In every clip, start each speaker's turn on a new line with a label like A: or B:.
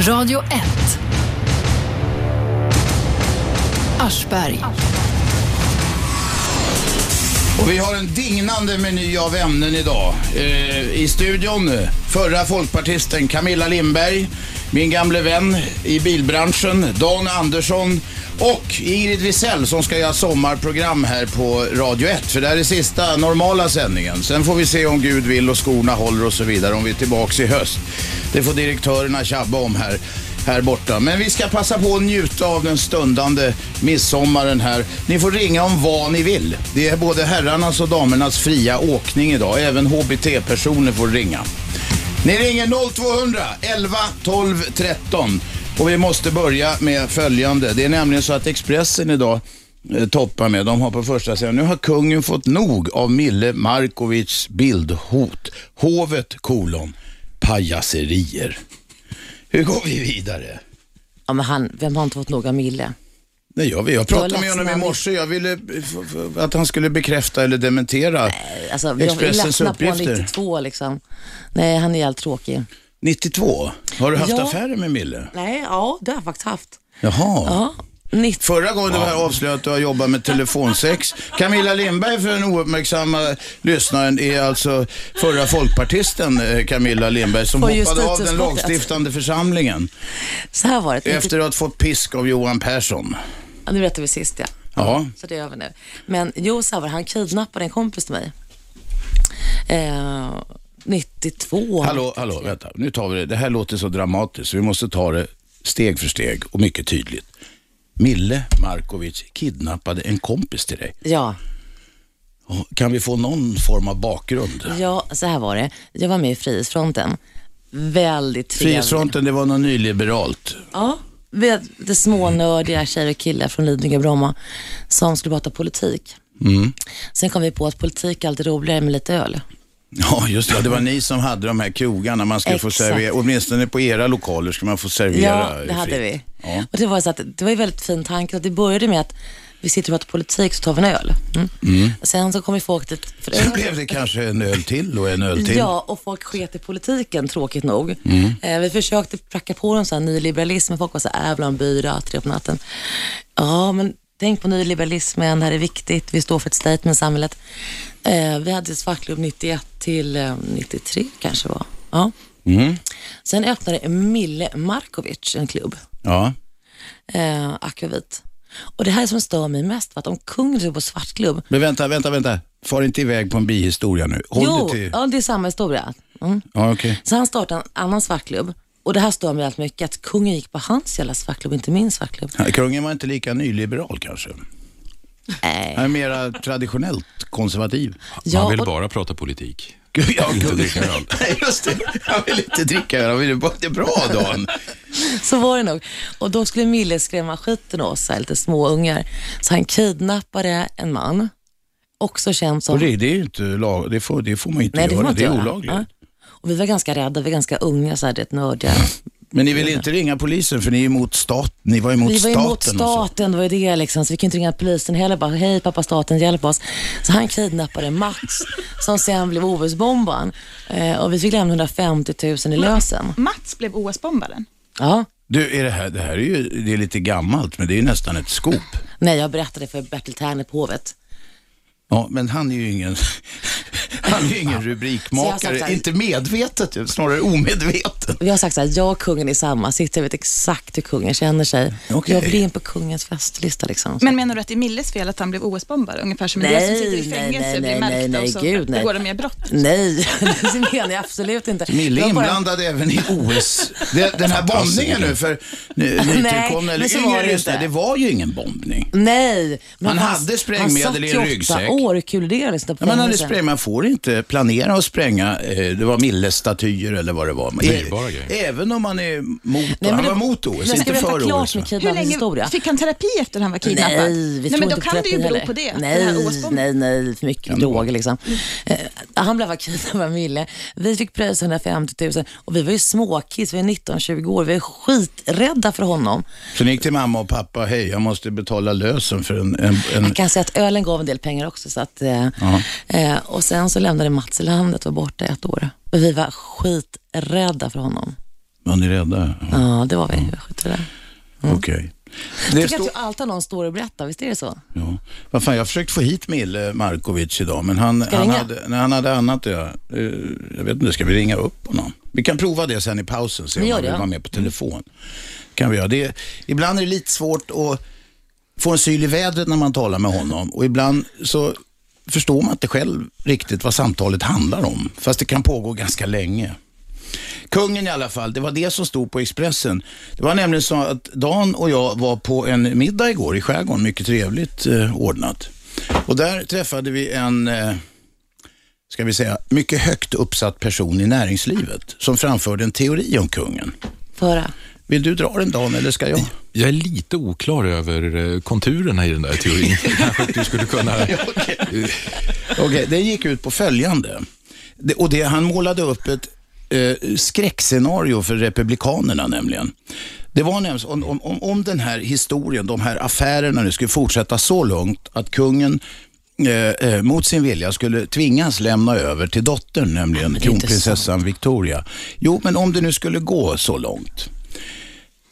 A: Radio 1. Aschberg.
B: Och vi har en dignande meny av ämnen idag. Eh, I studion förra folkpartisten Camilla Lindberg, min gamle vän i bilbranschen Dan Andersson och Ingrid Wisell som ska göra sommarprogram här på Radio 1. För det här är sista normala sändningen. Sen får vi se om Gud vill och skorna håller och så vidare om vi är tillbaks i höst. Det får direktörerna tjabba om här här borta. Men vi ska passa på att njuta av den stundande midsommaren här. Ni får ringa om vad ni vill. Det är både herrarnas och damernas fria åkning idag. Även HBT-personer får ringa. Ni ringer 0200 11 12 13. Och vi måste börja med följande. Det är nämligen så att Expressen idag eh, toppar med. De har på första sidan. Nu har kungen fått nog av Mille Markovics bildhot. Hovet kolon pajaserier. Hur går vi vidare?
C: Ja, men han, vem har inte fått några mille?
B: Nej, jag, vet. jag
C: Jag
B: pratade
C: har
B: med
C: läst
B: honom i
C: den här-
B: morse. Jag ville f- f- att han skulle bekräfta eller dementera
C: Alltså, vi har vi
B: Expressens
C: ledsna på
B: uppgifter.
C: honom 92 liksom. Nej, han är jävligt tråkig.
B: 92? Har du haft
C: Ja.
B: affärer med Mille?
C: Nej, ja, det har jag faktiskt haft.
B: Jaha.
C: Ja, 90.
B: Förra gången du var här avslöjade att du har jobbat med telefonsex. Camilla Lindberg för den ouppmärksamma lyssnaren är alltså förra folkpartisten eh, Camilla Lindberg som
C: Och
B: hoppade av den
C: justitieutskottet.
B: lagstiftande församlingen
C: Så här var det. 90,
B: efter att ha fått pisk av Johan Persson.
C: ja, nu berättar vi sist ja.
B: Ja.
C: Så det är över nu. Men jo, så här var det. Han kidnappade en kompis till mig. Eh, 92.
B: Hallå, hallå, vänta. Nu tar vi det. Det här låter så dramatiskt. så Vi måste ta det steg för steg och mycket tydligt. Mille Markovic kidnappade en kompis till dig.
C: Ja,
B: Och Kan vi få någon form av bakgrund?
C: ja, så här var det. Jag var med i Frihetsfronten. Väldigt trevlig.
B: Frihetsfronten, det var något nyliberalt.
C: Ja, vi hade det smånördiga tjejer och killar från Lidingö och Bromma som skulle prata politik. Sen kom vi på att politik är alltid roligare med lite öl.
B: Ja, just det. Det var ni som hade de här krogarna man skulle få
C: Exakt.
B: servera. Åtminstone på era lokaler skulle man få servera
C: Ja, det hade
B: fritt.
C: vi.
B: Ja.
C: Och det var så att det var ju väldigt fin tanke att det började med att vi sitter och pratar politik så tar vi en öl. Mm. Sen så kom ju folk dit för
B: Sen blev det kanske en öl till och en öl till. Mm.
C: Ja, och folk sket i politiken, tråkigt nog. Eh, vi försökte pracka på dem så här nyliberalism, men folk var så här, äh, en byra, tre på natten. Ja, men tänk på nyliberalismen, det här är viktigt, vi står för ett statement i samhället. Eh, vi hade ett fackklubb 91 till eh, 93 kanske var. Ja. Sen öppnade Mille Markovic en klubb,
B: Ja.
C: eh, Akvavit. Och det här är som stör mig mest, för att om kungen skulle på svartklubb,
B: Men vänta, vänta, vänta. Far inte iväg på en bihistoria nu. Håll
C: jo,
B: dig till...
C: ja, det är samma historia. Mm.
B: Ja, okej.
C: Så han startade en annan svartklubb. Och det här stör mig allt mycket, att kungen gick på hans jävla svartklubb, inte min svartklubb.
B: Ja, Kungen var inte lika nyliberal kanske.
C: Nej.
B: Han är mera traditionellt konservativ.
C: Ja,
D: Man vill
C: och,
D: bara prata politik.
B: Gud, ja,
D: Inte
B: kungen-
D: dricka öl.
B: Nej, just det. Han vill inte dricka öl. Han vill bara... Det är bra, Dan.
C: så var det nog. Och då skulle Mille skrämma skiten av oss, här, lite småungar. Så han kidnappade en man, också känd som...
B: Och det, det är ju inte lag... Det får, det får man ju inte
C: Nej, det får man
B: göra.
C: inte
B: det är
C: göra.
B: olagligt.
C: Ja. Och vi var ganska rädda, vi var ganska unga, så här, det nördiga.
B: Men ni vill inte ringa polisen för ni är emot stat. Ni var emot
C: Vi var
B: staten.
C: emot
B: och så.
C: staten, det var ju det liksom, så vi kunde inte ringa polisen heller. Bara, hej pappa staten, hjälp oss. Så han kidnappade Max, som sen blev OS-bombaren. Eh, och vi fick lämna 150 000 i lösen.
E: Mats blev OS-bombaren.
C: Ja.
B: Du, är det, här, det här är ju det är lite gammalt, men det är ju nästan ett skop.
C: Nej, jag berättade för Bertil Tärne på Hovet.
B: Ja, men han är ju ingen, han är ju
C: Så jag har sagt
B: ingen
C: så
B: rubrikmakare.
C: här-
B: Inte medvetet, snarare omedvetet.
C: Vi har sagt så här, jag och kungen är samma sitter jag vet exakt hur kungen känner sig.
B: Okej.
C: Jag blir in på kungens festlista liksom.
E: Men menar du att det är Milles fel att han blev OS-bombare? Ungefär som Elias som sitter i fängelse och blir märkta och så begår de mer brott.
C: Nej, det menar jag absolut inte.
B: Mille
C: Det var
B: är
C: bara-
B: inblandad även i OS. Den, den här bombningen nu för ny- nytillkomna
C: men
B: eller
C: så var
B: yngre
C: det
B: lyssnare,
C: inte.
B: det var ju en bombning.
C: Nej. men
B: Han hade sprängmedel i en
C: Han satt
B: ryggsäck.
C: ju åtta år och kulerade. Ja,
B: Ja, men hade spräng, man får inte planera att spränga, eh, det var Milles-statyer eller vad det var. Men-
D: Dyrbara grejer.
B: Även om man är mot, han var mot OS,
C: Men ska vi
B: inte
C: vänta
B: för
C: klart
B: OS.
C: med
E: Hur länge
C: kidnappningshistoria?
E: fick han terapi efter han var kidnappad?
C: Nej, vi tror
E: men
C: inte
E: då
C: på
E: kan det ju
C: terapi
E: bero
C: heller.
E: på det. den här
C: Nej,
E: OS-bombningen.
C: nej, nej, för mycket droger liksom. Eh, han blev kidnappad av Mille. Vi fick pröjs 150 000 och vi var ju småkids, vi var 19-20 år. Vi var skiträdda för honom.
B: Så ni gick till mamma och pappa, hej jag måste betala lösen för en... en, en...
C: Man kan säga att ölen gav en del pengar också. Så att, eh, eh, och sen så lämnade Mats landet och var borta ett år. Och vi var skiträdda för honom.
B: Var ni rädda?
C: Ja, det var vi. Jag skötte det där. Mm.
B: Okej.
C: Jag
B: Det
C: tycker
B: står-
C: att du alltid har någon story att berätta, visst är det så?
B: Ja. Vad fan, jag har försökt få hit Mille Markovic idag, men han, han,
C: ringa?
B: hade, nej, han hade annat att göra. Eh, Jag vet inte, ska vi ringa upp honom? Vi kan prova det sen i pausen, se
C: Vi
B: om
C: gör
B: han vill
C: det.
B: vara med på telefon. Kan vi göra. Det, är- ibland är det lite svårt att få en syl i vädret när man talar med honom och ibland så förstår man inte själv riktigt vad samtalet handlar om, fast det kan pågå ganska länge. Kungen i alla fall, det var det som stod på Expressen. Det var nämligen så att Dan och jag var på en middag igår i skärgården, mycket trevligt eh, ordnat. Och där träffade vi en, eh, ska vi säga, mycket högt uppsatt person i näringslivet som framförde en teori om kungen.
C: Föra.
B: Vill du dra den Dan eller ska jag?
D: Jag är lite oklar över eh, konturerna i den där teorin. Kanske att du skulle kunna... Eh,
B: Okej, det gick ut på följande. Det, och det, han målade upp ett eh, skräckscenario för republikanerna nämligen. Det var nämligen, om- om, om, om den här historien, de här affärerna nu skulle fortsätta så långt att kungen eh, eh, mot sin vilja skulle tvingas lämna över till dottern, nämligen
C: men det är inte
B: kronprinsessan Victoria. Jo, men om det nu skulle gå så långt.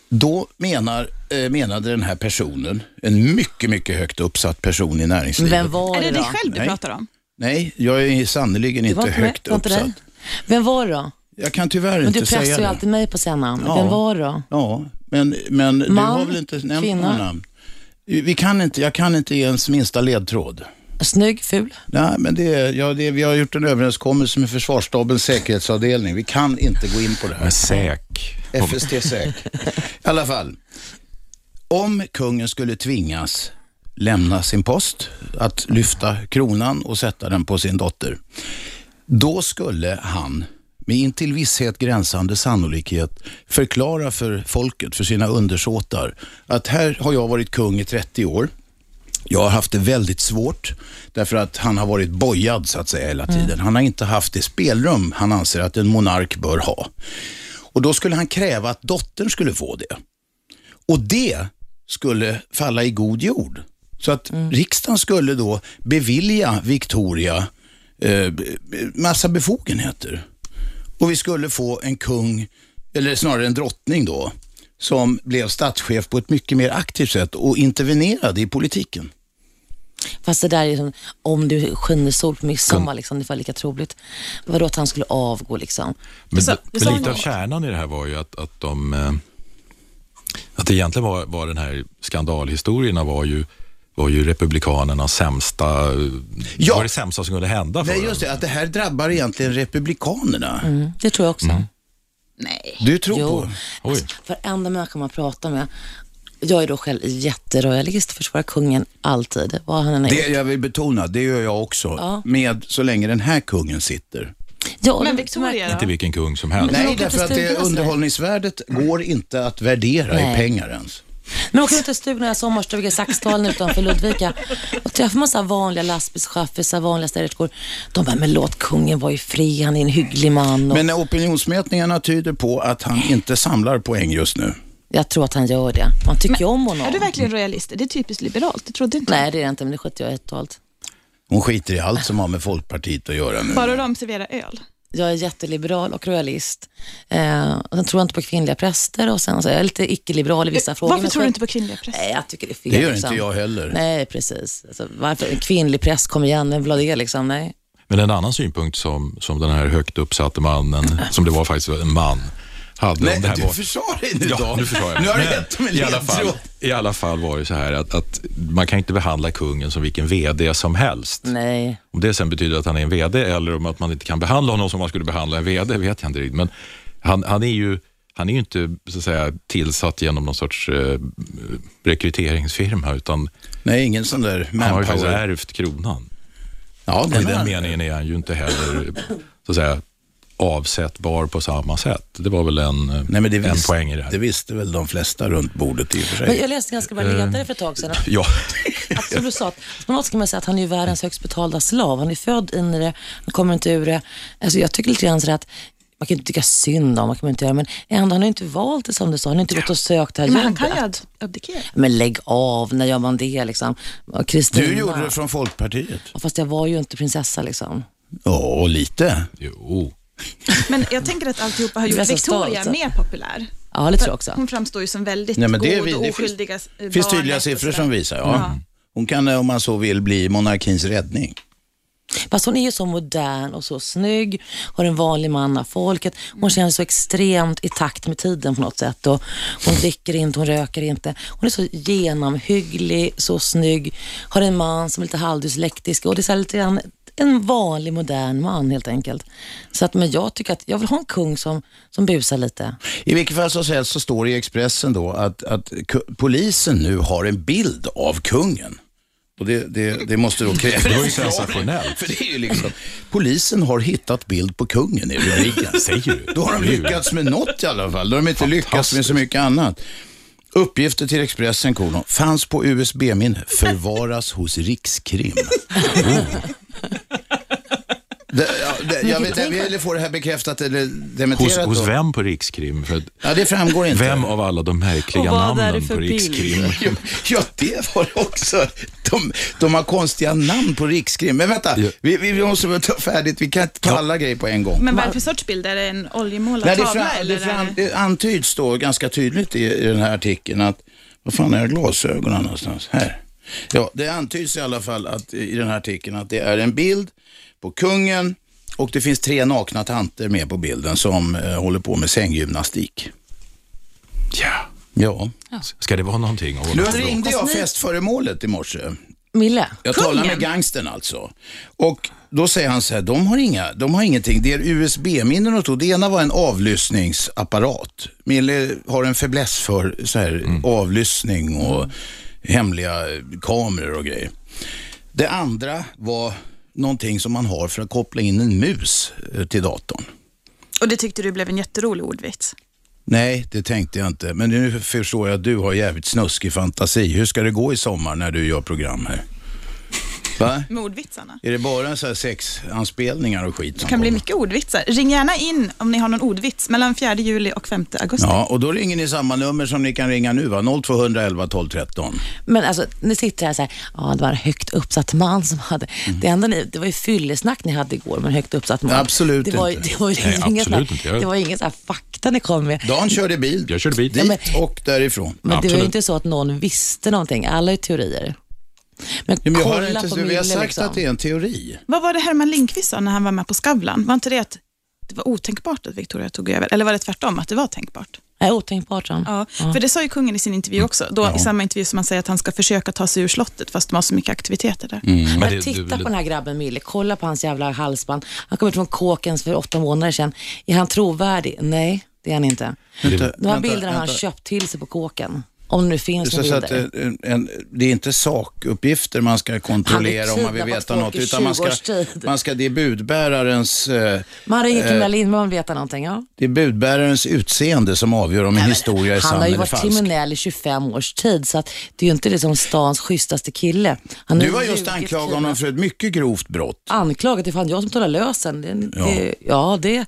B: Då menar, eh, menade den här personen, en mycket, mycket högt uppsatt person i näringslivet.
C: Vem var
E: Är
C: det
E: det dig
C: då?
E: själv du
B: Nej.
E: pratar om?
B: Nej, jag är sannerligen
C: Det var
B: inte
C: med-
B: högt
C: var inte
B: uppsatt.
C: dig. Vem var det då?
B: Jag kan tyvärr
C: Men
B: inte
C: du pressar
B: säga
C: ju
B: det.
C: alltid mig på scenan.
B: Ja.
C: Vem var det då?
B: Ja, men, men du
C: Man,
B: har väl inte nämnt
C: kvinna.
B: några namn? Vi kan inte, jag kan inte ge ens minsta ledtråd.
C: Snygg, ful?
B: Nej, men det, är- ja, det, är- vi har gjort en överenskommelse med försvarsstabens säkerhetsavdelning. Vi kan inte gå in på det här.
D: Men säk.
B: FST säk. I alla fall, om kungen skulle tvingas lämna sin post, att lyfta kronan och sätta den på sin dotter, då skulle han med intill visshet gränsande sannolikhet förklara för folket, för sina undersåtar, att här har jag varit kung i 30 år. Jag har haft det väldigt svårt därför att han har varit bojad så att säga hela tiden. Han har inte haft det spelrum han anser att en monark bör ha. Och då skulle han kräva att dottern skulle få det. Och det skulle falla i god jord. Så att
C: Mm.
B: riksdagen skulle då bevilja Victoria eh, b- b- massa befogenheter. Och vi skulle få en kung, eller snarare en drottning då, som blev statschef på ett mycket mer aktivt sätt och intervenerade i politiken.
C: Fast det där är ju som, om du skiner sol på midsommar, liksom, det var lika troligt. Vadå att han skulle avgå liksom?
D: Men,
E: sa-
D: d-
E: du
D: men
E: sa
D: lite av
E: något.
D: kärnan i det här var ju att, att de... eh, Att det egentligen var, var den här skandalhistorierna var ju, var ju republikanernas sämsta...
B: Ja.
D: Ja. var det sämsta som kunde hända för
B: Nej, just
D: dem.
B: det, att det här drabbar egentligen republikanerna.
C: Mm, det tror jag också.
E: Nej.
B: Du tror
C: Jo,
B: på?
D: Oj.
C: alltså, varenda människa man pratar med. Jag är då själv jätterojalist, försvarar kungen alltid. Vad han än har
B: Det
C: gjort.
B: jag vill betona, det gör jag också.
C: Ja.
B: Med så länge den här kungen sitter.
C: Ja, och
E: Men
C: det-
E: Victoria
D: Inte
E: då?
D: vilken kung som helst.
C: Men
B: Nej,
C: åker
B: därför
C: till
B: att det
C: stugan,
B: underhållningsvärdet går inte att värdera i
C: Nej.
B: pengar ens.
C: Men åker ut till stugan i deras sommarstuga i Saxdalen utanför Ludvika och träffar man så här vanliga lastbilschaffisar, vanliga städerskor. De bara, men låt kungen vara i fred, han är en hygglig man. Och
B: Men opinionsmätningarna tyder på att han inte samlar poäng just nu.
C: Jag tror att han gör det. Man tycker ju om honom.
E: Är du verkligen royalist? Är det typiskt liberalt? Det trodde inte jag.
C: Mm. Nej, det är det inte, men det skjuter jag helt och hållet.
B: Hon skiter i allt som har med Folkpartiet att göra nu.
E: Bara de serverar öl.
C: Jag är jätteliberal och royalist. Eh, och sen tror jag inte på kvinnliga präster och sen så är jag lite icke-liberal i vissa frågor.
E: Eh, Varför
C: men
E: tror du
C: själv-
E: inte på kvinnliga präster?
C: Nej, jag tycker det är fel.
B: Det gör
C: liksom.
B: inte jag heller.
C: Nej, precis. Alltså, varför? En kvinnlig präst, kom igen, vem vill ha det liksom? Nej.
D: Men en annan synpunkt som, som den här högt uppsatte mannen, som det var faktiskt en man, hade om det här var...
B: försvarar dig nu
D: Ja, nu förstår jag.
B: Nu har du
D: Men
B: gett dem en
D: i alla, fall,
B: ledtråd.
D: I alla fall var det så här att, att man kan inte behandla kungen som vilken VD som helst.
C: Nej.
D: Om det sen betyder att han är en VD eller om att man inte kan behandla honom som man skulle behandla en VD vet jag inte riktigt. Men han, han är ju han är ju inte så att säga, tillsatt genom någon sorts eh, rekryteringsfirma utan
B: Nej, ingen sån där
D: han har ju faktiskt
B: manpower.
D: ärvt kronan.
B: Ja,
D: Och
B: men
D: I den meningen är han ju inte heller så att säga, avsättbar på samma sätt. Det var väl en, eh,
B: Nej, men det
D: en
B: visste,
D: poäng i det här.
B: Det visste väl de flesta runt bordet i och för sig.
C: Men jag läste en ganska bra ledare för ett tag sedan. att-
D: Ja.
C: Att, som du sa, att, på något ska man säga att han är ju världens högst betalda slav. Han är född in i det, han kommer inte ur det. Alltså, jag tycker lite grann så här att man kan inte tycka synd om, man kan man inte göra, men ändå, han har ju inte valt det som du sa. Han har inte gått och sökt det här
E: Men han kan ju
C: jobbet.
E: ab- abdikera.
C: Men lägg av, när gör man det liksom? Och Kristina.
B: Du gjorde det från Folkpartiet?
C: Fast jag var ju inte prinsessa liksom.
B: Ja, lite.
D: Jo.
E: Men jag tänker att alltihopa har
C: Jag blir
E: gjort
C: så
E: Victoria
C: stolt.
E: mer populär.
C: Ja, det tror
E: För
C: jag också.
E: Hon framstår ju som väldigt
B: Nej, men det är
E: god
B: vi-
E: och
B: det finns-
E: oskyldiga s-
B: Det finns tydliga
E: barnet och
B: siffror
E: sådär.
B: som visar, ja.
E: Ja.
B: Hon kan eh, om man så vill bli monarkins räddning.
C: Fast hon är ju så modern och så snygg, har en vanlig man av folket. Hon känns så extremt i takt med tiden på något sätt. Och hon dricker inte, hon röker inte. Hon är så genomhygglig, så snygg, har en man som är lite halvdyslektisk och det är så här lite grann en vanlig modern man helt enkelt. Så att, men jag tycker att jag vill ha en kung som, som busar lite.
B: I vilket fall som helst så står det i Expressen då att, att ku- polisen nu har en bild av kungen. Och det, det, det måste då krävas.
D: Det var ju sensationellt.
B: För det är ju liksom, polisen har hittat bild på kungen i rubriken.
D: Säger du?
B: Då har de lyckats med något i alla fall. Då har de inte lyckats med så mycket annat. Uppgifter till Expressen, kolon, fanns på USB-minne, förvaras hos Rikskrim. Det, ja, det, jag, vet, jag vill få det här bekräftat eller
D: Hos,
B: dementerat. då.
D: hos vem på Rikskrim? För att,
B: Ja, det framgår inte.
D: vem av alla de märkliga
C: Och vad är det
D: namnen
C: för
D: på Rikskrim?
B: Ja, Ja, det var det också. De, de har konstiga namn på Rikskrim. Men vänta,
D: Ja.
B: vi, vi vi måste väl ta färdigt. Vi kan inte ta alla grejer på en gång.
E: Men vad är det för sorts bild? Är det en oljemålad
B: Nej, det,
E: tavla?
B: fram,
E: eller
B: det, fram,
E: är det-
B: det antyds då ganska tydligt i, i den här artikeln att, vad fan är glasögonen någonstans? Här. Ja, det antyds i alla fall att, i den här artikeln att det är en bild på kungen och det finns tre nakna tanter med på bilden som eh, håller på med sänggymnastik.
D: Ja.
B: Ja.
D: Ska det vara någonting? att
B: Nu
D: ordna bråk?
B: ringde jag festföremålet i morse.
C: Mille,
B: Jag talar med gangsten alltså. Och då säger han så här, de har, inga, de har ingenting. Det är USB-minnen och så. Det ena var en avlyssningsapparat. Mille har en fäbless för så här, avlyssning och hemliga kameror och grejer. Det andra var någonting som man har för att koppla in en mus eh, till datorn.
E: Och det tyckte du blev en jätterolig ordvits.
B: Nej, det tänkte jag inte. Men nu förstår jag att du har jävligt snuskig fantasi. Hur ska det gå i sommar när du gör program här? Va?
E: Med ordvitsarna.
B: Är det bara så här sexanspelningar och skit som
E: Det kan bli
B: kommer?
E: mycket ordvitsar. Ring gärna in om ni har någon ordvits mellan 4 juli och 5 augusti.
B: Ja, och då ringer ni samma nummer som ni kan ringa nu va? 0211 12 13.
C: Men alltså, ni sitter här så här, ja det var en högt uppsatt man som hade,
B: Mm.
C: det enda ni, det var ju fyllesnack ni hade igår med en högt uppsatt man.
B: Absolut
C: det var, ju-
B: inte.
C: Det var ju
D: Nej,
C: liksom inget,
D: absolut
C: sån här-
D: inte. Jag-
C: det var ju inget så här fakta ni kom med.
B: Dan körde bil.
D: Jag körde bil.
B: Dit
D: Ja,
C: men-
B: och därifrån.
C: Men det var
D: Absolut.
C: ju inte så att någon visste någonting, alla är teorier. Men,
B: Ja, men jag har
C: kolla
B: inte,
C: på
B: vi har
C: Mille
B: sagt
C: liksom.
B: att det är en teori.
E: Vad var det Herman Lindqvist sa när han var med på Skavlan? Var inte det att det var otänkbart att Victoria tog över? Eller var det tvärtom, att det var tänkbart?
C: Nej, otänkbart sa han.
E: Ja, för det sa ju kungen i sin intervju också. Då, I samma intervju som han säger att han ska försöka ta sig ur slottet fast de har så mycket aktiviteter där.
B: Mm,
D: men
C: Men
D: det- det-
C: titta
D: det-
C: på den här grabben Mille, kolla på hans jävla halsband. Han kom ut från kåkens för åtta månader sedan. Är han trovärdig? Nej, det är han inte.
B: Vänta,
C: De här
B: vänta,
C: bilderna har han
B: vänta.
C: köpt till sig på kåken. Om det nu finns
B: Så,
C: några
B: så att,
C: bilder.
B: eh, en, det är inte sakuppgifter man ska kontrollera om man vill
C: kidnappat
B: veta
C: folk
B: något,
C: i
B: utan man ska,
C: 20 års tid.
B: man ska, det är budbärarens eh,
C: Man ringer Camilla Lindberg om man vill veta någonting. Ja.
B: Det är budbärarens utseende som avgör om en historia är
C: Han
B: sann
C: har ju
B: eller
C: varit
B: falsk.
C: kriminell i 25 års tid, så att det är ju inte liksom stans schysstaste kille. Han har
B: Du
C: ju
B: har just
C: ljugit
B: anklagat
C: hela-
B: honom för ett mycket grovt brott.
C: Anklagat? Det är fan jag som talar lösen. Det, ja. Det, ja, det,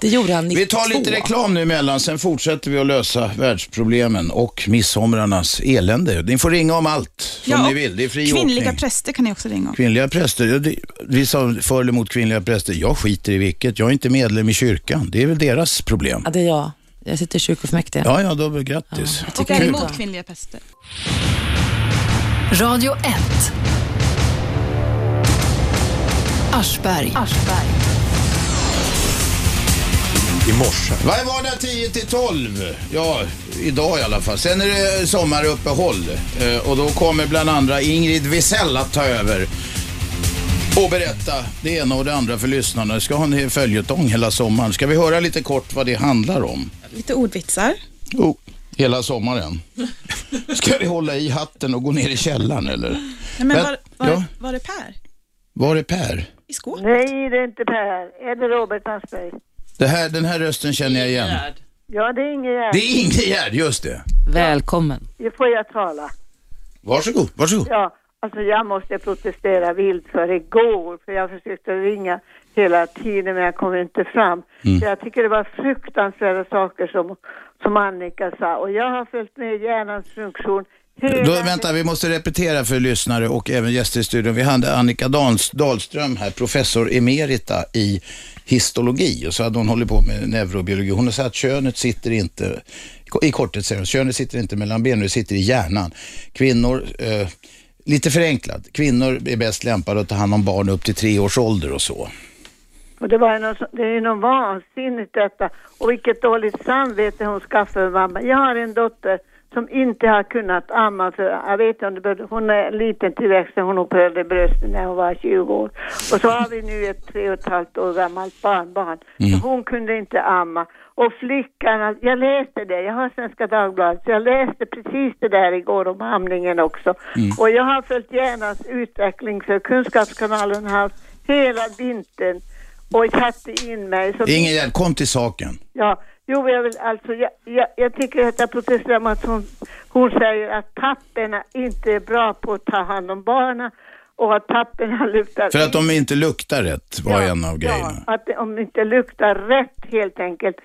C: det gjorde han 92.
B: Vi tar lite reklam nu emellan, sen fortsätter vi att lösa världsproblemen och midsomrarnas elände. Ni får ringa om allt som
E: Ja,
B: ni vill. Det är fri
E: Kvinnliga
B: åkning.
E: präster kan ni också ringa om.
B: Kvinnliga präster, ja, det- vi sa för eller emot kvinnliga präster, jag skiter i vilket, jag är inte medlem i kyrkan, det är väl deras problem.
C: Ja, det är jag. Jag sitter i kyrkofullmäktige.
B: Ja, ja, då väl grattis.
E: Och
C: Kul.
E: är emot kvinnliga präster.
A: Radio 1. Aschberg.
D: I morse.
B: Varje vardag 10 till 12. Ja, idag i alla fall. Sen är det sommaruppehåll eh, och då kommer bland andra Ingrid Wisell att ta över och berätta det ena och det andra för lyssnarna. Ska ha en följetong hela sommaren. Ska vi höra lite kort vad det handlar om?
E: Lite ordvitsar.
B: Jo, hela sommaren. Ska vi hålla i hatten och gå ner i källaren eller?
E: Nej, men var, var,
B: ja,
E: var det Per?
B: var är Per?
E: I skåpet?
F: Nej, det är inte Per. Är det Robert Aschberg?
B: Det här, den här rösten känner jag igen.
F: Ja, det är Ingegärd.
B: Det är Ingegärd, just det.
G: Välkommen.
F: Nu får jag tala.
B: Varsågod, varsågod.
F: Ja, alltså jag måste protestera vilt för igår, för jag försökte ringa hela tiden men jag kom inte fram.
B: Mm.
F: Så jag tycker det var fruktansvärda saker som, som Annika sa och jag har följt med hjärnans funktion Hela
B: Då, vänta, vi måste repetera för lyssnare och även gäster i studion. Vi hade Annika Dans, Dahlström här, professor emerita i histologi och så hade hon hållit på med neurobiologi. Hon har sagt att könet sitter inte, i korthet säger hon, könet sitter inte mellan benen, det sitter i hjärnan. Kvinnor, eh, lite förenklat, kvinnor är bäst lämpade att ta hand om barn upp till tre års ålder och så.
F: Och det, var ju något, så- det är ju något vansinnigt detta. Och vilket dåligt samvete hon skaffade mamma. Jag har en dotter som inte har kunnat amma för jag vet inte, om det behövde- hon är liten till växten, hon opererade bröstet när hon var 20 år. Och så har vi nu ett tre och ett halvt år gammalt barnbarn. Så Hon kunde inte amma. Och flickan, jag läste det, jag har Svenska Dagbladet, så jag läste precis det där igår om amningen också. Och jag har följt hjärnans utveckling för Kunskapskanalen har haft hela vintern och satte in mig. Så
B: Ingen hjälp, kom till saken.
F: Ja, jo, jag vill alltså, jag, jag, jag tycker att jag protesterar mot att hon, hon säger att papporna inte är bra på att ta hand om barnen och att papporna luktar
B: För att de inte luktar rätt var
F: Ja,
B: en av grejerna.
F: Ja, att de inte luktar rätt helt enkelt.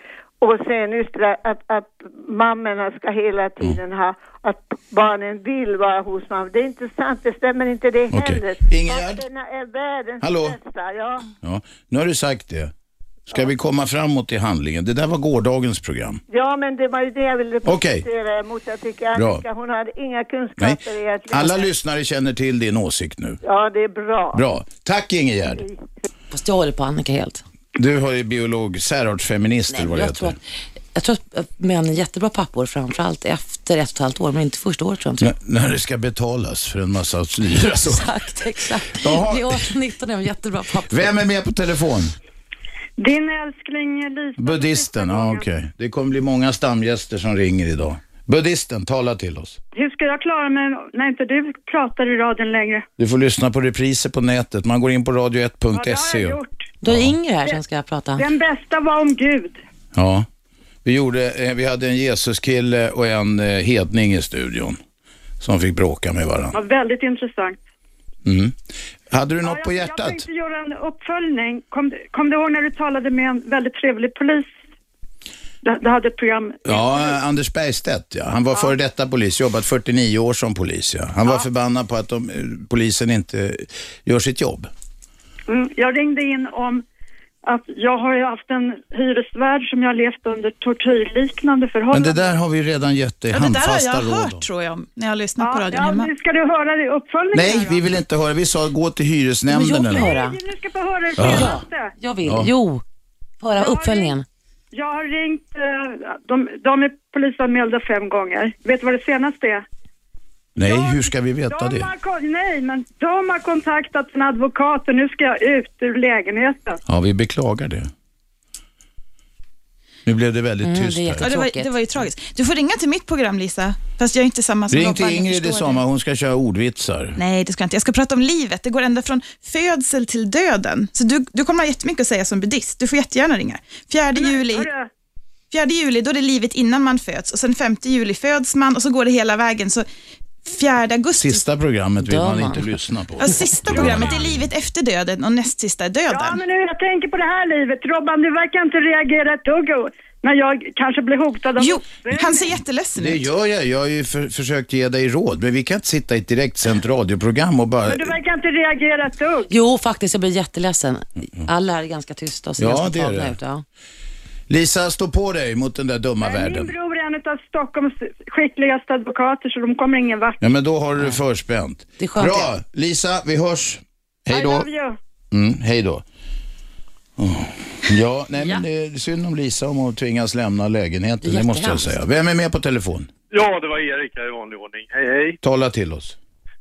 F: Och sen just det där att, att mammorna ska
B: Mm.
F: hela tiden ha, att barnen vill vara hos mamma. Det är inte sant, det stämmer inte det
B: Okej.
F: heller.
B: Ingegärd?
F: Papporna är världens
B: Hallå?
F: bästa, ja.
B: Ja, nu har du sagt det. Ska vi komma framåt i handlingen? Det där var gårdagens program.
F: Ja, men det var ju det jag ville
B: Okej.
F: protestera emot. Jag tycker
B: Bra.
F: Annika, hon hade inga
B: Nej.
F: kunskaper egentligen.
B: Alla lyssnare känner till din åsikt nu.
F: Ja, det är bra.
B: Bra. Tack Ingegärd.
C: Fast jag håller på Annika helt.
B: Du har ju biolog, särartsfeminist
C: Nej,
B: eller vad
C: men
B: det
C: jag, tror
B: heter.
C: att, jag tror att män är jättebra pappor, framförallt efter ett och ett halvt år, men inte första året tror jag inte.
B: N- När det ska betalas för en massa lyra så.
C: Exakt, exakt.
B: Jaha.
C: Det är 18-19 är de jättebra pappor.
B: Vem är med på telefon?
G: Din älskling Lisa.
B: Buddhisten, ja okej. Det kommer bli många stamgäster som ringer idag. Buddhisten, tala till oss.
G: Hur ska jag klara mig när inte du pratar i radion längre?
B: Du får lyssna på repriser på nätet. Man går in på
G: Ja, det har
B: radio1.se.
G: jag
B: E och-
G: gjort.
C: Du har Inger här som ska prata.
G: Den bästa var om Gud.
B: Ja. Vi, gjorde, eh, vi hade en Jesuskille och en eh, hedning i studion som fick bråka med varandra.
G: Ja, väldigt intressant.
B: Mm. Hade du något
G: jag,
B: på
G: Jag
B: hjärtat?
G: tänkte göra en uppföljning. Kom, kom du ihåg när du talade med en väldigt trevlig polis? Du, du hade ett program.
B: Ja, Anders Bergstedt, ja. Han var före detta polis, jobbat 49 år som polis. Ja. Han var förbannad på att de, eh, polisen inte gör sitt jobb.
G: Mm, jag ringde in om att jag har ju haft en hyresvärd som jag har levt under tortyrliknande
B: Men
G: förhållanden.
B: det där har vi redan gett dig
E: Ja, det där har
B: handfasta
E: jag
B: råd
E: hört
B: om.
E: tror jag, när jag lyssnar på
G: Ja,
E: radion
G: ja,
E: hemma.
G: nu ska du höra det i uppföljningen.
B: Nej,
G: då.
B: vi vill inte höra. Vi sa gå till
C: Men jag
B: hyresnämnden.
C: vill
B: eller något.
C: höra.
G: Nej, Du ska få höra det senaste.
C: Jag vill. Jo, höra uppföljningen.
G: Jag har ringt, eh, de, de är polisanmälda fem gånger. Vet du vad det senaste är?
B: Nej, hur ska vi veta
G: De
B: det?
G: har, kon- nej, men de har kontaktat en advokat och nu ska jag ut ur lägenheten.
B: Ja, vi beklagar det. Nu blev det väldigt
C: Mm,
B: tyst
C: det är
B: här.
E: Ja, det, var,
C: Tråkigt.
E: det var ju tragiskt. Du får ringa till mitt program Lisa, fast jag är inte samma som
B: Ring
E: Robban,
B: till
E: jag
B: Ingrid i
E: förstår
B: sommar, hon ska köra ordvitsar.
E: det. Nej, det ska jag inte. Jag ska prata om livet. Det går ända från födsel till döden. Så du, du kommer ha jättemycket att säga som buddhist. Du får jättegärna ringa. 4 juli,
G: Hörru,
E: 4 juli, då är det livet innan man föds. Och sen 5 juli föds man och så går det hela vägen. Så 4 augusti.
B: Sista programmet vill
C: Dör
B: man
C: man?
B: inte lyssna på.
E: Ja, sista programmet är livet efter döden och näst sista är
G: Ja,
E: döden.
G: men nu jag tänker på det här livet. Robban, du verkar inte reagera ett dugg och- när jag kanske blir hotad av...
E: Jo, han ser jätteledsen
B: Det
E: ut.
B: gör jag. Jag har ju för, försökt ge dig råd, men vi kan inte sitta i ett direktsänt radioprogram och bara...
G: Men du verkar inte reagera ett dugg.
C: Jo, faktiskt. Jag blir jätteledsen. Alla här är ganska tysta och ser
B: Ja,
C: ganska
B: det är
C: tagna
B: det.
C: ut. Ja.
B: Lisa, stå på dig mot den där dumma
G: Min
B: världen.
G: bror är en av Stockholms skickligaste advokater så de kommer ingen vart.
B: Ja, men då har du det förspänt.
C: Det är skönt,
B: Bra,
C: ja.
B: Lisa, vi hörs. Hej
G: I
B: då.
G: love you.
B: Mm, hej då. Åh. Ja, nej, men det är synd om Lisa om hon tvingas lämna lägenheten, det måste jag
C: Jättehemskt.
B: säga. Vem är med på telefon?
H: Ja, det var Erik här i vanlig ordning. Hej, hej.
B: Tala till oss.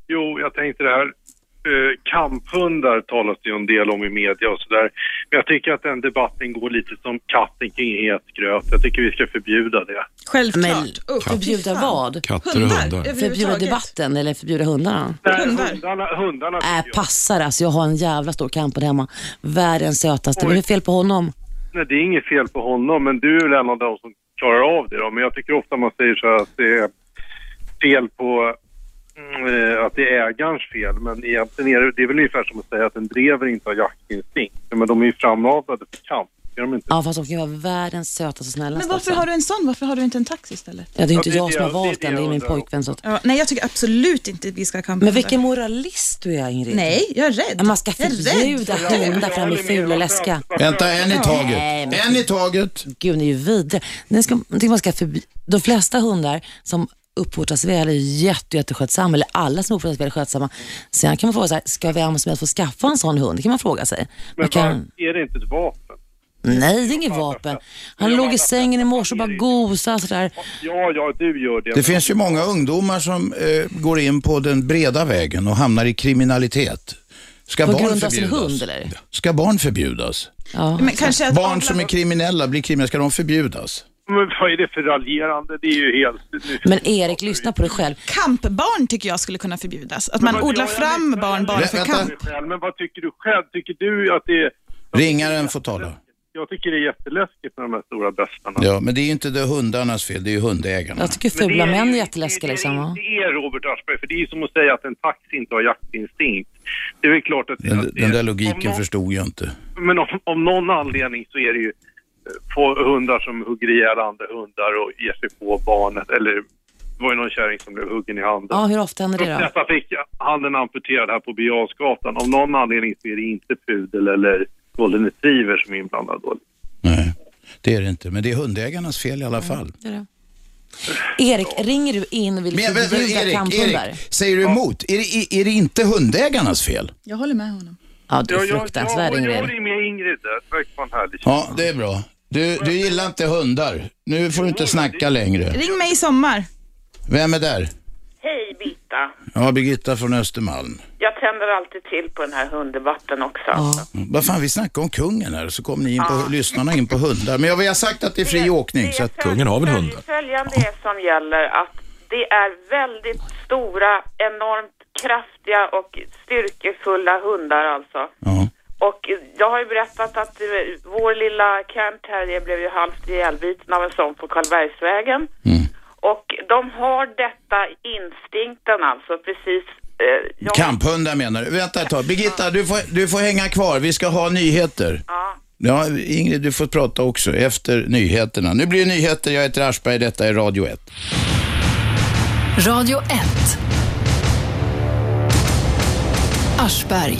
H: Jo, jag tänkte det här. Eh, kamphundar talas det ju en del om i media och sådär. Men jag tycker att den debatten går lite som katten kring het gröt. Jag tycker vi ska förbjuda det.
E: Självklart.
C: Men
E: Usch,
C: förbjuda
E: fy fan.
C: vad?
D: Katter och hundar.
E: överhuvudtaget.
C: Förbjuda debatten eller förbjuda hundarna?
H: Nej,
E: Hundar.
H: hundarna, hundarna
C: Äh,
H: tycker jag.
C: passar alltså. Jag har en jävla stor kamp hemma. Världens sötaste. Vad är det fel på honom?
H: Nej, det är inget fel på honom, men du är väl en av dem som klarar av det då. Men jag tycker ofta man säger så här att det är fel på mm, eh, att det är ägarens fel, men egentligen är det, det är väl ungefär som att säga att en drever inte har jaktinstinkt. Men de är ju framavlade för kamp. är de inte.
C: Ja, fast de kan ju vara världens sötaste och snällaste
E: Men varför
C: också.
E: har du en sån? Varför har du inte en taxi istället?
C: Ja, det är ju inte
H: Ja, det är
C: jag
H: det
C: som har
H: jag- det är
C: valt
H: det
C: den, det är
H: jag
C: min
H: undrar också.
C: pojkvän. Så att...
E: Ja, nej, jag tycker absolut inte att vi ska kampa.
C: Men vilken moralist du är, Ingrid.
E: Nej, jag är rädd.
C: Men Man ska
E: Jag är rädd.
C: förbjuda hundar för de är fula och läskiga.
B: Vänta, en i taget.
C: Nej, men-
B: En i taget.
C: Gud, ni är ju vidriga. Ni ska, jag tycker man ska förbi- De flesta hundar som uppfostras väl är jätte, jätteskötsamma, eller alla som uppfostras väl är skötsamma. Sen kan man fråga sig, ska vem som helst få skaffa en sån hund? Det kan man fråga sig.
H: Men
C: Man kan...
H: var, är det inte ett vapen?
C: Nej, det är inget vapen. Han låg i sängen i morse och bara gosade sådär.
H: Ja, ja, du gör det.
B: Det finns ju många ungdomar som eh, går in på den breda vägen och hamnar i kriminalitet. Ska
C: På
B: barn
C: grund av sin
B: förbjudas?
C: hund, eller?
B: Ska barn förbjudas?
C: Ja. Alltså,
E: Men kanske att
B: Barn
E: avla-
B: som är kriminella blir kriminella, ska de förbjudas?
H: Men vad är det för raljerande? Det är ju helt...
C: Men Erik, lyssna på dig själv.
E: Kampbarn tycker jag skulle kunna förbjudas. Att man
H: Vad-
E: odlar
H: jag-
E: fram
H: jag-
E: barn
H: jag-
E: bara
B: Vä-
E: för
B: vänta.
E: kamp.
H: Själv, Men vad tycker du själv? Tycker du att det är...
B: Ringaren får tala.
H: Jag tycker det är jätteläskigt med de här stora bästarna.
B: Ja, men det är ju inte det hundarnas fel, det är ju hundägarna.
C: Jag tycker
H: Men det
C: fula
H: ju-
C: män är jätteläskiga. Liksom.
H: Det är
C: va?
H: inte er, Robert Aschberg, för det är ju som att säga att en tax inte har jaktinstinkt. Det är väl klart att...
B: Den,
H: att det-
B: den där
H: om
B: logiken
H: någon,
B: förstod jag inte.
H: Men om, om någon anledning så är det ju eh, få hundar som hugger ihjäl andra hundar och ger sig på barnet. Eller det var ju någon kärring som blev huggen i handen.
C: Ja, hur ofta händer det
H: Trots
C: då?
H: detta fick handen amputerad här på Biasgatan. Av någon anledning så är det inte pudel eller golden retriever som är inblandad då.
B: Nej, det är det inte. Men det är hundägarnas fel i alla fall.
C: Mm. Det är det. Erik, ringer du in och vill
B: Men, men, men,
C: förbjuda
B: Erik,
C: liksom kamphundar?
B: Erik, säger du emot? Är det, är det inte hundägarnas fel?
E: Jag håller med honom.
C: Ja, du är
H: jag,
C: fruktansvärd
H: jag, jag
C: Ingrid.
H: håller med Ingrid där. Det verkar vara en härlig tjej.
B: Ja, det är bra. Du, du gillar inte hundar. Nu får du inte snacka längre.
E: Ring mig i sommar.
B: Vem är där?
I: Hej Birgitta.
B: Ja, Birgitta från Östermalm.
I: Jag tänder alltid till på den här hundebatten också.
C: Ja.
B: Vad fan, vi snackade om kungen här så kom ni in på, lyssnarna in på hundar. Men jag har sagt att det är fri åkning så att...
I: föl-
D: Kungen har väl
I: föl-
D: hundar?
I: Följande är som gäller att det är väldigt stora, enormt kraftiga och styrkefulla hundar alltså.
B: Ja.
I: Och eh, jag har ju berättat att eh, vår lilla Camp Terrier blev ju halvt ihjälbiten av en sån på Karlbergsvägen.
B: Mm.
I: Och de har detta instinkten alltså, precis. Eh, jag-
B: Kamphundar menar du? Vänta ett tag. Birgitta, du får, du får hänga kvar. Vi ska ha nyheter.
I: Ja.
B: Ja, Ingrid, du får prata också efter nyheterna. Nu blir det nyheter. Jag heter Aschberg. Detta är Radio 1.
A: Radio 1. Aschberg.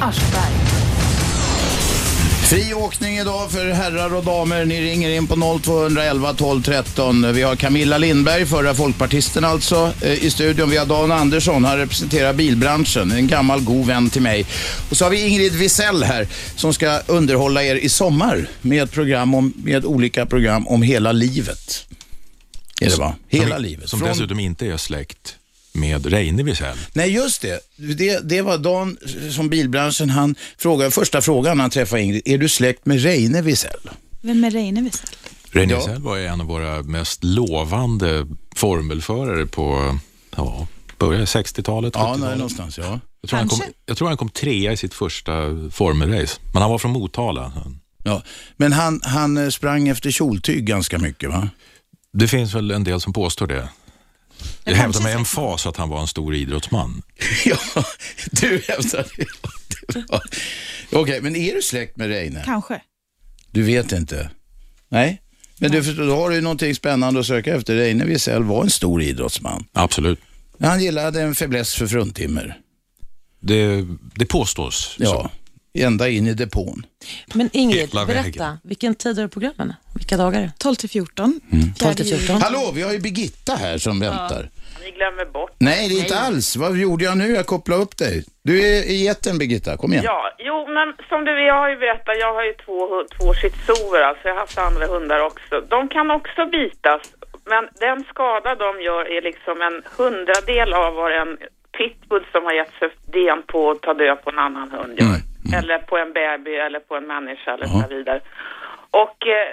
B: Fri åkning idag för herrar och damer. Ni ringer in på 0211 12 13. Vi har Camilla Lindberg, förra folkpartisten alltså, eh, i studion. Vi har Dan Andersson, han representerar bilbranschen, en gammal god vän till mig. Och så har vi Ingrid Wisell här som ska underhålla er i sommar med, ett program om, med olika program om hela livet. Är det va? Hela
D: som,
B: livet.
D: Som
B: Från-
D: dessutom inte är släkt med Reine Wiesel.
B: Nej, just det. det. Det var Dan som bilbranschen, han frågade, första frågan när han träffade Ingrid, är du släkt med Reine Wisell?
E: Vem är Reine Wiesel?
D: Reine
B: Ja.
D: Wiesel var ju en av våra mest lovande formelförare på, ja, började 60-talet,
B: Ja,
D: 70-talet.
B: nej, någonstans, ja.
D: jag, tror han kom,
E: Kanske.
D: jag tror han kom trea i sitt första formelrace, men han var från Motala.
B: Ja, men han, han eh, sprang efter kjoltyg ganska mycket va?
D: Det finns väl en del som påstår det. Jag
E: kanske
D: hävdar med
E: så.
D: en fas att han var en stor idrottsman.
B: ja, du hävdar det. Det var- Okej, men är du släkt med Reine?
E: Kanske.
B: Du vet inte? Nej? Men du förstår, då har du ju någonting spännande att söka efter. Reine Wiesel var en stor idrottsman.
D: Absolut.
B: Han gillade en fäbless för fruntimmer.
D: Det, det påstås.
B: Ja, ända in i depån.
C: Men Ingrid,
D: Hela vägen.
C: berätta, vilken tid är det programmen? Vilka dagar är det?
E: 12 till 14.
B: Mm.
C: 12 till 14?
B: Hallå, vi har ju Birgitta här som väntar.
I: Ni glömmer bort
B: Nej, det är inte alls. Vad gjorde jag nu? Jag kopplade upp dig. Du är är jätten Birgitta, kom igen.
I: Ja, jo men som du, jag har ju berättat, jag har ju två, hu- två shitsover, alltså jag har haft andra hundar också. De kan också bitas, men den skada de gör är liksom en hundradel av vad en pitbull som har gett sig den på att ta död på en annan hund gör.
B: Mm,
I: Eller på en baby eller på en människa eller så vidare. Och eh,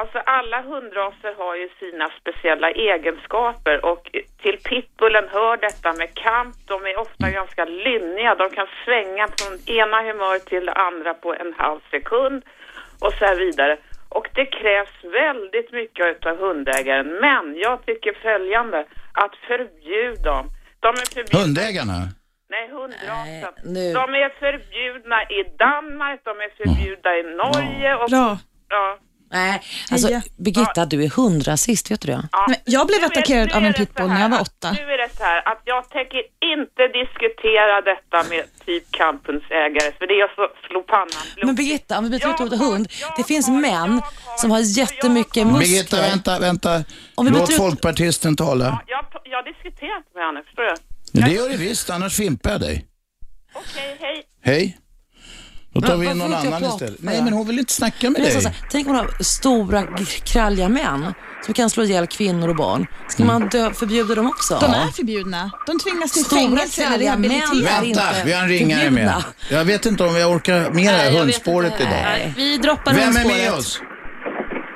I: alltså alla hundraser har ju sina speciella egenskaper och eh, till pitbullen hör detta med kamp. De är
C: Mm.
I: ofta ganska lynniga. De kan svänga från ena humöret till det andra på en halv sekund och så här vidare. Och det krävs väldigt mycket av hundägaren. Men jag tycker följande, att förbjud dem. De är förbjudna.
B: Hundägarna?
I: Nej, hundrasen.
C: Nej, nu.
I: De
C: Mm.
I: är förbjudna i Danmark, de är förbjudna i Norge och
E: Bra.
I: Ja.
C: Nej, alltså
E: Heja.
C: Birgitta, du är hundra sist, vet du det?
I: Ja.
E: Nej, men jag blev
I: Nu är-
E: attackerad
I: nu
E: av
I: är
E: en
I: det så
E: pitbull när jag
I: här
E: var
I: att-
E: åtta.
I: Nu är det så här att jag tänker inte diskutera detta med typ campens ägare, för det är så slå pannan blod.
C: Men Birgitta, om vi byter
I: Jag
C: ut ordet
I: har-
C: hund.
I: jag
C: Det finns
I: har-
C: män
I: jag har-
C: som har jättemycket muskler.
B: Birgitta, vänta, vänta.
C: Om vi
B: Låt
C: byter ut-
B: folkpartisten tala.
I: jag, jag diskuterar inte med henne, förstår du?
B: Det gör det visst, annars fimpar jag dig.
I: Okej, hej.
B: Hej. Då tar
C: Men
B: vi in
C: varför
B: någon
C: inte jag
B: annan
C: prata
B: istället.
C: med
B: Nej,
C: er?
B: men hon vill inte snacka med
C: Det är så
B: dig.
C: här, tänk om man har stora g- kralliga män som kan slå ihjäl kvinnor och barn. Ska man dö, förbjuda dem också?
E: De är förbjudna. De tvingas till
C: Stora
E: fängelse eller
C: kralliga män.
E: rehabilitering.
C: är
B: Vänta,
C: inte
B: vi har en ringare med.
C: förbjudna.
B: Jag vet inte om jag orkar med det här hundspåret idag.
C: Nej.
J: Vi droppar
B: Vem är
J: hundspåret.
B: med oss?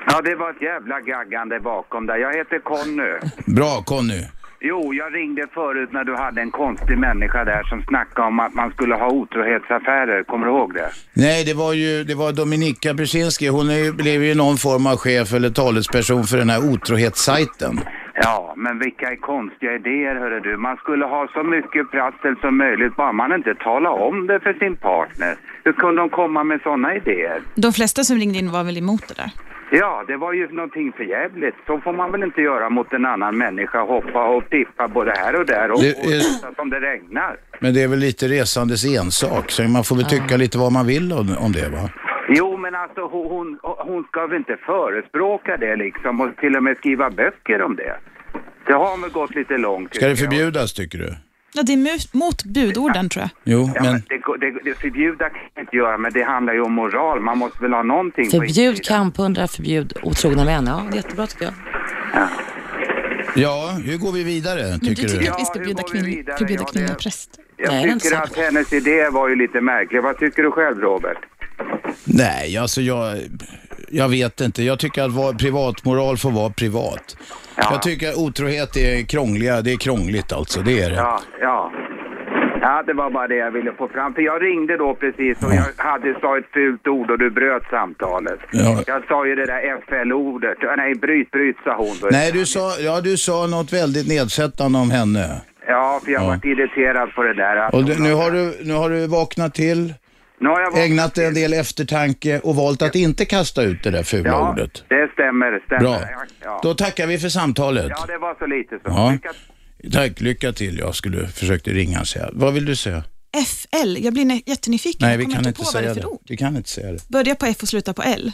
K: Ja, det var ett jävla gaggande bakom där. Jag heter Conny.
B: Bra, Conny.
K: Jo, jag ringde förut när du hade en konstig människa där som snackade om att man skulle ha otrohetsaffärer. Kommer du ihåg det?
B: Nej, det var ju det var Dominika Brzezinski. Hon är, ju- blev ju någon form av chef eller talesperson för den här otrohetssajten.
K: Ja, men vilka konstiga idéer hörru du. Man skulle ha så mycket prassel som möjligt bara man inte talar om det för sin partner. Hur kunde de komma med sådana idéer?
E: De flesta som ringde in var väl emot det där.
K: Ja, det var ju någonting förjävligt. Så får man väl inte göra mot en annan människa. Hoppa och pippa både här och där och,
B: Det
K: och
B: är-
K: låtsas som det regnar.
B: Men det är väl lite resandes ensak, så man får väl tycka lite vad man vill om, om det va?
K: Jo, men alltså hon, hon, hon ska väl inte förespråka det liksom och till och med skriva böcker om det. Det har väl gått lite långt.
B: Ska det
K: tycker jag.
B: förbjudas tycker du?
E: Ja, det är mu- mot budorden tror jag.
B: Jo,
K: Ja, men
B: men
K: det, går- det, det förbjuda kan man inte göra, men det handlar ju om moral. Man måste väl ha någonting på
C: Förbjud
K: insidan.
C: kamphundar, förbjud otrogna män. Ja, det är jättebra tycker jag.
B: ja, hur går vi vidare
E: Men
B: tycker
E: du tycker
B: du?
E: att vi ska
K: Ja, hur
E: förbjuda,
K: går vi
E: kvinn-
K: vidare?
E: förbjuda
K: Ja, det-
E: kvinnliga präster?
K: Jag
C: Nej, det är inte
K: tycker
C: sant.
K: att hennes idé var ju lite märklig. Vad tycker du själv, Robert?
B: Nej, alltså jag, jag vet inte. Jag tycker att var, privatmoral får vara privat. Jag tycker att otrohet är krångliga, det är krångligt alltså, det är det.
K: Ja, ja. Ja, det var bara det jag ville få fram. För jag ringde då precis och jag hade sa ett fult ord och du bröt samtalet.
B: Ja.
K: Jag sa ju det där FL-ordet. Ja, Nej, bryt, bryt sa hon då.
B: Nej, du sa, ja, du sa något väldigt nedsättande om henne.
K: Ja, för jag
B: Ja.
K: vart irriterad på det där. att
B: Och
K: hon
B: du, nu, har du, nu har du vaknat till,
K: nu har jag varit-
B: ägnat dig en del eftertanke och valt att inte kasta ut det där fula
K: ja,
B: ordet.
K: det stämmer. stämmer.
B: Bra.
K: Ja.
B: Då tackar vi för samtalet.
K: ja, det var så lite så.
B: Ja.
K: Lycka-
B: Tack, lycka till. Jag skulle försökte ringa och säga. Vad vill du säga?
E: FL, jag blir nä- jättenyfiken.
B: Nej,
E: jag
B: vi
E: kommer
B: kan inte
E: på vad det
B: säga
E: är för
B: det.
E: ord.
B: Vi kan inte säga det.
E: Börja på F och sluta på L.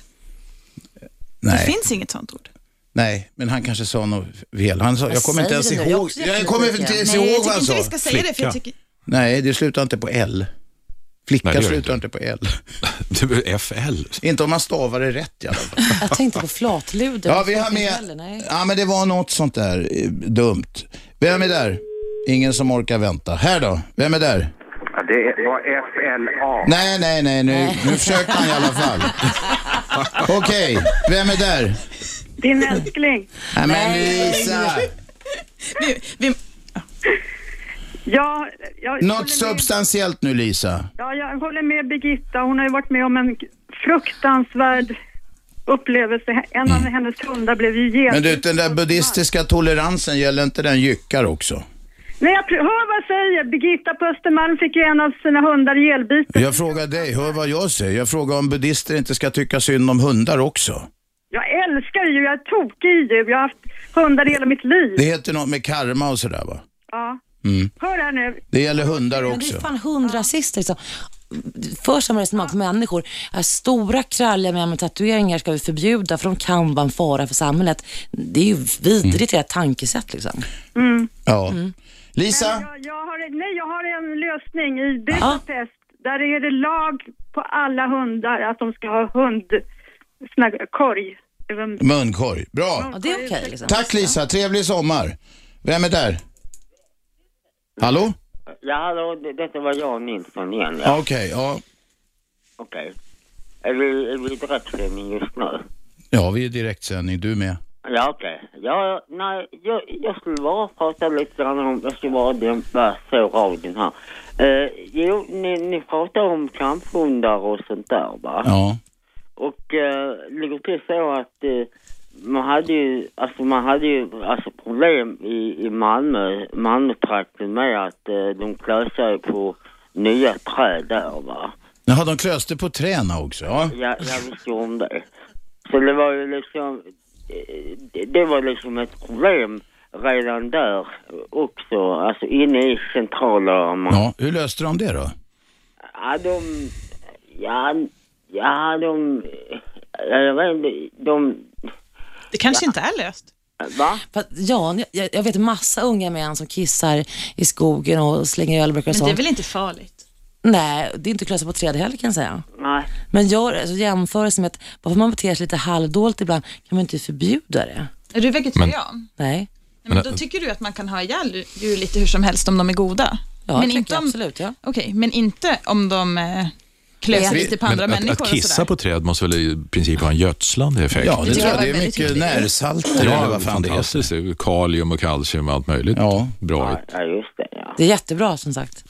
E: Det
B: Nej,
E: finns inget sånt ord.
B: nej, men han kanske sa något fel. Han sa, jag kommer inte
C: säger
B: ens
C: du nu? Jag är
B: ihåg.
C: också
B: Jag kommer inte
C: jättenyfiken.
B: ens
E: Nej,
B: ihåg
E: jag
B: vad
E: tycker
B: han
E: inte vi
B: sa.
E: ska säga det. För jag
D: Flicka.
E: tycker,
B: Nej, det slutar inte på L.
D: Nej,
B: Flicka
D: det gör det
B: slutar inte på L.
D: Du, FL.
B: Inte om man stavar det rätt i alla fall.
C: Jag tänkte på flatluden.
B: Ja, vi har
C: Heller,
B: med...
C: nej.
B: Ja, men det var något sånt där eh, dumt. Vem är där? Ingen som orkar vänta. Här då, vem är där?
K: Ja, det var FLA.
B: Nej, nej, nej, nu, nu försökte han i alla fall. Okej, vem är där?
G: Din älskling,
B: Nej, men Lisa!
E: vi, vi,
G: jag, jag, håller
B: Något
G: med,
B: substantiellt nu, Lisa.
G: ja, jag håller med Birgitta. Hon har ju varit med om en fruktansvärd upplevelse. En av hennes hundar blev ju get.
B: Mm. Men du, den där buddhistiska toleransen, gäller inte den jyckar också?
G: Nej, jag pr- hör vad jag säger. Birgitta på Östermalm fick ju en av sina hundar ihjälbiten.
B: Jag frågar dig, hör vad jag säger. Jag frågar om buddhister inte ska tycka synd om hundar också.
G: Jag älskar djur, jag är tokig i djur. Jag har haft hundar hela mitt liv.
B: Det heter något med karma och sådär va? Mm.
G: Ja. Hör här nu.
B: Det gäller hundar
C: Men det är
B: också.
C: fan hundrasister liksom. För samma resonemang för människor. Är stora kralliga män med tatueringar ska vi förbjuda för de kan vara en fara för samhället. Det är ju vidrigt mm. tankesätt liksom. Mm.
B: Ja. Lisa?
G: Jag, Mm. jag, har, nej, jag har en lösning i Budapest. Där är det lag på alla hundar att de ska ha hund, sån här korg. Även-
B: Munkorg. Bra.
C: Ja, det är okej liksom.
B: Tack Lisa, trevlig sommar. Vem är där? Hallå?
L: Ja, hallå, det- detta var jag Nilsson igen. Ja.
B: Ja, Okej, ja.
L: Okej. Är vi, är vi i direktsändning just nu?
B: Ja, vi är i direktsändning, du med.
L: Ja, okej. Ja, nej, jag, jag skulle bara prata lite grann om, jag skulle bara dämpa så radion här. Eh, jo, ni, ni pratar om kamphundar och sånt där va?
B: Ja.
L: Och eh, ligger till så att eh, man hade ju, alltså man hade ju alltså problem i, i Malmö, Malmötrakten med att eh, de klösar ju på nya träd där va.
B: Jaha, de klöste på träna också. Ja.
L: Ja, jag visste ju om det. Så det var ju liksom, eh, det- det var liksom ett problem redan där också, alltså inne i centrala
B: Ja, hur löste de det då?
L: Ja, de... Ja, ja de... ja, Jag vet inte, de...
E: Det kanske inte är löst.
L: Va?
C: För att, ja, jag, jag vet massa unga män som kissar i skogen och slänger ölburkar och
E: Men
C: sånt.
E: det är väl inte farligt?
C: Nej, det är inte att klä sig på träd heller kan jag säga.
L: Nej.
C: Men gör alltså, jämförelse med att bara för att man beter sig lite halvdåligt ibland kan man inte förbjuda det.
E: Är du vegetarian?
C: Nej.
E: Nej, men då tycker du att man kan ha ihjäl djur lite hur som helst om de är goda?
C: Ja,
E: men
C: det
E: inte om,
C: absolut. Ja.
E: Okej, men inte om de eh, klös lite på andra
D: men att,
E: människor
D: att
E: och
D: kissa
E: sådär.
D: på träd måste väl i princip ha en gödslande effekt?
B: Ja, det tror jag. Det är
E: väldigt
B: mycket
E: tydligt.
B: närsalter
D: Ja,
B: eller vad fan det är.
D: fantastiskt. Det är Kalium och kalcium och allt möjligt.
B: Ja.
D: Bra.
L: Ja, just det. Ja.
C: Det är jättebra som sagt.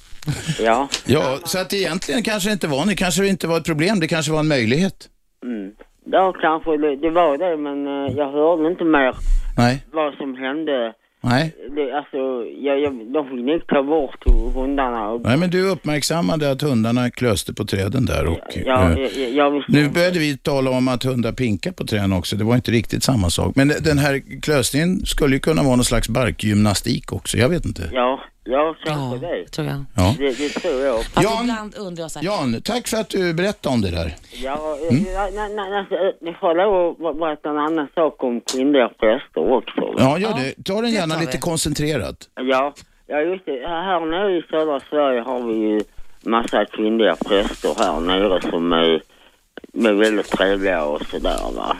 L: Ja.
B: Ja, så att egentligen kanske det inte var, det kanske inte var ett problem, det kanske var en möjlighet.
L: Mm. Ja, kanske det, det var det, men eh, jag hörde inte mer
B: Nej,
L: vad som hände.
B: nej.
L: Det, alltså, jag, jag, de fick nog ta bort hundarna. Och,
B: Nej, men du uppmärksammade att hundarna klöste på träden där och...
L: ja, jag,
B: eh,
L: jag, jag visste
B: Nu började vi tala om att hundar pinkar på träden också. Det var inte riktigt samma sak. Men den här klösningen skulle ju kunna vara någon slags barkgymnastik också. Jag vet inte.
L: Ja, ja kanske det.
C: tror jag.
B: Ja.
L: Det, det tror jag.
C: Fast ibland undrar jag så här,
B: Jan, tack för att du berättade om det där.
L: Ja,
B: Mm.
L: ja, nej, nej, alltså, ni får lov att berätta en annan sak om kvinnliga präster också.
B: Ja, gör det. Ta den gärna
L: tar
B: lite
L: vi.
B: koncentrerat.
L: Ja, ja just det. Här nere i södra Sverige har vi ju massa kvinnliga präster här nere som är, de är väldigt trevliga och sådär va.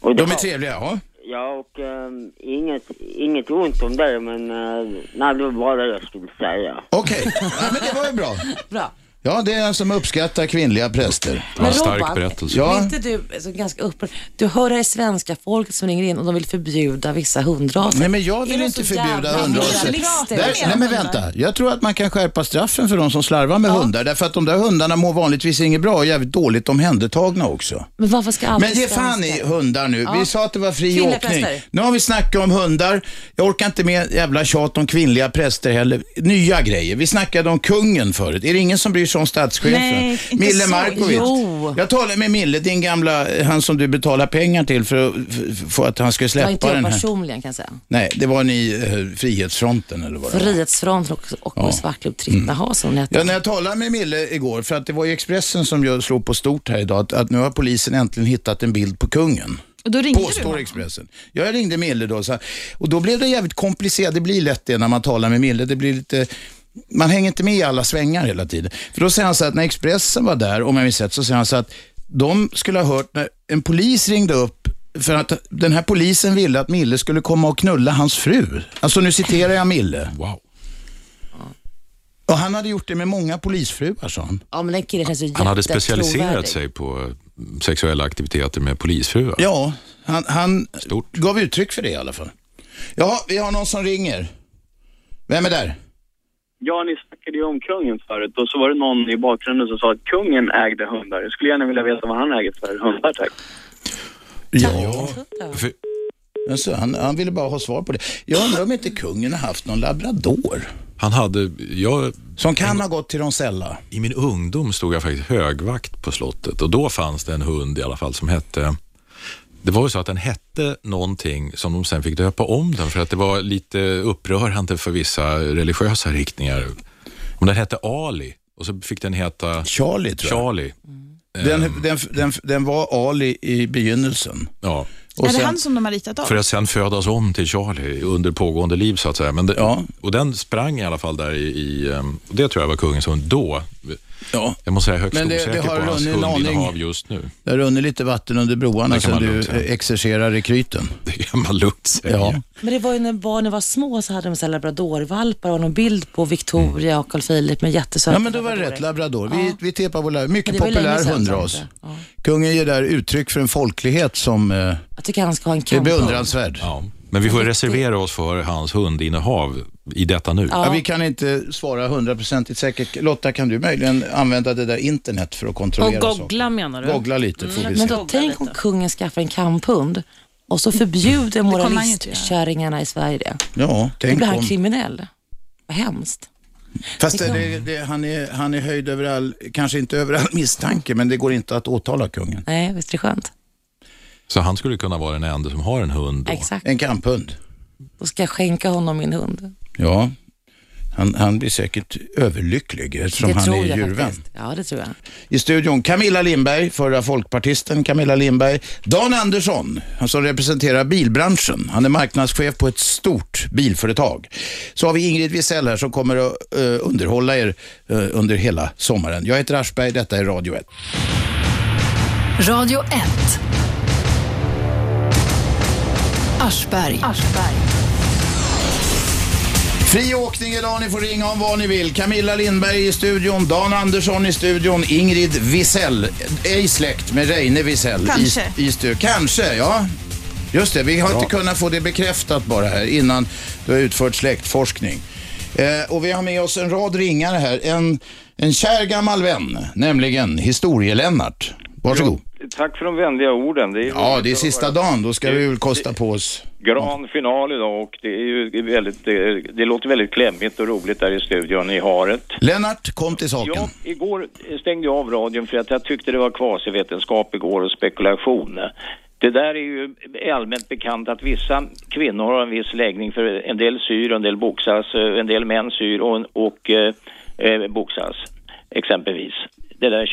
L: Och
B: De
L: det-
B: är trevliga, ja.
L: Ja, och ehm, inget, inget ont om det, men uh, nej, det var bara det jag skulle säga.
B: Okej, ja, men det var ju bra.
C: Bra.
B: Ja, det är en som uppskattar kvinnliga präster.
C: Men Robban, är
B: Ja.
C: inte du alltså, ganska upprörd? Du hör det här svenska folket som ringer in och de vill förbjuda vissa hundraser.
B: Nej, men jag
C: Är
B: vill
C: de
B: inte
C: så jävla
B: förbjuda hundraser.
C: moralister?
B: Där, nej, men vänta. Jag tror att man kan skärpa straffen för de som slarvar med hundar. Därför att de där hundarna mår vanligtvis inget bra och är jävligt dåligt omhändertagna också.
C: Men varför ska alltid
B: Men ge fan i
C: svenskar-
B: hundar nu.
C: Ja.
B: Vi sa att det var fri
C: Kvinnliga
B: åkning.
C: präster.
B: Nu har vi snackat om hundar. Jag orkar inte med jävla tjat om kvinnliga präster heller. Nya grejer. Vi snackade om kungen förut. Är det ingen som bryr sig om statschefen?
J: Nej, inte
B: Mille
J: så.
B: Markovic.
J: Jo.
B: Jag talade med Mille, din gamla, han som du betalar pengar till för att, för- för att han skulle
C: Det var
B: släppa
C: inte jag
B: den här.
C: personligen kan jag säga.
B: Nej, det var ni eh, Frihetsfronten eller vad det var.
C: Frihetsfronten och, och
B: Ja. Mm.
C: Svartklubb Tritta Hasen hon hette.
B: Ja, när jag talade med Mille igår, för att det var ju Expressen som jag slog på stort här idag, att, att nu har polisen äntligen hittat en bild på kungen.
E: Och då ringde
B: Påstår
E: du honom.
B: Expressen. Ja, jag ringde Mille då. Så här, och då blev det jävligt komplicerat. Det blir lätt det när man talar med Mille. Det blir lite... Man hänger inte med i alla svängar hela tiden. För då säger han så här att när Expressen var där, om jag minns rätt, så säger han så här att de skulle ha hört när en polis ringde upp för att den här polisen ville att Mille skulle komma och knulla hans fru. Alltså nu citerar jag Mille.
D: Wow.
B: Och han hade gjort det med många polisfruar, sa han.
C: Ja, men den killen känns ju
D: Han hade
C: jättetrovärdig.
D: specialiserat sig på eh, sexuella aktiviteter med polisfruar.
B: Ja, han, han gav uttryck för det i alla fall. Ja, vi har någon som ringer. Vem är där?
M: Ja, ni snackade ju om kungen förut och så var det någon i bakgrunden som sa att kungen ägde hundar. Jag skulle gärna vilja veta vad han äger för hundar, tack.
B: Ja. Alltså, han, han ville bara ha svar på det. Jag undrar om inte kungen har haft någon labrador.
D: Han hade, jag,
B: Som kan ha gått till Ronsella.
D: I min ungdom stod jag faktiskt högvakt på slottet och då fanns det en hund i alla fall som hette det var ju så att den hette någonting som de sen fick döpa om den för att det var lite upprörande för vissa religiösa riktningar. Om den hette Ali och så fick den heta
B: Charlie. Tror jag.
D: Charlie. Eh.
B: Den, den, den, den var Ali i begynnelsen.
D: Ja.
E: är det han som de har ritat av?
D: För att sen födas om till Charlie under pågående liv så att säga. Men det, Och den sprang i alla fall där i, i ehm, och det tror jag var kungen som då,
B: ja.
D: jag måste säga högst
B: Men det- det
D: osäker
B: har
D: på hans
B: runnit en
D: hundinnehav
B: aning.
D: just nu.
B: Det har runnit lite vatten under broarna
D: Det kan
B: sen
D: man
B: du
D: lugnt säga.
B: eh, exercerar rekryten.
D: Det kan man lugnt säga.
B: Ja.
C: Men det var ju när barnen var små så hade de så här labradorvalpar och någon bild på Victoria och Carl Philip med jättesöta
B: Ja, men då var det rätt. Labrador. Vi, vi tepar vår labrador. Mycket
C: Men det var länge
B: populär
C: sedan,
B: hundras.
C: sa du
B: Kungen ger där uttryck för en folklighet som eh,
C: Jag tycker han ska ha en
B: är
C: kamp.
B: beundransvärd.
D: Ja. Men vi får reservera oss för hans hundinnehav i detta nu.
B: Ja. vi kan inte svara hundraprocentigt säkert. Lotta, kan du möjligen använda det där internet för att kontrollera
N: Och
B: saker?
N: googla menar du?
B: Googla lite får vi
C: Mm. Men
B: se.
C: då, tänk om kungen skaffar en kamphund och så förbjuder
E: kommer han ju inte göra.
C: moralistkärringarna i Sverige det.
B: Ja,
C: Då
B: tänk
C: blir han
B: om.
C: kriminell. Vad hemskt.
B: Fast
C: Det
B: det,
C: kan-
N: Liksom.
B: det, det, han, är, han är höjd över all, kanske inte över all misstanke, men det går inte att åtala kungen.
C: Nej, visst är det skönt.
D: Så han skulle kunna vara den enda som har en hund då.
C: Exakt.
B: En kamphund.
C: Då ska jag skänka honom min hund.
B: Ja, han, han blir säkert överlycklig eftersom han är djurvän.
C: Ja, det tror jag.
B: I studion Camilla Lindberg, förra folkpartisten Camilla Lindberg. Dan Andersson, han som representerar bilbranschen. Han är marknadschef på ett stort bilföretag. Så har vi Ingrid Wisell här som kommer att eh, underhålla er eh, under hela sommaren. Jag heter Aschberg, detta är Radio 1.
A: Radio 1. Aschberg.
B: Fri åkning idag, ni får ringa om vad ni vill. Camilla Lindberg i studion, Dan Andersson i studion, Ingrid Wisell, ej släkt med Reine Wisell.
E: Kanske.
B: I, i stu- Kanske, ja. Just det, vi har inte kunnat få det bekräftat bara här innan du har utfört släktforskning. Eh, och vi har med oss en rad ringare här. En, en kär gammal vän, nämligen Historielennart. Varsågod.
J: Tack för de vänliga orden. Det är
B: Ja, det är sista dagen, då ska vi väl kosta på oss.
J: gran final idag och det är ju väldigt, det, det låter väldigt klämmigt och roligt där i studion i haret.
B: Lennart, kom till saken.
J: Ja, igår stängde jag av radion för att jag tyckte det var kvasivetenskap igår och spekulation. Det där är ju allmänt bekant att vissa kvinnor har en viss läggning för en del syr, en del boxas, eh, en del män syr och, och eh, eh, boxas exempelvis. Det där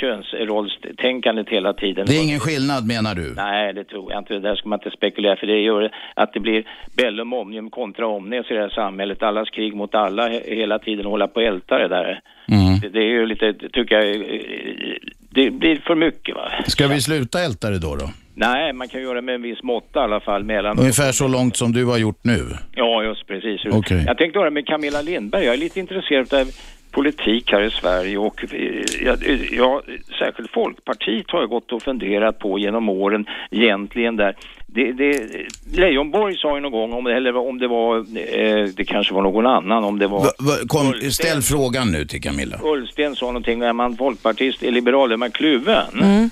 J: könsrollstänkandet hela tiden.
B: Det är ingen skillnad menar du?
J: Nej, det tror jag inte. Det där ska man inte spekulera för det gör att det blir bellum omnium kontra omnes i det här samhället. Allas krig mot alla he- hela tiden och hålla på och älta det där. Det, det är ju lite, tycker jag, eh, det blir för mycket va.
B: Ska vi sluta älta det då? då?
J: Nej, man kan göra med en viss måtta i alla fall mellan...
B: Ungefär så långt som du har gjort nu.
J: Ja, just precis.
B: Okej.
J: Jag tänkte höra med Camilla Lindberg. Jag är lite intresserad av politik här i Sverige och eh, ja, ja, särskilt Folkpartiet har jag gått och funderat på genom åren egentligen där. Det, det, Leijonborg sa ju någon gång, om det, eller om det var, eh, det kanske var någon annan, om det var...
B: Va, va, kom, ställ frågan nu till Camilla.
J: Ullsten sa någonting, är man folkpartist, är liberal, är man kluven?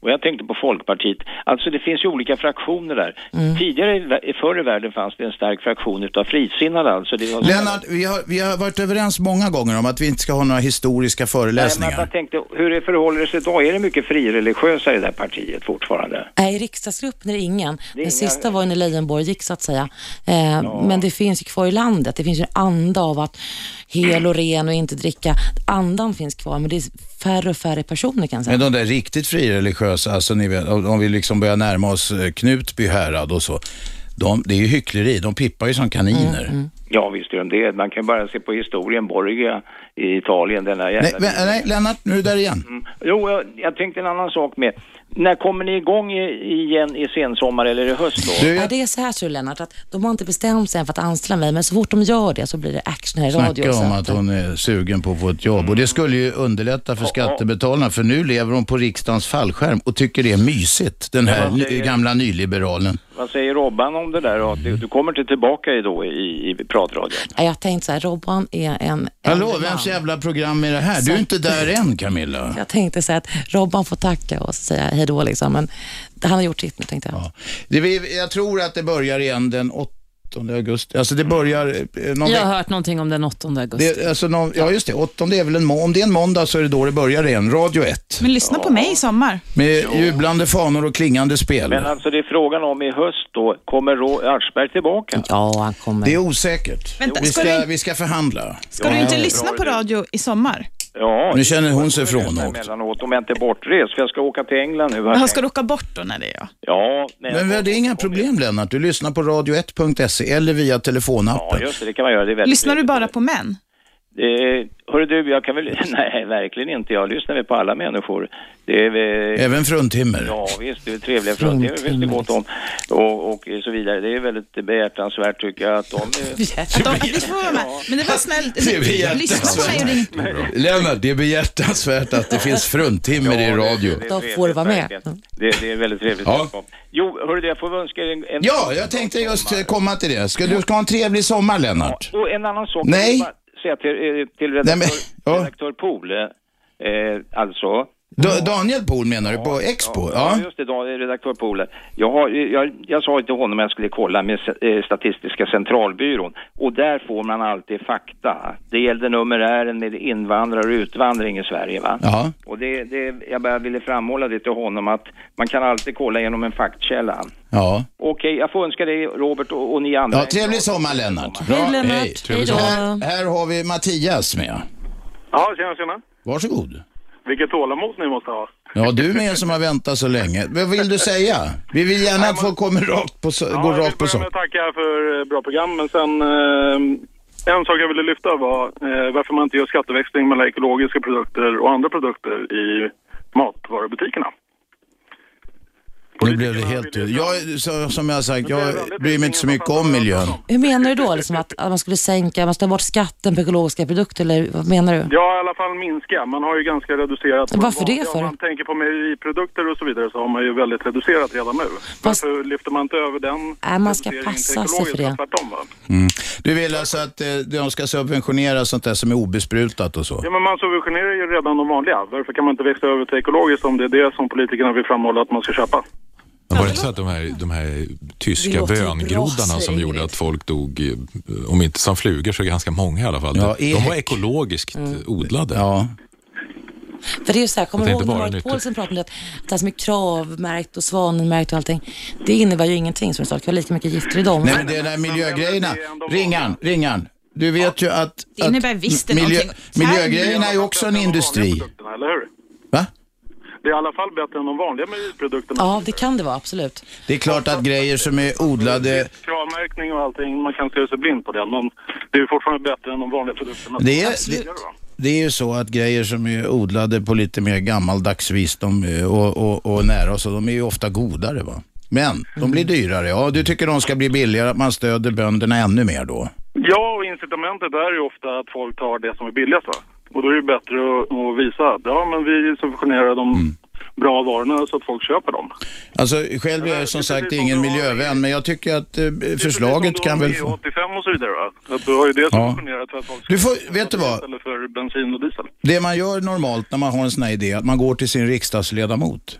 J: Och jag tänkte på Folkpartiet. Alltså det finns ju olika fraktioner där.
B: Mm.
J: Tidigare, i vä- förr i världen fanns det en stark fraktion utav frisinnade alltså. Det var
B: Lennart, vi har, vi har varit överens många gånger om att vi inte ska ha några historiska
J: Nej, men
B: föreläsningar.
J: jag tänkte, hur det förhåller det sig idag? Är det mycket frireligiösa i det här partiet fortfarande?
C: Nej, i riksdagsgruppen är det ingen. Den
J: inga-
C: sista var ju när Leijonborg gick så att säga. Eh, Men det finns ju kvar i landet. Det finns ju en anda av att hel och ren och inte dricka. Andan finns kvar, men det är färre och färre personer kan jag säga.
B: Men de där riktigt frireligiösa, alltså ni vet, om om vi liksom börjar närma oss eh, Knutby härad och så. De, det är ju hyckleri, de pippar ju som kaniner.
J: Mm. Ja, visst är de det. Man kan ju bara se på historien, Borgia i Italien, den här jävla... Mm.
B: Nej, men, nej, Lennart, nu är du där igen.
J: Jo, jag, jag tänkte en annan sak med. När kommer ni igång i, igen i sensommar eller i höst då?
C: Ja, det är så här tror jag, Lennart, att de har inte bestämt sig än för att anställa mig, men så fort de gör det så blir det action här i radio.
B: Snacka
C: och
B: om
C: sånt.
B: att hon är sugen på att få ett jobb. Och det skulle ju underlätta för skattebetalarna, för nu lever hon på riksdagens fallskärm och tycker det är mysigt, den här
J: Ja, det
B: ny,
J: är-
B: gamla nyliberalen.
J: Vad säger Robban om det där? Att du, du kommer inte tillbaka i då i, i pratradion?
C: Nej, Jag tänkte så här, Robban är en...
B: Hallå,
C: en man.
B: vems jävla program är det här? Du är inte där än, Camilla.
C: Jag tänkte säga att Robban får tacka och säga hej då, liksom, men han har gjort sitt nu tänkte jag.
B: Det, vi- jag tror att det börjar igen den 8 augusti. Alltså det börjar eh, någon
N: Jag har
B: vecka.
N: hört någonting om den 8 augusti.
B: Det, alltså någon, ja, just det. 8 är väl en må- Om det är en måndag så är det då det börjar igen. Radio 1.
E: Men lyssna på mig i sommar.
B: Med jublande fanor och klingande spel.
J: Men alltså det är frågan om i höst då, kommer Rå- Aschberg tillbaka?
C: Ja, han kommer.
B: Det är osäkert.
E: Vänta,
B: vi,
E: ska
B: ska,
E: du-
B: vi ska förhandla.
E: Ska du inte lyssna på radio i sommar?
J: Ja.
B: Nu känner hon sig frånåkt.
J: Emellanåt, om jag inte är bortrest, för jag ska åka till England nu.
E: Jaha, ska du åka bort då när det är jag?
J: Ja, men...
B: Men det är inga problem Lennart. Du lyssnar på radio1.se eller via
J: Ja,
B: telefonappen.
J: just det, det kan man göra. Det är väldigt
E: Lyssnar du bara på män?
J: Eh, hörru du, jag kan väl... Nej, verkligen inte. Jag lyssnar väl på alla människor. Det är väl...
B: Även fruntimmer.
J: Ja, visst. Det är trevliga fruntimmer finns det gott om. Och, och så vidare. Det är väldigt behjärtansvärt tycker jag att de...
E: Att de, vi får vara med. Men det var snällt.
B: Det är behjärtansvärt.
E: Lyssna på mig och ring.
B: Lennart, det är behjärtansvärt att det finns fruntimmer i radio.
J: Det är trevligt, verkligen. Det, det är väldigt trevligt
B: Ja.
J: sällskap. Jo, hörru du, jag får väl önska er en... en
B: Ja, jag tänkte just eh, komma till det. Ska du ska ha en trevlig sommar Lennart?
J: Och en annan sak.
B: Nej.
J: Jag vill bara Säga till, eh, till redaktör,
B: Nej, men- ja.
J: redaktör Pohl, eh, alltså.
B: Da- Daniel Pohl menar du, på Expo? Ja.
J: Ja, just det, Dan- redaktör Pohle. Jag, har, jag, jag sa till honom att jag skulle kolla med eh, Statistiska centralbyrån och där får man alltid fakta. Det gällde numerären med invandrare och utvandring i Sverige. Va?
B: Jaha.
J: Och det, det, jag bara ville framhålla det till honom att man kan alltid kolla genom en faktkälla.
B: ja.
J: Okej, jag får önska dig Robert och, och ni andra.
B: Ja, trevlig sommar Lennart. Bra,
J: Hej, Lennart.
B: Trevlig
J: Hej då.
B: sommar. Här, här har vi Mattias med.
N: Ja, tjena, tjena.
B: Varsågod.
N: Vilket tålamod ni måste ha.
B: Ja, du med som har väntat så länge. Vad vill du säga? Vi vill gärna att folk kommer rakt på, så- går rakt på
N: Jag
B: sak.
N: vill tacka för eh, bra program, men sen... Eh, en sak jag ville lyfta var eh, varför man inte gör skatteväxling mellan ekologiska produkter och andra produkter i matvarubutikerna.
B: Nu blev det helt tyst. Jag, så- som jag har sagt, jag bryr mig inte så mycket om miljön.
C: Hur menar du då? Liksom att, att man skulle sänka, man skulle ta bort skatten på ekologiska produkter eller vad menar du?
N: Ja, i alla fall minska. Man har ju ganska reducerat...
C: Varför det
N: Ja,
C: för?
N: Om man tänker på mejeriprodukter och så vidare så har man ju väldigt reducerat redan nu. Varför lyfter man inte över den
C: Nej, Äh, man ska
N: reduceringen till
C: passa sig för
N: ekologiska?
C: det.
N: Tvärtom, va?
B: Mm. Du vill alltså att eh, de ska subventionera sånt där som är obesprutat och så?
N: Ja, men man subventionerar ju redan de vanliga. Varför kan man inte växla över till ekologiskt om det är det som politikerna vill framhålla att man ska köpa?
D: Men var det inte så att de här, de här
N: Det
D: tyska
N: låter ju bra,
D: böngroddarna
N: säger
D: som gjorde att folk dog, eh, om inte som flugor så ganska många i alla fall,
B: Ja,
D: de var
B: ek.
D: ekologiskt
N: Mm.
D: eh, odlade.
B: Ja.
C: För det är ju så här, kommer
D: Det
C: du
D: är
C: ihåg
D: inte
C: när
D: bara
C: Marit
D: nyttigt.
C: Paulsen pratade om det? Att, att det här som är kravmärkt och svanenmärkt och allting. Det innebär ju ingenting som du sa, det kan vara lika mycket gifter i dem.
B: Nej, men det är där miljögrejerna. Ringan, ringan. Du vet ju att...
C: Det innebär
B: att
C: visst det någonting.
B: Miljögrejerna är ju också en industri.
N: Eller hur?
B: Va?
N: Det är i alla fall bättre än de vanliga mejeriprodukterna.
C: Ja, det kan det vara, absolut.
B: Det är klart att grejer som är odlade
N: Kravmärkning och allting, man kan se sig blind på det. Men det är ju fortfarande bättre än de vanliga produkterna.
B: Det är, det, det är ju så att grejer som är odlade på lite mer gammaldags vis de, eh, och, och, och nära oss, och de är ju ofta godare. va. Men de blir dyrare. Ja, du tycker de ska bli billigare, att man stöder bönderna ännu mer då?
N: Ja, och incitamentet är ju ofta att folk tar det som är billigast. Va? Och då är det bättre att, att visa att ja, men vi subventionerar de
B: Mm.
N: bra varorna så att folk köper dem.
B: Alltså, själv är jag som sagt ingen miljövän, men jag tycker att eh, förslaget kan väl få...
N: 85 och så vidare. Va? Att du har ju det
B: Ja.
N: subventionerat för att folk
B: Du får, vet du vad?
N: istället för bensin och diesel.
B: Det man gör normalt när man har en sån här idé, att man går till sin riksdagsledamot.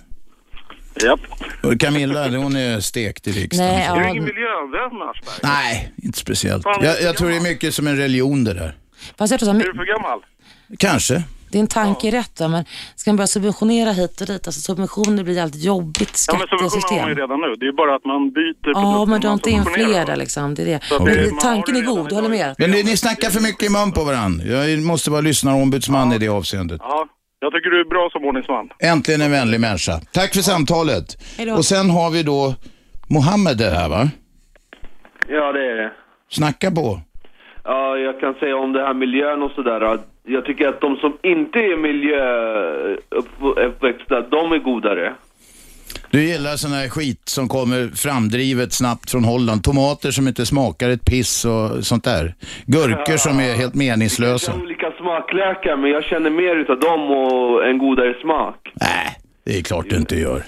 N: Japp.
B: Och Camilla, hon är stekt i riksdagen.
N: Nej, Du är ingen miljövän Aschberg.
B: Nej, inte speciellt. Jag, jag tror det är mycket som en religion det där.
C: Fast jag tror så
N: Är du
C: här,
N: för gammal?
B: Kanske.
C: det är en tanke rätt va, men ska man börja subventionera hit och dit, alltså subventioner blir alltid jobbigt
N: Ja, men subventioner har man
C: skattesystem.
N: ju redan nu. Det är ju bara att man byter
C: Ja, men du har
N: man
C: inte in
N: subventionerar.
C: flera liksom. Det är det.
N: Så att
C: Men
N: det- man
C: tanken är god, du håller med?
B: Men ni, ni snackar för mycket i mun på varandra. Jag måste vara lyssnarombudsman i det avseendet.
N: Ja, jag tycker du är bra som ordningsman.
B: Äntligen en vänlig människa. Tack för samtalet.
N: Hej då.
B: Och sen har vi då Mohammed det här va?
O: Ja, det är det.
B: Snacka på.
O: Ja, jag kan säga om det här miljön och sådär. att Jag tycker att de som inte är miljöuppväxta, de är godare.
B: Du gillar sån här skit som kommer framdrivet snabbt från Holland. Tomater som inte smakar ett piss och sånt där. Gurkor som är helt meningslösa.
O: Olika smaklökar, men jag känner mer utav dem och en godare smak.
B: Det är klart du inte gör.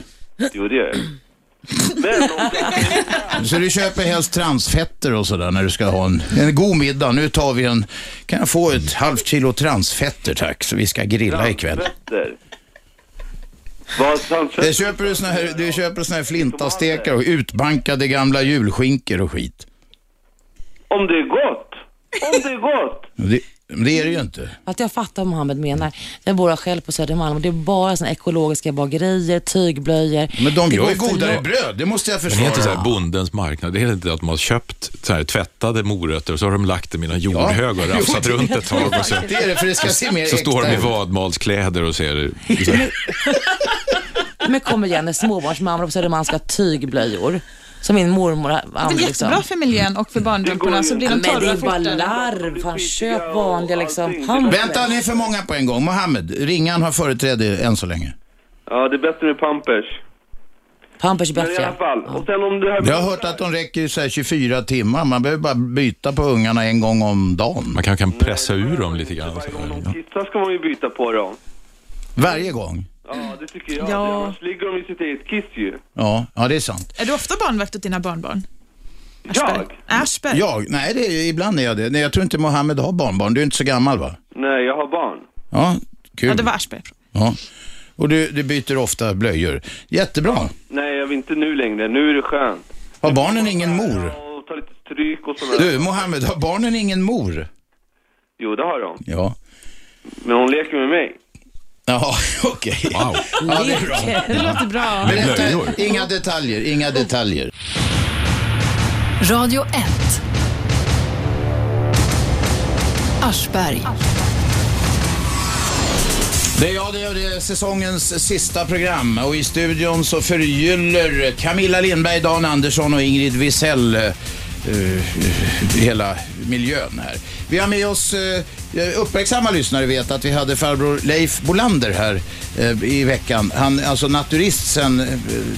O: Jo, det gör jag.
B: Så du köper helst transfetter och sådär när du ska ha en, en god middag. Nu tar vi en, kan jag få ett halvt kilo transfetter tack, så vi ska grilla ikväll.
O: Transfetter. Vad transfetter?
B: Du köper du såna här, du köper såna här flintastekar och utbankade gamla julskinkor och skit.
O: Om det är gott! Om det är gott!
B: Det, det är det ju inte.
C: Att jag fattar vad Mohammed menar. Jag bor själv på Södermalm och det är bara såna ekologiska bagerier, tygblöjor.
B: Men de
C: Det
B: gör ju
C: går för
B: godare
C: långt.
B: bröd, det måste jag
D: Men det heter så här
B: försvara.
D: bondens marknad. Det heter inte att man har köpt så här, tvättade morötter och så har de lagt dem i någon jordhög och
B: Jo,
D: rafsat
B: det-
D: runt ett tag. Och så,
B: Det är det, för det ska se mer
D: så står de
B: äkta
D: i
B: ut.
D: vadmalskläder och ser...
C: Men kom igen, när småbarnsmammor på Södermalm ska ha tygblöjor. Som min mormor liksom.
E: Det är
C: använde.
E: väl
B: liksom.
E: jättebra för miljön och för barngrupperna så blir de
C: Men det
E: torra
C: är bara
E: fortare.
C: larv. Fan, köp vanliga liksom.
B: Vänta, ni är för många på en gång. Mohammed, ringan har företräde än så länge.
O: Ja, det är bättre med Pampers.
C: Pampers
O: Men i alla fall. Och sen om det här...
B: Jag har hört att de räcker i så här 24 timmar. Man behöver bara byta på ungarna en gång om dagen.
D: Man kanske kan pressa ur dem lite grann. och så där, ja.
O: Kissar ska man ju byta på dem.
B: Varje gång?
O: Ja, det tycker jag. Annars ligger de i sitt eget kiss ju.
B: Ja, ja det är sant.
E: Är du ofta barnvakt åt dina barnbarn?
O: Jag?
E: Aschberg?
B: Jag? Nej, det är, ibland är jag det. Nej, jag tror inte Mohammed har barnbarn. Du är inte så gammal va?
O: Nej, jag har barn.
B: Ja, kul.
E: Ja, det var Aschberg.
B: Ja. Och du, du byter ofta blöjor. Jättebra.
O: Nej, jag vill inte nu längre. Nu är det skönt.
B: Har barnen ingen mor?
O: Och ta lite stryk och sådär.
B: Du, Mohammed, har barnen ingen mor?
O: Jo, det har de.
B: Ja.
O: Men hon leker med mig.
B: Ja, okej. Wow. Ja, det är bra.
E: Det låter bra.
B: Men detta- Inga detaljer, inga detaljer.
A: Radio 1. Aschberg.
B: Det är jag, det är, det är säsongens sista program och i studion så förgyller Camilla Lindberg, Dan Andersson och Ingrid Wisell eh, eh, hela miljön här. Vi har med oss, eh, uppmärksamma lyssnare vet att vi hade farbror Leif Bolander här eh, i veckan. Han är alltså naturist sedan eh,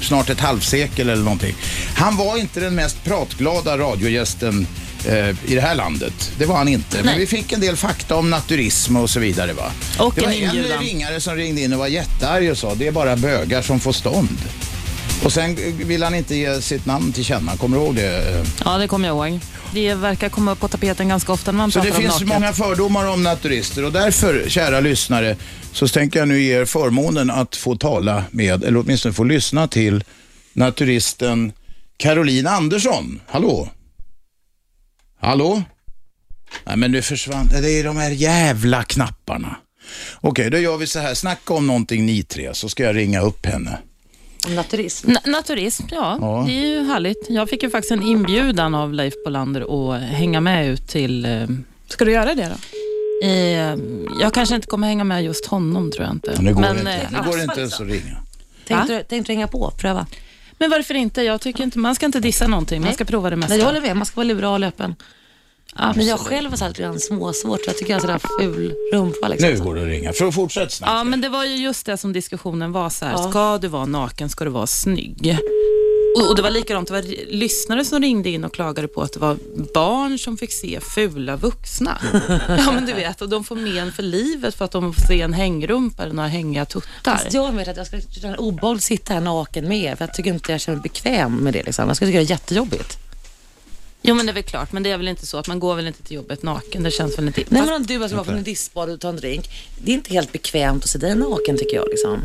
B: snart ett halvsekel eller någonting. Han var inte den mest pratglada radiogästen eh, i det här landet. Det var han inte. Men vi fick en del fakta om naturism och så vidare va.
C: Och
B: det var
C: en inbjudan.
B: en ringare som ringde in och var jättearg och sa det är bara bögar som får stånd. Och sen vill han inte ge sitt namn till känna, kommer du ihåg det?
P: Ja, det kommer jag ihåg. Det verkar komma upp på tapeten ganska ofta när man
B: Så
P: pratar
B: det
P: om
B: finns
P: naket.
B: många fördomar om naturister och därför, kära lyssnare, så tänker jag nu ge er förmånen att få tala med, eller åtminstone få lyssna till, naturisten Caroline Andersson. Hallå? Hallå? Nej, men nu försvann det. Det är de här jävla knapparna. Okej, då gör vi så här. Snacka om någonting ni tre, så ska jag ringa upp henne.
C: Naturism.
P: Na- naturism, ja.
B: Ja.
P: Det är ju härligt. Jag fick ju faktiskt en inbjudan av Leif Bolander att hänga med ut till... eh, Ska du göra det då? I, eh, jag kanske inte kommer hänga med just honom, tror jag inte.
B: Nu går
P: Men,
B: det
P: eh,
B: inte, nu går det inte ens att ringa.
P: Tänkte du, tänkte hänga på? Pröva. Men varför inte? Jag tycker inte, man ska inte dissa någonting. Man ska prova det mesta.
C: Nej, jag håller med. Man ska vara liberal och öppen. Men jag
P: Absolut.
C: själv har sagt redan småsvårt, för jag tycker jag har sådär ful rumpa. Liksom.
B: Nu går det att ringa, för att fortsätta snabbt.
P: Ja, men det var ju just det som diskussionen var. Så här,
C: Ja.
P: Ska du vara naken, ska du vara snygg? Och, och Det var likadant, det var r- lyssnare som ringde in och klagade på att det var barn som fick se fula vuxna. ja, men du vet, och de får men för livet för att de får se en hängrumpa eller några hängiga tuttar.
C: Fast jag vet att jag skulle känna det obehagligt att sitta här naken med er, för jag tycker inte jag känner mig bekväm med det. Liksom. Jag skulle tycka det är jättejobbigt.
P: Jo, men det är väl klart, men det är väl inte så att man går väl inte till jobbet naken. Det känns väl inte...
C: Nej, men
P: Fast-
C: om du bara ska vara på en diskbad och ta en drink, det är inte helt bekvämt att se dig naken tycker jag. Liksom.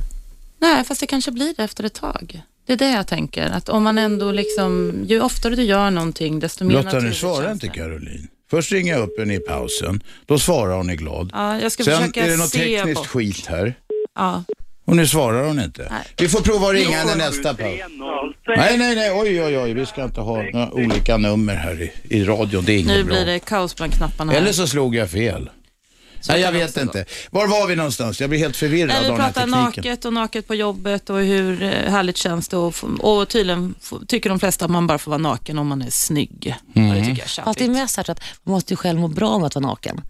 P: Nej, fast det kanske blir det efter ett tag. Det är det jag tänker, att om man ändå liksom, ju oftare du gör någonting, desto mer
B: Lotta, nu
P: naturligt
B: svarar inte Caroline. Först ringer jag upp henne i pausen, då svarar hon är glad.
P: Ja, jag ska
B: Sen
P: försöka
B: är det något
P: se
B: tekniskt
P: bort.
B: skit här.
P: Ja.
B: Och nu svarar hon inte. Vi får prova att ringa henne nästa paus. Nej, nej, nej, oj, oj, oj, vi ska inte ha några olika nummer här i, i radion. Det är
P: Nu
B: inget bra.
P: blir det kaos bland knapparna. här.
B: Eller så slog jag fel. nej, jag vet inte. Var var vi någonstans? Jag blir helt förvirrad
P: Nej,
B: av
P: vi
B: den här
P: pratar
B: tekniken.
P: naket och naket på jobbet och hur eh, härligt känns det och, och tydligen f- tycker de flesta att man bara får vara naken om man är snygg.
B: Mm.
P: Och det tycker jag är
C: Fast det är
P: tjatigt.
C: mest så här att man måste ju själv må bra med att vara naken.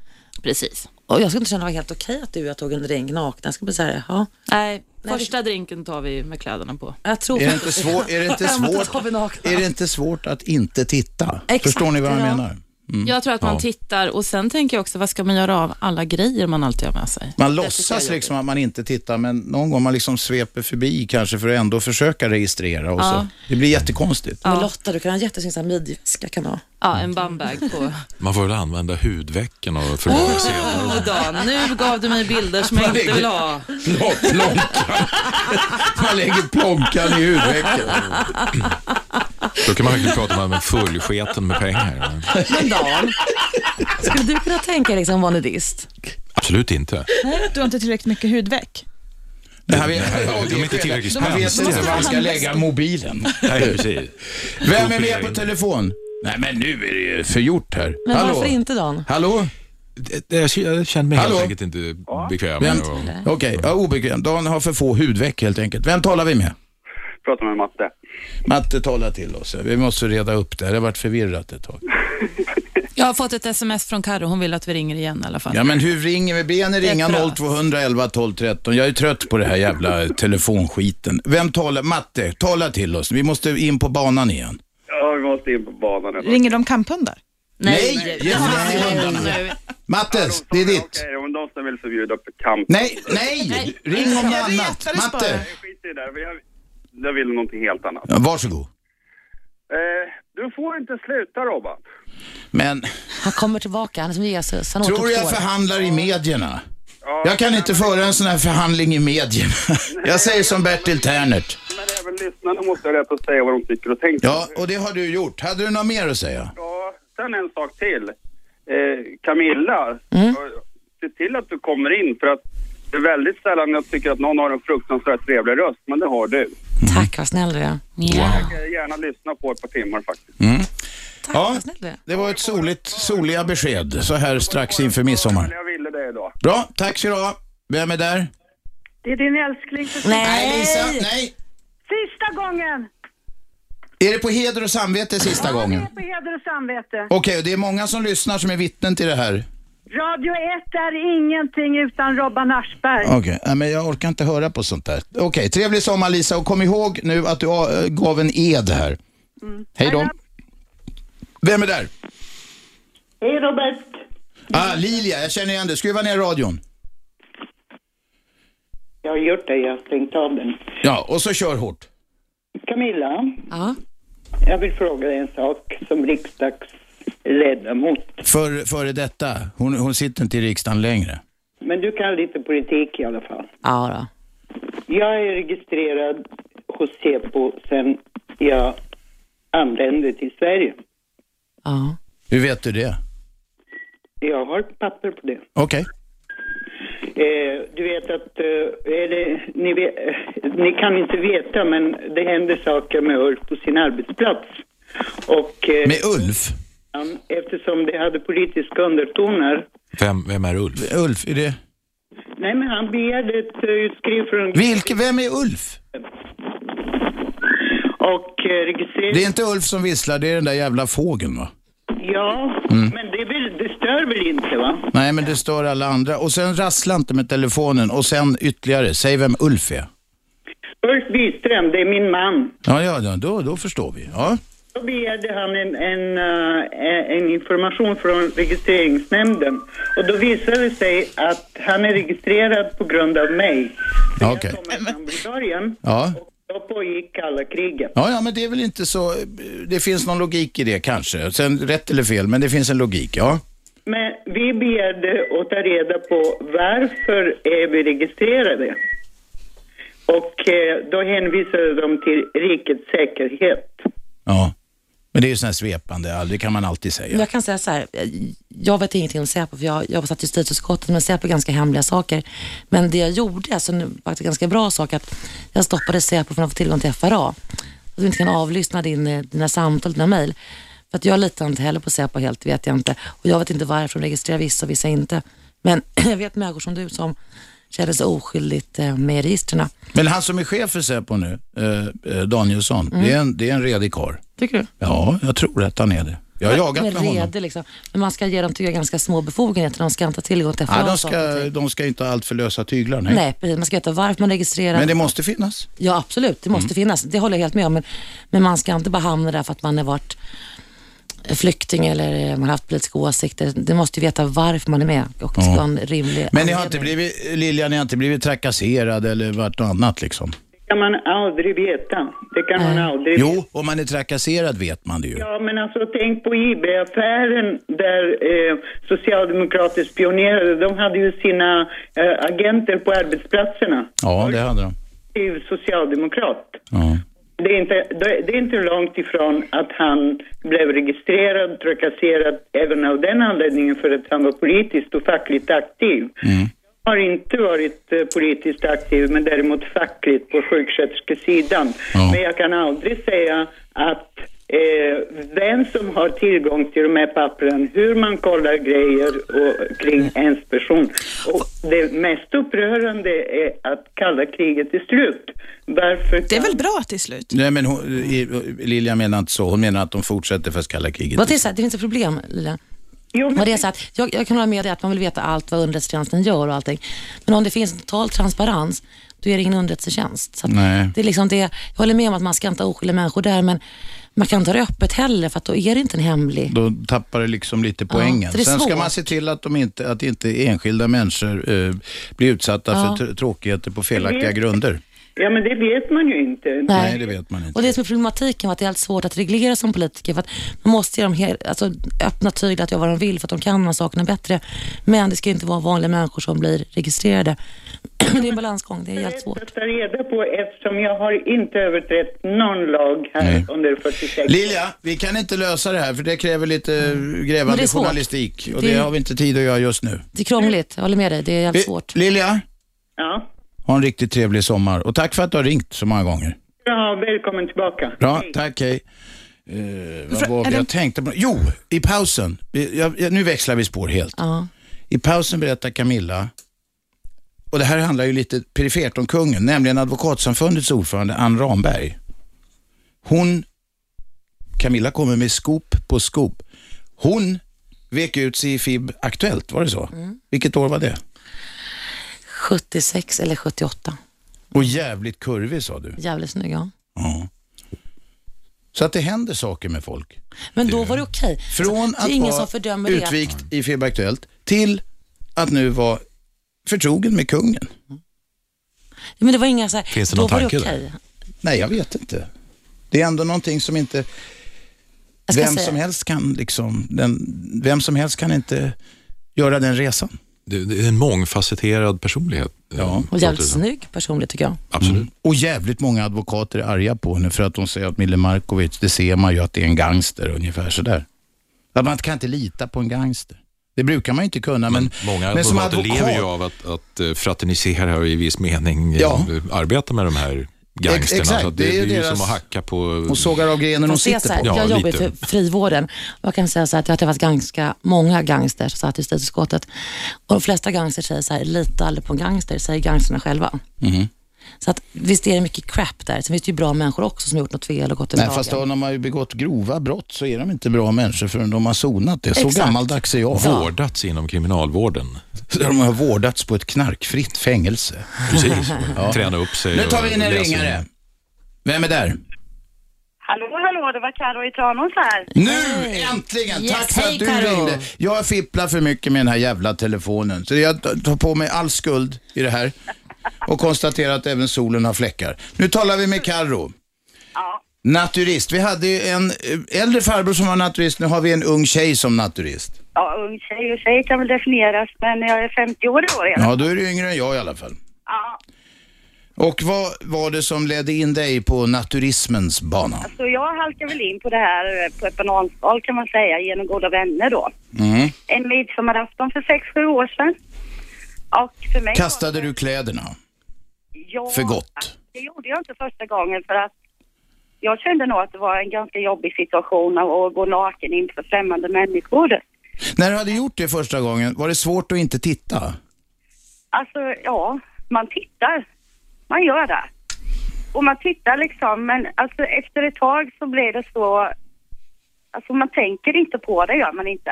P: Precis.
C: Och jag skulle inte känna det var helt okej att du och jag tog en drink nakna. Jag skulle bli såhär, ja.
P: Nej, första drinken tar vi med kläderna på.
C: Jag tror
B: Är det inte svårt, är det inte svårt, är det inte svårt att inte titta?
P: Exakt,
B: Förstår ni vad jag
P: ja.
B: menar? Mm.
P: Jag tror att man
B: Ja.
P: tittar och sen tänker jag också, vad ska man göra av alla grejer man alltid har med sig?
B: Man låtsas liksom att man inte tittar, men någon gång man liksom sveper förbi kanske för att ändå försöka registrera och så.
P: Ja.
B: Det blir jättekonstigt.
C: Men Lotta, du kan ha en jättesnygg sån här midjeväska kan du ha.
P: Ja, en bandbag på.
D: Man får väl använda hudvecken och för att se.
P: Oh, Dan, nu gav du mig bilder som jag inte vill ha.
B: Plock, plonkan. Man lägger plonkan i hudvecken.
D: Då kan man verkligen prata om en fullsketen med pengar.
C: Men Dan, skulle du kunna tänka dig liksom vara nudist?
D: Absolut inte.
E: Nej, du har inte tillräckligt mycket hudveck.
B: Det här vet,
D: De är inte tillräckligt
B: Man vet inte var man ska lägga mobilen.
D: Nej, precis.
B: Vem är med på telefon? Nej, men nu är det ju förgjort här.
C: Men
B: Hallå?
C: varför inte Dan?
B: Hallå?
D: Jag känner mig
B: Hallå?
D: helt enkelt inte bekväm.
B: Vem-
D: Och-
B: Okej, ja, obekväm. Dan har för få hudveck helt enkelt. Vem talar vi med?
Q: Prata med Matte.
B: Matte, tala till oss. Vi måste reda upp det här. Det har varit förvirrat ett tag.
P: Jag har fått ett sms från Karo, hon vill att vi ringer igen i alla fall.
B: Ja, men hur ringer vi? Ber ni ringa 0211 12 13? Jag är trött på det här jävla telefonskiten. Vem talar? Matte, tala till oss. Vi måste in på banan igen.
Q: Ja, vi måste in på banan. ändå.
E: Ringer de kamphundar?
B: Nej, ge fan i hundarna. Mattes, det är ditt.
Q: Okej, om de som vill förbjuda kamp.
B: Nej, nej, ring om något annat. Matte,
Q: Nej, skit i det. där. Jag, jag vill någonting helt annat.
B: ja, varsågod.
Q: Eh, du får inte sluta, Robban.
B: Men
C: Han kommer tillbaka, han är som Jesus. Han
B: tror du jag
C: återuppstår.
B: förhandlar i medierna?
Q: Ja,
B: Jag kan inte föra en sån här förhandling i medierna. Jag säger som Bertil Ternert.
Q: Även lyssnarna måste ha rätt att säga vad de tycker och tänker.
B: Ja, och det har du gjort. Hade du något mer att säga?
Q: Ja, sen en sak till. Eh, Camilla, se till att du kommer in för att det är väldigt sällan jag tycker att någon har en fruktansvärt trevlig röst, men det har du.
C: Tack, vad snäll du är.
Q: Jag ska gärna lyssna på ett par timmar faktiskt.
B: Tack, Mm. ja, det var ett soligt, soliga besked så här strax inför midsommar.
Q: Jag ville det idag.
B: Bra, tack ska du ha. Vem är där?
G: Det är din älskling för
B: Nej, Nej, Lisa, nej.
G: Sista gången!
B: Är det på heder och samvete sista gången?
G: På heder och samvete.
B: Okej, och det är många som lyssnar som är vittnen till det här.
G: Radio 1 är ingenting utan Robban Aschberg.
B: Okej, nej, men jag orkar inte höra på sånt där. Okej, trevlig sommar Lisa och kom ihåg nu att du äh, gav en ed här.
C: Mm.
B: Hej då. Vem är där?
R: Hej Robert.
B: Ah, Lilia, jag känner igen dig. Skruva ner radion.
R: Jag har gjort det, jag har stängt av den.
B: Ja, och så kör hårt.
R: Camilla. Ja? Jag vill fråga dig en sak som riksdagsledamot.
B: För, före detta, hon, hon sitter inte i riksdagen längre.
R: Men du kan lite politik i alla fall.
C: Ja, då.
R: Jag är registrerad hos SEPO sedan jag anlände till Sverige.
C: Ja.
B: Hur vet du det?
R: Jag har ett papper på det.
B: Okej.
R: Eh, du vet att, eh, eller, ni, vet, ni kan inte veta men det händer saker med Ulf på sin arbetsplats. Och, eh,
B: Med Ulf?
R: han- eftersom det hade politiska undertoner.
D: Vem, vem är Ulf?
B: Ulf, är det...
R: Nej men han begärde ett eh, utskriv från...
B: Vilke, vem är Ulf?
R: Och eh, registrerade...
B: Det är inte Ulf som visslar, det är den där jävla fågeln va?
R: Ja,
B: Mm.
R: men det, är väl, det stör väl inte va?
B: Nej, men det stör alla andra. Och sen rassla inte med telefonen. Och sen ytterligare, säg vem Ulf är.
R: Ulf Byström, det är min man.
B: Ja, ja, ja då, då förstår vi. Ja.
R: Då begärde han en, en, eh, en information från registreringsnämnden och då visade det sig att han är registrerad på grund av mig.
B: Ja, okej.
R: Från Bulgarien,
B: Ja.
R: då pågick kalla kriget.
B: Ja, ja, men det är väl inte så... Det finns någon logik i det kanske. Sen rätt eller fel, men det finns en logik, ja.
R: Men vi begärde att ta reda på varför är vi registrerade? Och eh, då hänvisade de till rikets säkerhet.
B: Ja. Men det är ju sån här svepande, all- det kan man alltid säga.
C: Jag kan säga så här, eh, jag vet ingenting om Säpo för jag jobbar satt i justitieutskottet men Säpo är ganska hemliga saker. Men det jag gjorde, alltså nu faktiskt ganska bra sak, att jag stoppade Säpo från att få tillgång till FRA. Att vi inte kan avlyssna din, eh, dina samtal, dina mejl. För att jag litar inte heller på Säpo helt, vet jag inte. Och jag vet inte varför de registrerar vissa och vissa inte. Men jag vet människor som du som känner sig oskyldigt eh, med i registren.
B: Men han som är chef för Säpo nu, eh, eh, Danielsson,
C: Mm.
B: det, är en, det är en redig karl.
C: Tycker du?
B: Ja, jag tror att han är det. Jag har jagat
C: De är
B: med honom.
C: redig, Liksom. Men man ska ge dem, tycker jag, ganska små befogenheter. De ska inte ha tillgång till FRA.
B: Ja, de,
C: och saker.
B: ska, de ska inte ha allt för lösa tyglar, nej.
C: Nej. precis. Man ska veta varför man registrerar.
B: Men det måste Mm. finnas.
C: Ja, absolut. Det måste finnas. Det håller jag helt med om. Men, men man ska inte bara hamna där för att man har varit flykting eller eh, man har haft politiska åsikter. Du måste ju veta varför man är med och ska ha en rimlig...
B: Men ni har inte blivit, Lilja, ni har inte blivit trakasserad eller varit något annat liksom?
R: Det kan man aldrig veta. Det kan man aldrig veta.
B: Jo, om man är trakasserad vet man det ju.
R: Ja, men alltså tänk på IB-affären där eh, socialdemokrater spionerade. De hade ju sina eh, agenter på arbetsplatserna.
B: Ja, det hade de.
R: Det är ju socialdemokrat. Det, är inte, det, det är inte långt ifrån att han blev registrerad, trakasserad även av den anledningen för att han var politiskt och fackligt aktiv. Jag har inte varit eh, politiskt aktiv men däremot fackligt på sjuksköterskesidan. Men jag kan aldrig säga att eh, vem som har tillgång till de här pappren, hur man kollar grejer och, kring
E: Mm.
R: ens person. Och det mest upprörande är att kalla kriget är slut. Varför det är väl
E: bra att det är slut?
B: Nej, men hon, i- Lilja menar inte så. Hon menar att de fortsätter för att kalla kriget.
C: Vad det, är så här, det finns ett problem, Lila. Vad det är så här, att jag, jag kan hålla med dig att man vill veta allt vad underrättelsetjänsten gör och allting. Men om det finns en total transparens, då är det ingen underrättelsetjänst. Så att
B: Nej.
C: det är liksom det, jag håller med om att man ska inte ha oskyldiga människor där, men man kan inte ha det öppet heller, för att då är det inte en hemlig.
B: Då tappar det liksom lite poängen.
C: så det är
B: Sen ska
C: svårt.
B: man se till att, de inte, att inte enskilda människor eh, blir utsatta
C: Ja.
B: för tr- tråkigheter på felaktiga
C: Mm.
B: grunder.
R: Ja, men det vet man ju inte.
B: Nej, det vet man inte.
C: Och det som är problematiken var att det är allt svårt att reglera som politiker för att man måste ge dem hel, alltså, öppna tyglar att göra vad de vill för att de kan de här sakerna bättre. Men det ska ju inte vara vanliga människor som blir registrerade. det är en balansgång, det är helt svårt.
R: Jag ska ta reda på eftersom jag har inte överträtt någon lag här
B: Nej.
R: under 46
B: Lilja, vi kan inte lösa det här för det kräver lite eh,
C: Mm. Men det
B: grävande
C: är svårt.
B: journalistik och
C: Det
B: det...
C: är-
B: har vi inte tid att göra just nu.
C: Det är krångligt, jag håller med dig. Det är
B: Vi-
C: helt svårt.
B: Lilja,
R: Ja.
B: ha en riktigt trevlig sommar och tack för att du har ringt så många gånger.
R: Bra, välkommen tillbaka.
B: Bra, tack, hej. Eh, vad var
R: är
B: det jag
R: det-
B: tänkte på? Jo, i pausen. Vi- Jag, jag, nu växlar vi spår helt.
C: Ja.
B: I pausen berättar Camilla, och det här handlar ju lite perifert om kungen, nämligen Advokatsamfundets ordförande Ann Ramberg. Hon, Camilla kommer med skop på skop. Hon vek ut sig i FIB Aktuellt, var det så?
C: Mm.
B: Vilket år var det?
C: 76 eller 78.
B: Och jävligt kurvig sa du.
C: Jävligt snygg, ja.
B: Ja. Så att det händer saker med folk.
C: Men då var det okej.
B: Från
C: det är
B: att
C: ingen
B: vara
C: som fördömer
B: utvikt i FIB Aktuellt till att nu vara förtrogen med kungen.
C: det. Men det var inga så här,
B: Finns det
C: då
B: någon
C: var det
B: tanke
C: okej.
B: där? Nej, jag vet inte. Det är ändå någonting som inte
C: Jag ska
B: vem
C: säga-
B: som helst kan liksom, den, vem som helst kan inte göra den resan.
D: Det, det är en mångfacetterad personlighet. Ja.
C: Och jävligt snygg personlig tycker jag.
D: Absolut.
B: Mm. Och jävligt många advokater är arga på henne för att de säger att Mille Markovic, det ser man ju att det är en gangster, ungefär sådär. Att man kan inte lita på en gangster. Det brukar man ju inte kunna, men,
D: Många
B: men som
D: advokater
B: advokat...
D: lever ju av att, att eh, fraternisera och i viss mening eh,
B: Ja.
D: arbeta med de här gangsterna.
B: exakt,
D: så att det,
B: det är
D: det är ju
B: deras-
D: som att hacka på...
B: Hon sågar av grenen hon
C: Jag säger
B: sitter
C: så här,
B: på.
C: jag jobbar ju för frivården. Jag kan säga så här att jag har träffat ganska många gangsters och satt i justitieutskottet. Och de flesta gangsters säger så här, lita aldrig på en gangster, säger gangsterna själva.
B: Mhm.
C: Så att visst är det mycket crap där. Sen finns det ju bra människor också som har gjort något fel och gått över
B: Nej,
C: lagen.
B: fast då, när man har ju begått grova brott så är de inte bra människor förrän de har sonat det. Så
C: Exakt.
B: gammaldags är jag.
C: Ja.
B: Vårdats inom kriminalvården. De har vårdats på ett knarkfritt fängelse.
D: Precis, träna upp sig.
B: Nu tar
D: och
B: vi in en
D: läsa
B: ringare. Vem är där?
S: Hallå, hallå, det var Karo i Tranås här.
B: Nu äntligen! Tack för att du ringde. Jag fipplar för mycket med den här jävla telefonen, så jag tar på mig all skuld i det här och konstaterar att även solen har fläckar. Nu talar vi med Carro. Naturist. Vi hade ju en eh, äldre farbror som var naturist, nu har vi en ung tjej som naturist.
S: Ja, ung tjej och tjej kan väl definieras, men jag är 50 år i år. igen.
B: Ja, då är du yngre än jag i alla fall.
S: Ja.
B: Och vad var det som ledde in dig på naturismens bana?
S: Så jag halkar väl in på det här eh, på ett bananskal kan man säga, genom goda vänner då.
B: Mm.
S: En midsommarafton för sex sju år sedan. Och för mig...
B: Kastade du kläderna?
S: jag,
B: För gott?
S: Det gjorde jag inte första gången för att jag kände nog att det var en ganska jobbig situation att gå naken inför främmande människor.
B: När du hade gjort det första gången, var det svårt att inte titta?
S: Alltså, ja, man tittar. Man gör det. Och man tittar liksom, men alltså efter ett tag så blir det så... Alltså man tänker inte på det, gör man inte.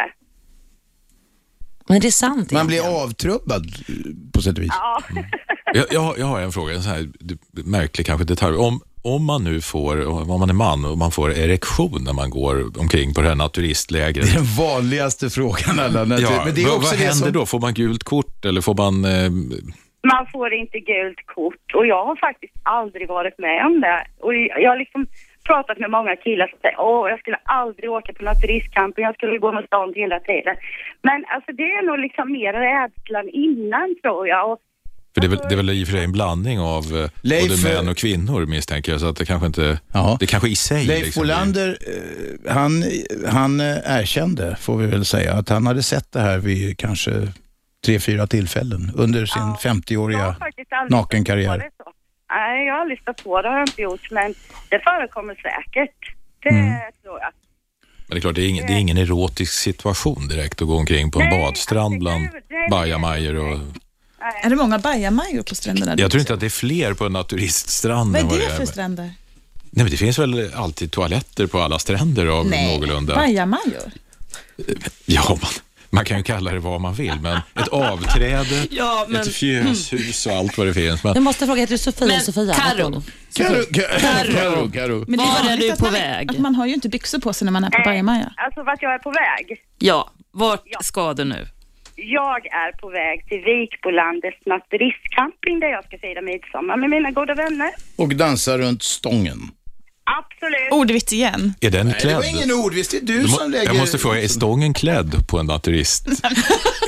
C: Men det är sant.
B: Man blir avtrubbad eh, på sätt och vis.
S: Ja.
D: Jag, jag, har- jag har en fråga, en sån här d- märklig kanske detalj. Om, om man nu får, om man är man och man får erektion när man går omkring på det här naturistlägret.
B: Den vanligaste frågan alla natur...
D: Ja,
B: Men det är
D: vad-
B: också
D: vad
B: det
D: händer
B: som...
D: då? Får man gult kort eller får man... Eh,
S: Man får inte gult kort och jag har faktiskt aldrig varit med om det. Och jag har liksom pratat med många killar som säger åh, jag skulle aldrig åka på naturistcamping, jag skulle gå med stånd hela tiden. Men alltså det är nog liksom mer rädslan innan tror jag. Och
D: för det är, väl, det är väl i och för sig en blandning av eh,
B: Leif,
D: både
B: eh,
D: män och kvinnor misstänker jag, så att det kanske inte... Det kanske i sig...
B: Leif
D: liksom-
B: Olander, eh, han, han eh, erkände, får vi väl säga, att han hade sett det här vid kanske tre, fyra tillfällen under sin 50-åriga
S: faktiskt aldrig
B: nakenkarriär.
S: stött på det så. Nej, jag har aldrig stött på det, har jag inte gjort, men det förekommer säkert. Det tror jag.
D: Men det är klart, det är, ingen, det är ingen erotisk situation direkt att gå omkring på en badstrand bland bajamajor och...
E: Är det många bajamajor på stränderna?
D: Jag tror inte att det är fler på en naturiststrand
E: Vad
D: än
E: är
D: vad
E: det för stränder?
D: Nej, men det finns väl alltid toaletter på alla stränder av någorlunda...
E: Bajamajor?
D: Ja, man, man kan ju kalla det vad man vill, men ett avträde,
P: Ja, men-
D: ett fjöshus och allt vad det finns.
C: Jag
D: Men,
C: måste fråga, heter du Sofia?
P: Men,
C: Sofia?
P: Karo.
B: Karo,
D: Karo,
B: Karo.
E: Men det
P: Var är
E: vanligt
P: du
E: att
P: på
E: man,
P: väg?
E: Att man har ju inte byxor på sig när man är på bajamaja.
S: Alltså vart jag är på väg?
P: Ja, vart ska du nu?
S: Jag är på väg till Vikbolandets naturistcamping där jag ska fira midsommar med mina goda vänner.
B: Och dansa runt stången.
S: Absolut.
E: Ordvits igen.
D: Är den klädd?
B: Det var ingen ordvits, det är du
D: Du må-
B: som lägger...
D: Jag måste fråga, är stången klädd på en naturist?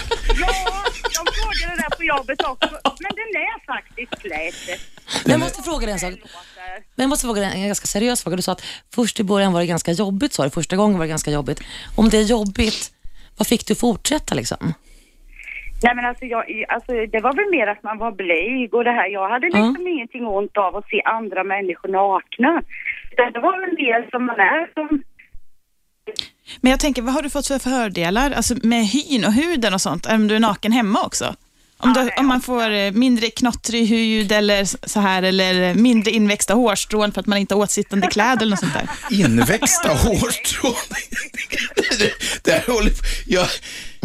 S: De frågade det där på jobbet också, men den är faktiskt klädd.
C: Men jag måste fråga dig en sak. Men jag måste fråga dig en ganska seriös fråga. Du sa att först i början var det ganska jobbigt, sa du. Första gången var det ganska jobbigt. Om det är jobbigt, vad fick du fortsätta liksom?
S: Nej men alltså, jag, alltså det var väl mer att man var blyg och det här. Jag hade liksom ingenting ont av att se andra människor nakna. Utan Det var väl mer som man är som
E: Men jag tänker, vad har du fått för fördelar? Alltså med hyn och huden och sånt, om du är naken hemma också? Om, du, om man får eh, mindre knottrig hud eller s- så här, eller eh, mindre inväxta hårstrån för att man inte har åtsittande kläder eller något sånt där.
B: Inväxta hårstrån. Det här håller på... Jag,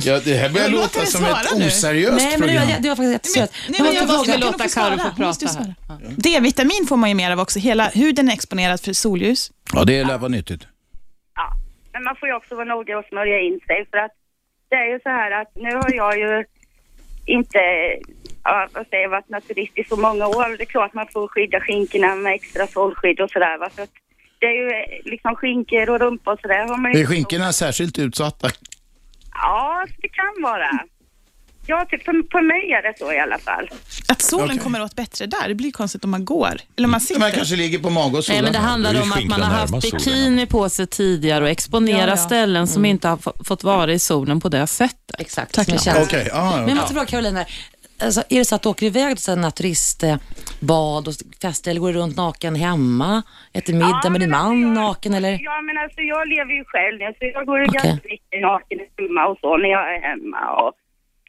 B: jag, det här börjar
E: Men låt
B: låta
E: henne
B: som ett
E: svara nu.
B: oseriöst
C: Nej, men det
B: program.
C: var, det var faktiskt jättesöt.
E: Nej, men jag måste låta Karo få prata här. D-vitamin får man ju mer av också. Hela huden är exponerad för solljus.
B: Ja, det lär vara nyttigt.
S: Men man får ju också vara noga och smörja in sig för att det är ju så här att nu har jag ju inte, ja, vad säger jag, varit naturist i så många år. Det är klart man får skydda skinkorna med extra solskydd och sådär va. För att det är ju eh, liksom skinkor och rumpa och sådär har man ju
B: Är skinkorna särskilt utsatta?
S: Ja, det kan vara. Ja, typ, för, för mig är det så i alla fall.
E: Att solen
B: Okej.
E: kommer åt bättre där, det blir konstigt om man går. Eller om man sitter.
B: Man kanske ligger på mage och solar.
P: Nej, men det handlar om att man har haft bikini på sig tidigare och exponerar
B: Ja, ja.
P: ställen som inte har f- fått vara i solen på det sättet.
C: Exakt,
B: som jag känner. Okej, ah, ja, ja,
C: Men jag måste fråga Karolina, alltså, är det så att du åker iväg till sådana turistbad och fester eller går du runt naken hemma? Äter middag med din man naken eller?
S: Ja, men alltså jag lever ju själv nu så jag går ju
C: Okej.
S: ganska mycket naken i summa och så när jag är hemma. Och,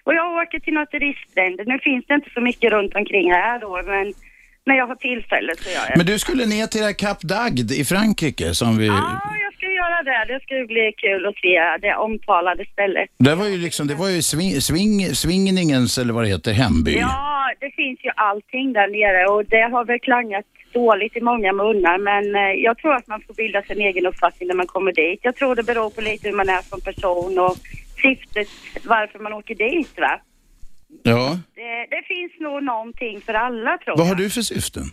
S: och jag åker till några turistländer. Nu finns det inte så mycket runt omkring här då, men när jag har tillfälle så gör jag
B: Men du skulle ner till det här Kap d'Agde i Frankrike som vi...
S: Ja, jag ska göra det. Det ska ju bli kul att se det omtalade stället.
B: Det var ju liksom, det var ju sving, sving, svingningens, eller vad det heter, hemby.
S: Ja, det finns ju allting där nere och det har väl klangat dåligt i många munnar men eh, jag tror att man får bilda sin egen uppfattning när man kommer dit. Jag tror det beror på lite hur man är som person och syftet varför man åker dit va.
B: Ja.
S: Det, det finns nog någonting för alla tror
B: Vad har
S: jag.
B: du för syften?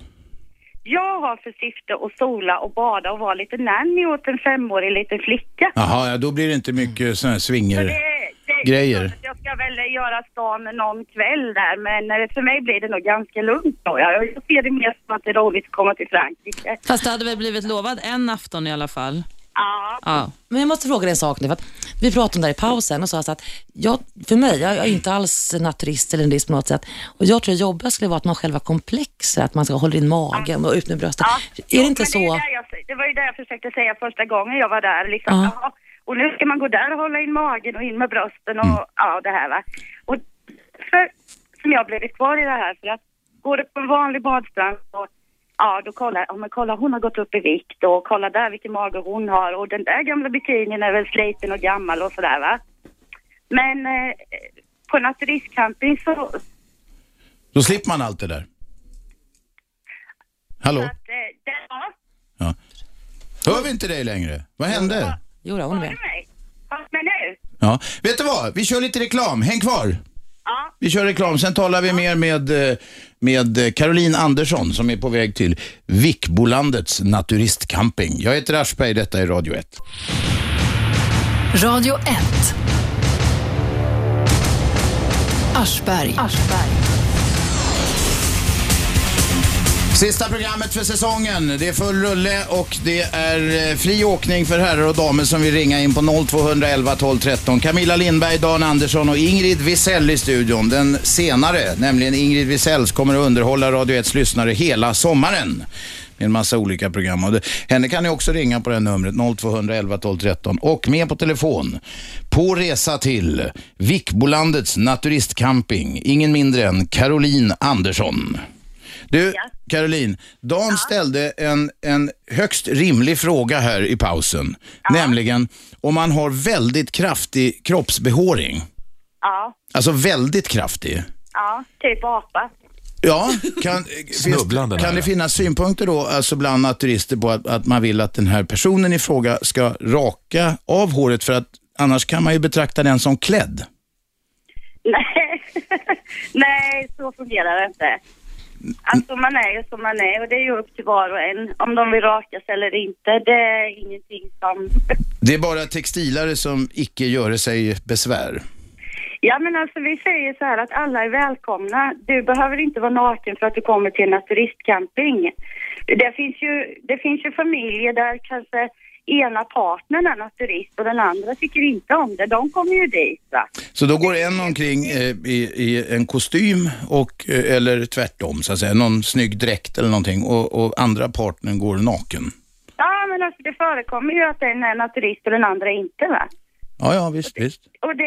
S: Jag har för syfte att sola och bada och vara lite nanny åt en femårig liten flicka.
B: Jaha, ja, då blir det inte mycket sådana här
S: Så
B: swinger...
S: det, det är
B: Grejer.
S: klart att Jag ska väl göra stan någon kväll där, men eh, för mig blir det nog ganska lugnt då. Jag jag ser det mer som att det är roligt att komma till Frankrike.
P: Fast det hade väl blivit lovad en afton i alla fall?
S: Ja.
P: ja.
C: Men jag måste fråga dig en sak nu. För att vi pratade om det här i pausen och sa så att jag, för mig, jag är inte alls naturist eller nudist på något sätt. Och jag tror det jobbiga skulle vara att man själva komplexer, att man ska hålla in magen och ut med brösten. Är det inte
S: Men Det, är
C: så?
S: ju där jag, det var ju det jag försökte säga första gången jag var där. Liksom,
C: Ja.
S: jaha, och nu ska man gå där och hålla in magen och in med brösten och
C: Mm.
S: ja, det här va. Och för, som jag blev kvar i det här för att går du på en vanlig badstrand och ja, då kollar ja, men kolla hon har gått upp i vikt och kolla där vilken mage hon har och den där gamla bikinin är väl sliten och gammal och sådär va. Men eh, på naturistcamping så,
B: Då slipper man allt det där. Hallå?
S: eh, där var
B: Hör vi inte dig längre? Vad hände?
C: Jo, då, hon är med.
S: men nu.
B: Ja. Vet du vad? Vi kör lite reklam. Häng kvar. Vi kör reklam. Sen talar vi mer med, eh, med Caroline Andersson som är på väg till Vikbolandets naturistcamping. Jag heter Aschberg. Detta är Radio 1.
A: Radio 1. Aschberg.
B: Sista programmet för säsongen. Det är full rulle och det är eh, fri åkning för herrar och damer som vill ringa in på 0211 12 13. Camilla Lindberg, Dan Andersson och Ingrid Wisell i studion. Den senare, nämligen Ingrid Wisells, kommer att underhålla Radio 1s lyssnare hela sommaren. Med en massa olika program. Och det, henne kan ni också ringa på det här numret, 0211 12 13. Och med på telefon, på resa till Vikbolandets naturistcamping, ingen mindre än Caroline Andersson. Du, Caroline, Dan ställde en, en högst rimlig fråga här i pausen. Nämligen om man har väldigt kraftig kroppsbehåring.
S: ja,
B: Alltså väldigt kraftig.
S: ja, typ apa.
B: Ja, kan,
D: Snubblan den
B: kan
D: här.
B: det finnas synpunkter då alltså bland naturister på att, att man vill att den här personen i fråga ska raka av håret för att annars kan man ju betrakta den som klädd.
S: Nej. Nej, så fungerar det inte. Alltså man är ju som man är och det är ju upp till var och en om de vill rakas eller inte. Det är ingenting som...
B: Det är bara textilare som icke gör sig besvär.
S: Ja men alltså vi säger så här att alla är välkomna. Du behöver inte vara naken för att du kommer till en naturistcamping. Det finns ju, det finns ju familjer där kanske ena partnern är naturist och den andra tycker inte om det. De kommer ju dit va.
B: Så då går en omkring eh, i, i en kostym och, eh, eller tvärtom så att säga, någon snygg dräkt eller någonting och, och andra partnern går naken.
S: Ja men alltså det förekommer ju att en är naturist och den andra inte va.
B: Ja, ja, visst, visst.
S: Och det,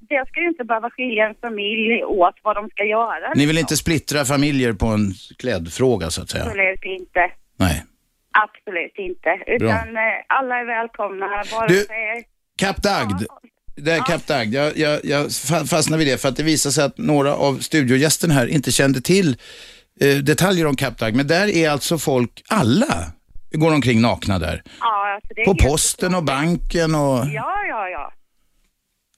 S: det ska ju inte behöva skilja en familj åt vad de ska göra.
B: Ni vill inte splittra familjer på en klädfråga så att säga?
S: Absolut inte.
B: Nej.
S: Absolut inte. Utan eh, alla är välkomna. Vare
B: Du-
S: sig...
B: Kap Dagd. Det är Kap Dagd. Jag, jag, jag fa- fastnar vid det för att det visar sig att några av studiogästerna här inte kände till eh, detaljer om Kap Dagd. Men där är alltså folk, alla går omkring nakna där.
S: Ja, alltså det är
B: På
S: helt-
B: posten och banken och...
S: Ja, ja, ja.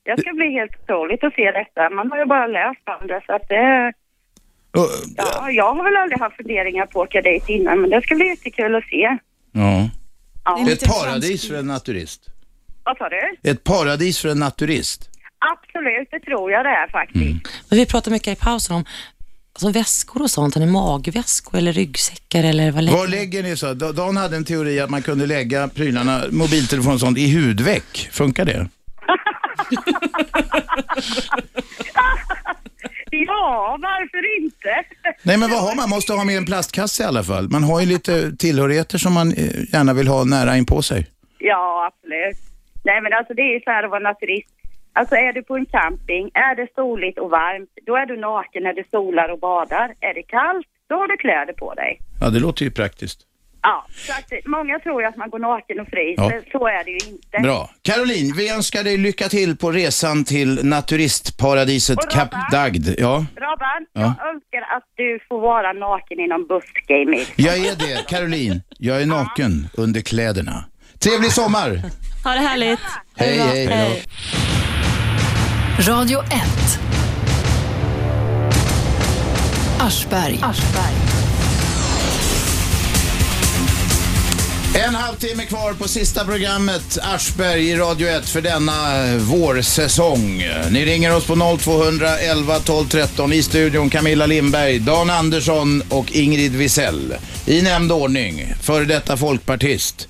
S: Det ska bli helt otroligt att se detta. Man har ju bara läst om det så att det... Ja, jag har väl aldrig haft funderingar på att åka dit innan men det ska bli jättekul att se.
B: Ja.
S: Ja.
B: Det är ett paradis för en naturist.
S: Vad sa du?
B: Ett paradis för en naturist. Mm.
S: Absolut, det tror jag det är faktiskt.
C: Men vi pratade mycket i pausen om alltså väskor och sånt. Har ni magväskor eller ryggsäckar eller vad lägger
B: Var lägger ni så? Da- Dan hade en teori att man kunde lägga prylarna, mobiltelefon och sånt, i hudväck. Funkar det?
S: Ja, varför inte?
B: Nej, men vad har man? Måste ha med en plastkasse i alla fall. Man har ju lite tillhörigheter som man eh, gärna vill ha nära in på sig.
S: Ja, absolut. Nej, men alltså det är ju så här att vara naturist. Alltså är du på en camping, är det soligt och varmt, då är du naken när du solar och badar. Är det kallt, då har du kläder på dig.
B: Ja, det låter ju praktiskt.
S: Ja, så att eh, många tror ju att man går naken och fryser. Så är det ju inte.
B: Bra. Caroline, vi önskar dig lycka till på resan till naturistparadiset Kap Dagd. Ja.
S: Robban,
B: Ja.
S: jag önskar att du får vara naken inom buskgame midsommar.
B: Jag är det, Caroline. Jag är naken under kläderna. Trevlig sommar!
P: Ha det härligt.
B: Hej, hej.
P: Hej.
A: Radio 1. Aschberg.
B: En halvtimme kvar på sista programmet Aschberg i Radio 1 för denna eh, vårsäsong. Ni ringer oss på 0211 12 13 i studion Camilla Lindberg, Dan Andersson och Ingrid Wisell. I nämnd ordning, före detta folkpartist,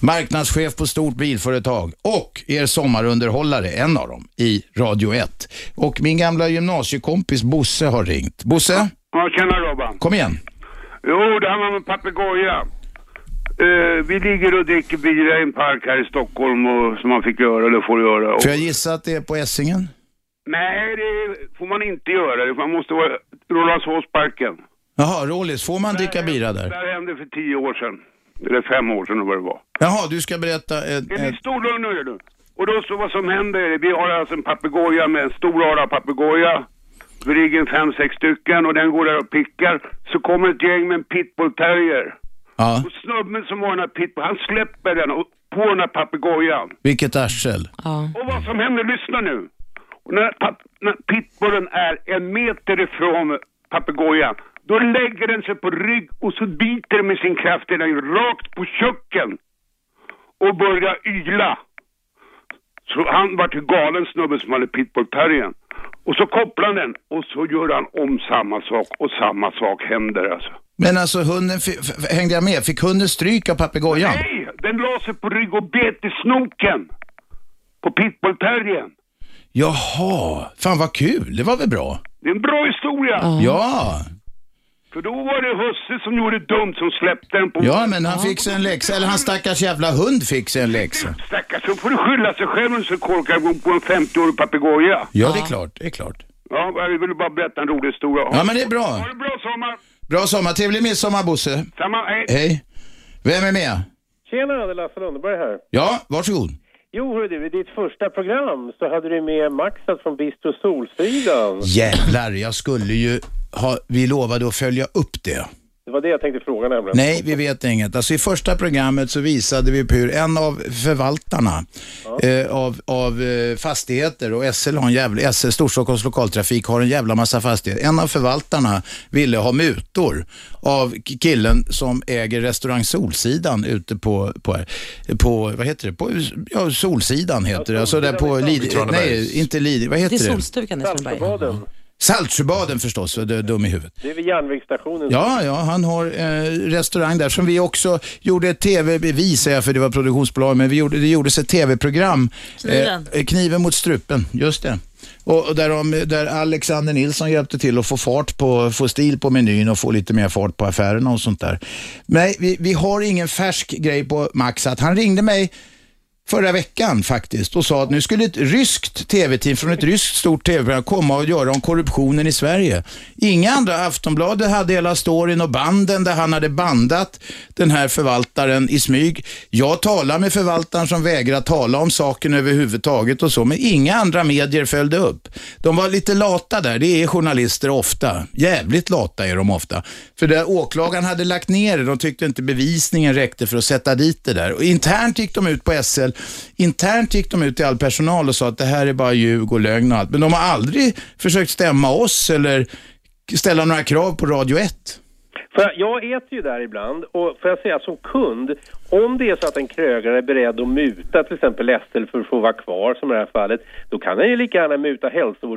B: marknadschef på stort bilföretag och er sommarunderhållare, en av dem, i Radio 1. Och min gamla gymnasiekompis Bosse har ringt. Bosse,
T: Ja, tjena Robban.
B: kom igen.
T: Jo, det handlar om en papegoja. Eh, vi ligger och dricker bira i en park här i Stockholm och, som man fick göra eller får göra. Och,
B: Får jag gissa att det är på Essingen?
T: Nej, det får man inte göra. Man måste vara Rålambshovsparken.
B: Jaha, Rålis, får man dricka bira där?
T: Det här hände för tio år sedan. Eller fem år sedan eller vad det var.
B: Jaha, du ska berätta eh, ett...
T: Det är stor lugn nu är du. Och då så vad som händer är det, vi har alltså en papegoja med en stor ara papegoja. Vi ligger en fem, sex stycken och den går där och pickar. Så kommer ett gäng med en pitbull terrier.
B: Ja.
T: Och snubben som har den här pitbull, han släpper den och på den här papegojan.
B: Vilket arsel.
T: Och vad som händer, lyssna nu. Och när, pap- när pitbullen är en meter ifrån papegojan, då lägger den sig på rygg och så biter den med sin kraft i den rakt på köken och börjar yla. Så han vart ju galen snubben som hade pitbullterriern. Och så kopplar han den och så gör han om samma sak och samma sak händer alltså.
B: Men alltså hunden, fi- f- f- hängde jag med? Fick hunden stryk av papegojan?
T: Nej, den la sig på rygg och bet i snoken på pitbullterriern.
B: Jaha, fan vad kul, det var väl bra?
T: Det är en bra historia.
B: Ja,
T: För då var det husse som gjorde dumt som släppte den på...
B: ja men han fick sig en läxa, eller han stackars jävla hund fick sig en läxa.
T: Stackars, så får du skylla sig själv om du så korkar på- på en 50-årig papegoja.
B: Ja, det är klart, det är klart.
T: Ja, jag ville bara berätta en rolig historia.
B: Ja, men det är bra.
T: Ha det bra sommar.
B: Bra sommar, trevlig midsommar Bosse.
T: Samma, hej.
B: Hej. Vem är med?
U: Tjena, det är Lasse Lundberg här.
B: Ja, varsågod.
U: Jo, hörru du, i ditt första program så hade du med Maxat från Bistro Solsidan.
B: Jävlar, jag skulle ju ha, vi lovade att följa upp det.
U: Det var det jag tänkte fråga nämligen.
B: Nej, vi vet inget. Alltså i första programmet så visade vi på hur en av förvaltarna eh, av, av eh, fastigheter och SL, har en jävla, SL, Storstockholms lokaltrafik, har en jävla massa fastigheter. En av förvaltarna ville ha mutor av k- killen som äger restaurang Solsidan ute på, på, här, på vad heter det, på, ja, Solsidan heter det. Alltså där på Lid, nej, inte Lid, vad heter det?
C: Solstugan i Sundberg.
B: Saltsjöbaden förstås, du är dum i huvudet.
U: Det är vid järnvägsstationen.
B: Ja, ja, han har eh, restaurang där som vi också gjorde ett tv, vi säger jag för det var produktionsbolag, men vi gjorde, det gjordes ett tv-program.
F: Kniven.
B: Eh, kniven mot strupen, just det. Och och där, de, där Alexander Nilsson hjälpte till att få fart på, få stil på menyn och få lite mer fart på affärerna och sånt där. Nej, vi, vi har ingen färsk grej på Max att han ringde mig förra veckan faktiskt och sa att nu skulle ett ryskt tv-team från ett ryskt stort tv-program komma och göra om korruptionen i Sverige. Inga andra, Aftonbladet hade hela storyn och banden där han hade bandat den här förvaltaren i smyg. Jag talar med förvaltaren som vägrar tala om saken överhuvudtaget och så, men inga andra medier följde upp. De var lite lata där, det är journalister ofta. Jävligt lata är de ofta. För där åklagaren hade lagt ner det, de tyckte inte bevisningen räckte för att sätta dit det där. Och internt gick de ut på SL, internt gick de ut till all personal och sa att det här är bara ljug och lögn och allt. Men de har aldrig försökt stämma oss eller ställa några krav på Radio 1.
U: För jag- jag äter ju där ibland och får jag säga som kund, om det är så att en krögare är beredd att muta till exempel Estel för att få vara kvar som i det här fallet, då kan han ju lika gärna muta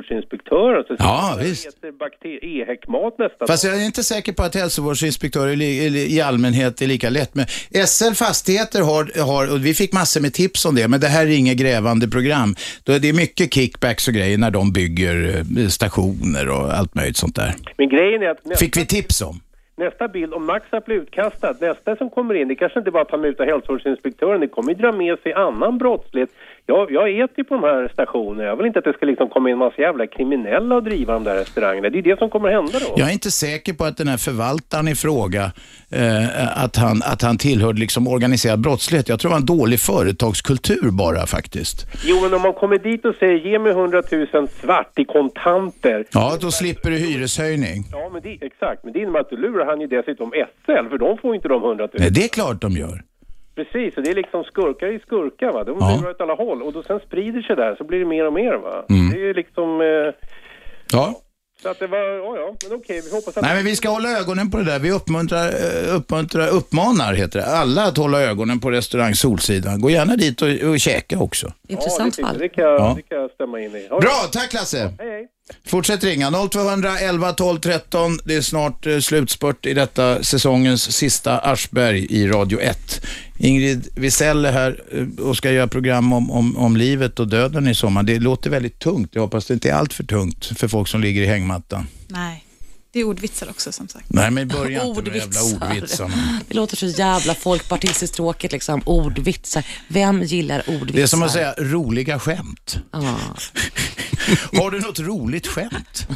U: hälsovårdsinspektören. Så
B: Ja,
U: så
B: visst.
U: äter bakter- E-häckmat nästa
B: Fast
U: dag.
B: jag är inte säker på att hälsovårdsinspektörer li- eller i allmänhet är lika lätt. Men SL Fastigheter har, har, och vi fick massor med tips om det, men det här är inget grävande program. Då är det mycket kickbacks och grejer när de bygger eh, stationer och allt möjligt sånt där.
U: Men grejen är att nästa,
B: Fick vi tips om.
U: nästa bild, om Maxat blir utkastad, nästa som kommer in, det kanske inte bara att han mutar hälsovårdsinspektören, det kommer ju dra med sig annan brottslighet. Jag, jag äter ju på de här stationerna, jag vill inte att det ska liksom komma in massa jävla kriminella och driva de där restaurangerna. Det är ju det som kommer hända då.
B: Jag är inte säker på att den här förvaltaren i fråga, eh, att, han, att han tillhörde liksom organiserad brottslighet. Jag tror det var en dålig företagskultur bara faktiskt.
U: Jo, men om man kommer dit och säger ge mig 100 000 svart i kontanter.
B: Ja, då slipper du hyreshöjning.
U: Ja, men det, exakt. Men det innebär att du lurar han ju dessutom SL, för de får ju inte de 100 000.
B: Nej, det är klart de gör.
U: Precis, och det är liksom skurkar i skurkar, va. De
B: Ja.
U: lurar åt alla håll. Och då sen sprider sig det här, så blir det mer och mer, va.
B: Mm.
U: Det är ju liksom... Eh,
B: Ja.
U: så att det var, ja, ja, men okej, vi hoppas att...
B: Nej, men vi ska hålla ögonen på det där. Vi uppmuntrar, eh, uppmuntrar, uppmanar heter det, alla att hålla ögonen på restaurang Solsidan. Gå gärna dit och, och käka också.
U: Intressant ja, det, fall. Det kan, jag-
B: Ja.
U: det kan jag stämma in i. Ja,
B: Bra, tack Lasse!
U: Hej, hej.
B: Fortsätt ringa 0200 11 12 13. Det är snart eh, slutspurt i detta säsongens sista Aschberg i Radio 1. Ingrid Wisell är här eh, och ska göra program om, om, om livet och döden i sommar. Det låter väldigt tungt. Jag hoppas det inte är allt för tungt för folk som ligger i hängmattan.
E: Nej, det är ordvitsar också som sagt.
B: Nej, men börja inte med de jävla ordvitsarna.
C: Det låter så jävla folkpartistiskt tråkigt liksom. Ordvitsar. Vem gillar ordvitsar?
B: Det är som att säga roliga skämt.
C: Ja.
B: Har du något roligt skämt?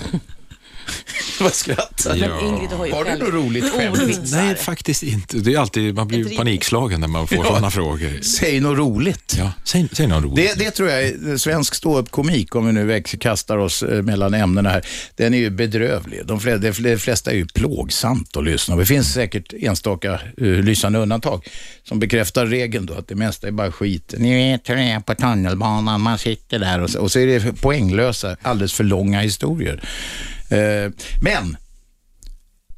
B: Vad skrattar
D: Ja. Men Ingrid har ju
B: Har du
D: själv
B: något roligt skämt?
D: Nej, faktiskt inte. Det är alltid, man blir
B: Ett
D: panikslagen när man får
B: Ja.
D: sådana frågor.
B: Säg något roligt.
D: Ja, säg, säg något roligt.
B: Det, det tror jag är svensk ståuppkomik, om vi nu väx- kastar oss eh, mellan ämnena här. Den är ju bedrövlig. De flesta, de flesta är ju plågsamt att lyssna på. Det finns säkert enstaka uh, lysande undantag som bekräftar regeln då, att det mesta är bara skit. Ni vet hur det är på tunnelbanan, man sitter där och så, och så är det poänglösa, alldeles för långa historier. Eh, men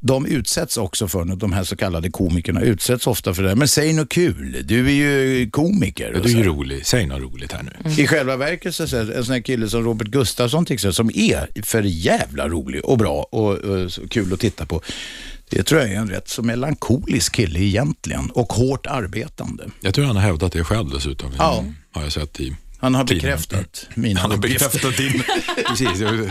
B: de utsätts också för något, de här så kallade komikerna utsätts ofta för det här. Men säg något kul, du är ju komiker.
D: Ja, du är ju
B: Och så- Mm.
D: rolig. Säg något roligt här nu.
B: i själva verket så så en sån här kille som Robert Gustafsson till exempel, som är för jävla rolig och bra och, och så kul att titta på. Det tror jag är en rätt så melankolisk kille egentligen och hårt arbetande.
D: Jag tror han har hävdat det själv dessutom. Mm.
B: Ja.
D: Har jag sett i
B: Han har
D: tidningen.
B: bekräftat mina
D: Han har
B: uppgifter.
D: bekräftat din. Precis. jag-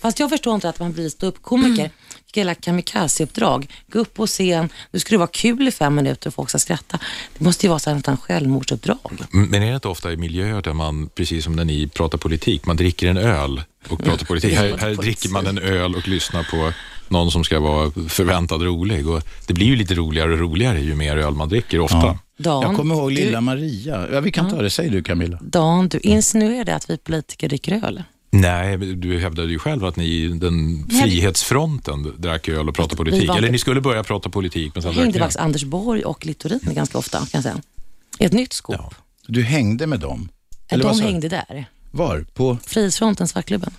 C: Fast jag förstår inte att man blir ståuppkomiker. Mm. Hela kamikazeuppdrag. Gå upp på scen, nu ska det vara kul i fem minuter och folk ska skratta. Det måste ju vara så här nästan självmordsuppdrag.
D: Men är det inte ofta i miljöer där man, precis som när ni pratar politik, man dricker en öl och pratar politik. Här, här dricker man en öl och lyssnar på någon som ska vara förväntat rolig. Och det blir ju lite roligare och roligare ju mer öl man dricker ofta.
C: Dan,
B: Jag kommer ihåg
C: du-
B: lilla Maria. Ja, vi kan ta det, säg du Camilla.
C: Dan, du insinuerade att vi politiker dricker öl.
D: Nej, men du hävdade ju själv att ni i den
C: Nej.
D: frihetsfronten drack öl och pratade politik.
C: var-
D: Eller ni skulle börja prata politik, men sen
C: Jag
D: drack
C: hängde
D: ni
C: faktiskt Anders Borg och Littorin ganska ofta, kan jag säga. I ett nytt skåp.
B: Du hängde med dem?
C: Eh,
B: vad
C: De
B: sa du?
C: hängde där.
B: Var? På?
C: Frihetsfronten, Svartklubben.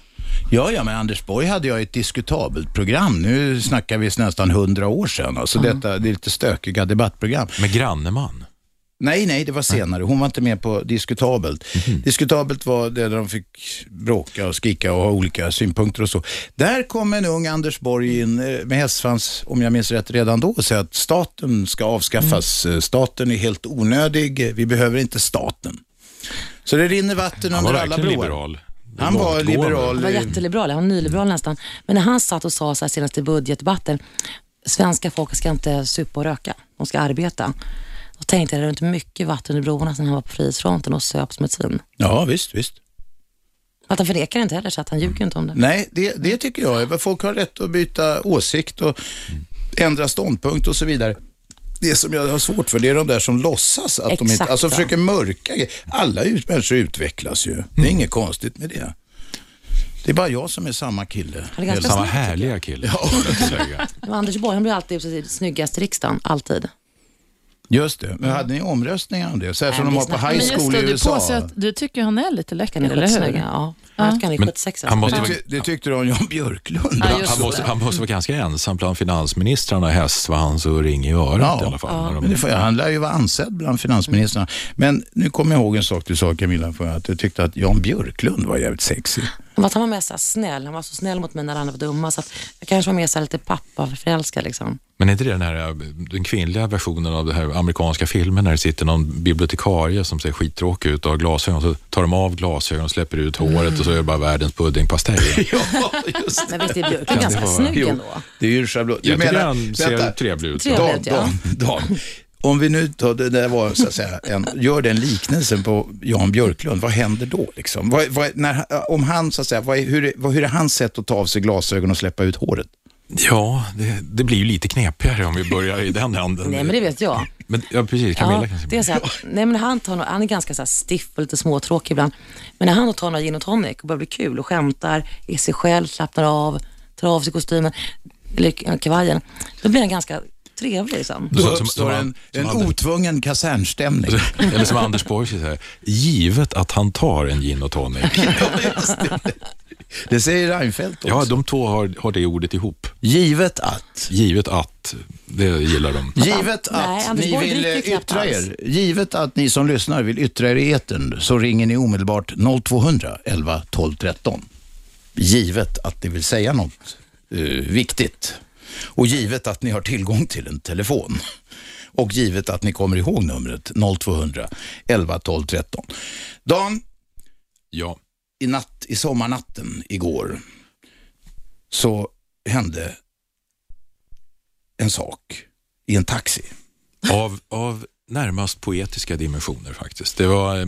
B: Ja, ja, men Anders Borg hade jag ett diskutabelt program. Nu snackar vi nästan hundra år sedan. Alltså detta, det är lite stökiga debattprogram.
D: Mm. Med Granneman?
B: Nej, nej, det var senare. Hon var inte med på diskutabelt.
D: Mhm.
B: Diskutabelt var det där de fick bråka och skrika och ha olika synpunkter och så. Där kom en ung Anders Borg in eh, med hästsvans, om jag minns rätt, redan då och säga att staten ska avskaffas.
D: Mm.
B: Eh, Staten är helt onödig. Vi behöver inte staten. Så det rinner vatten
D: Han
B: under
D: var
B: alla
D: verkligen
B: broar.
D: liberal.
B: Han var
D: Långtgående.
B: liberal.
C: Han var jätteliberal, han var nyliberal nästan. Men när han satt och sa så här senast i budgetdebatten, svenska folk ska inte supa och röka, de ska arbeta. Då tänkte jag, det runt mycket vatten i broarna sen han var på frihetsfronten och söp som ett svin.
B: Ja, visst, visst.
C: Att han förnekar inte heller, så att han ljuger inte om det.
B: Nej, det, det tycker jag. Folk har rätt att byta åsikt och ändra ståndpunkt och så vidare. Det som jag har svårt för, det är de där som låtsas att de inte,
D: Exakt,
B: alltså
D: ja.
B: försöker mörka grejer. Alla ut, människor utvecklas ju.
D: Mm.
B: Det är inget konstigt med det. Det är bara jag som är samma kille.
C: är ganska Samma snygg, tycker
D: härliga kille.
C: Men Anders Borg, han blir alltid utsedd till snyggast i riksdagen, alltid.
B: Just det, men hade ni omröstningar om det? Så här som de har på high
F: Men just
B: school
F: det,
B: i
F: du
B: USA.
F: påstår att du tycker han är lite läcker,
C: Han är
F: eller hur?
C: skitsnygg, ja. Han kan ju
D: Men
C: 76
D: han måste
B: det,
D: vara-
B: ty- det tyckte de om Jan Björklund.
D: han, han, måste, han måste vara ganska ensam bland finansministrarna, hästsvans och ring i örat i alla fall. när de-
B: Men det får jag, han lär ju vara ansedd bland finansministrarna. Men nu kommer jag ihåg en sak du sa Camilla, för att du tyckte att Jan Björklund var jävligt sexig.
C: Han var, han var mer så här snäll, han var så snäll mot mig när andra var dumma, så att jag kanske var mer så här lite pappaförälskad liksom.
D: Men är inte det den här eh, den kvinnliga versionen av den här amerikanska filmen när det sitter någon bibliotekarie som ser skittråkig ut och har glasögon så tar de av glasögonen och släpper ut håret och så är det bara världens puddingpastej.
C: Men visst är Björklund
D: Kan det
C: ganska
D: vara-
C: snygg
D: Jo.
C: ändå?
B: Det är ju en schablon.
D: Jag tycker han ser trevlig ut.
C: Trevlig
B: Dan,
C: ut, ja.
B: Dan, Dan. Om vi nu tar, det där var så att säga, en, gör den liknelsen på Jan Björklund, vad händer då liksom? Vad, vad, när, om han, så att säga, vad är, hur, är- vad, hur är hans sätt att ta av sig glasögonen och släppa ut håret?
D: Ja, det, det blir ju lite knepigare om vi börjar i den änden.
C: Nej, men det vet jag.
D: Men, ja, precis. Camilla
C: ja,
D: kanske.
C: det är så här, nej, men han, tar, nog- han är ganska så här stiff och lite småtråkig ibland. Men när han då tar några gin och tonic och börjar bli kul och skämtar, är sig själv, slappnar av, tar av sig kostymen, eller k- kavajen, då blir han ganska trevlig. Liksom.
B: Då uppstår en, en otvungen kasernstämning.
D: Alltså, Eller som Anders Borg säger, givet att han tar en gin och tonic.
B: Det säger Reinfeldt också.
D: Ja, de två har, har det ordet ihop.
B: Givet att.
D: Givet att. Det gillar de.
B: Givet
D: Nej,
B: att
D: Anders
B: ni
D: Borg
B: vill
D: dricker
B: eh,
D: knappt
B: yttra
D: alls.
B: er, givet att ni som lyssnar vill yttra er i etern så ringer ni omedelbart 0200 11 12 13. Givet att ni vill säga något eh, viktigt och givet att ni har tillgång till en telefon och givet att ni kommer ihåg numret 0200 11 12 13. Dan,
D: ja.
B: i, natt, i sommarnatten igår så hände en sak i en taxi.
D: Av, av närmast poetiska dimensioner faktiskt. Det var, eh,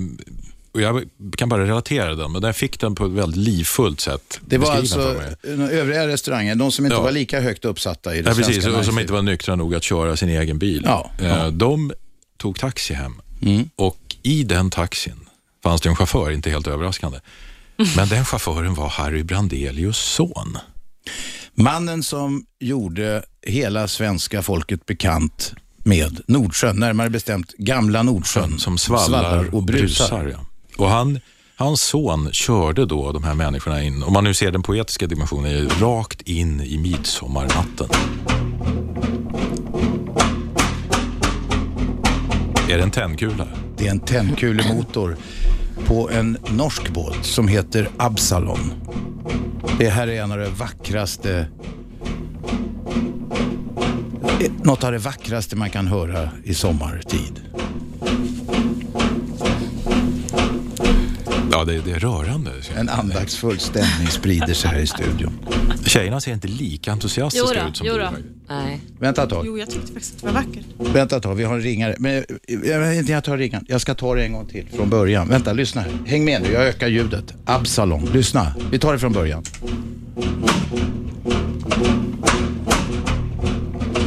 D: och jag kan bara relatera den, men jag fick den på ett väldigt livfullt sätt.
B: Det var
D: beskriven för
B: alltså
D: mig.
B: den övriga restaurangen, de som inte
D: Ja.
B: var lika högt uppsatta i det
D: Ja,
B: svenska
D: precis, och som
B: näringslivet.
D: inte var nyktra nog att köra sin egen bil.
B: Ja,
D: Eh,
B: ja. Mm.
D: De tog taxi hem och i den taxin fanns det en chaufför, inte helt överraskande. Men den chauffören var Harry Brandelius son.
B: Mannen som gjorde hela svenska folket bekant med Nordsjön, närmare bestämt gamla Nordsjön. Som
D: svallar, och brusar. ja. Och han, hans son körde då de här människorna in, om man nu ser den poetiska dimensionen, rakt in i midsommarnatten. Är det en tändkula?
B: Det är en tändkulemotor på en norsk båt som heter Absalon. Det här är en av de vackraste... Något av det vackraste man kan höra i sommartid.
D: Ja, det, det är rörande.
B: En andaktsfull stämning sprider sig här i studion.
D: Tjejerna ser inte lika entusiastiska
E: Jodå,
D: ut som
E: jodå.
D: du. faktiskt.
C: Nej.
B: Vänta ett tag.
E: Jo, jag tyckte faktiskt att det var vackert.
B: Vänta ett tag, vi har en ringare. Men, jag, jag, jag tar ringaren. Jag ska ta det en gång till från början. Vänta, lyssna här. Häng med nu, jag ökar ljudet. Absalon, lyssna. Vi tar det från början.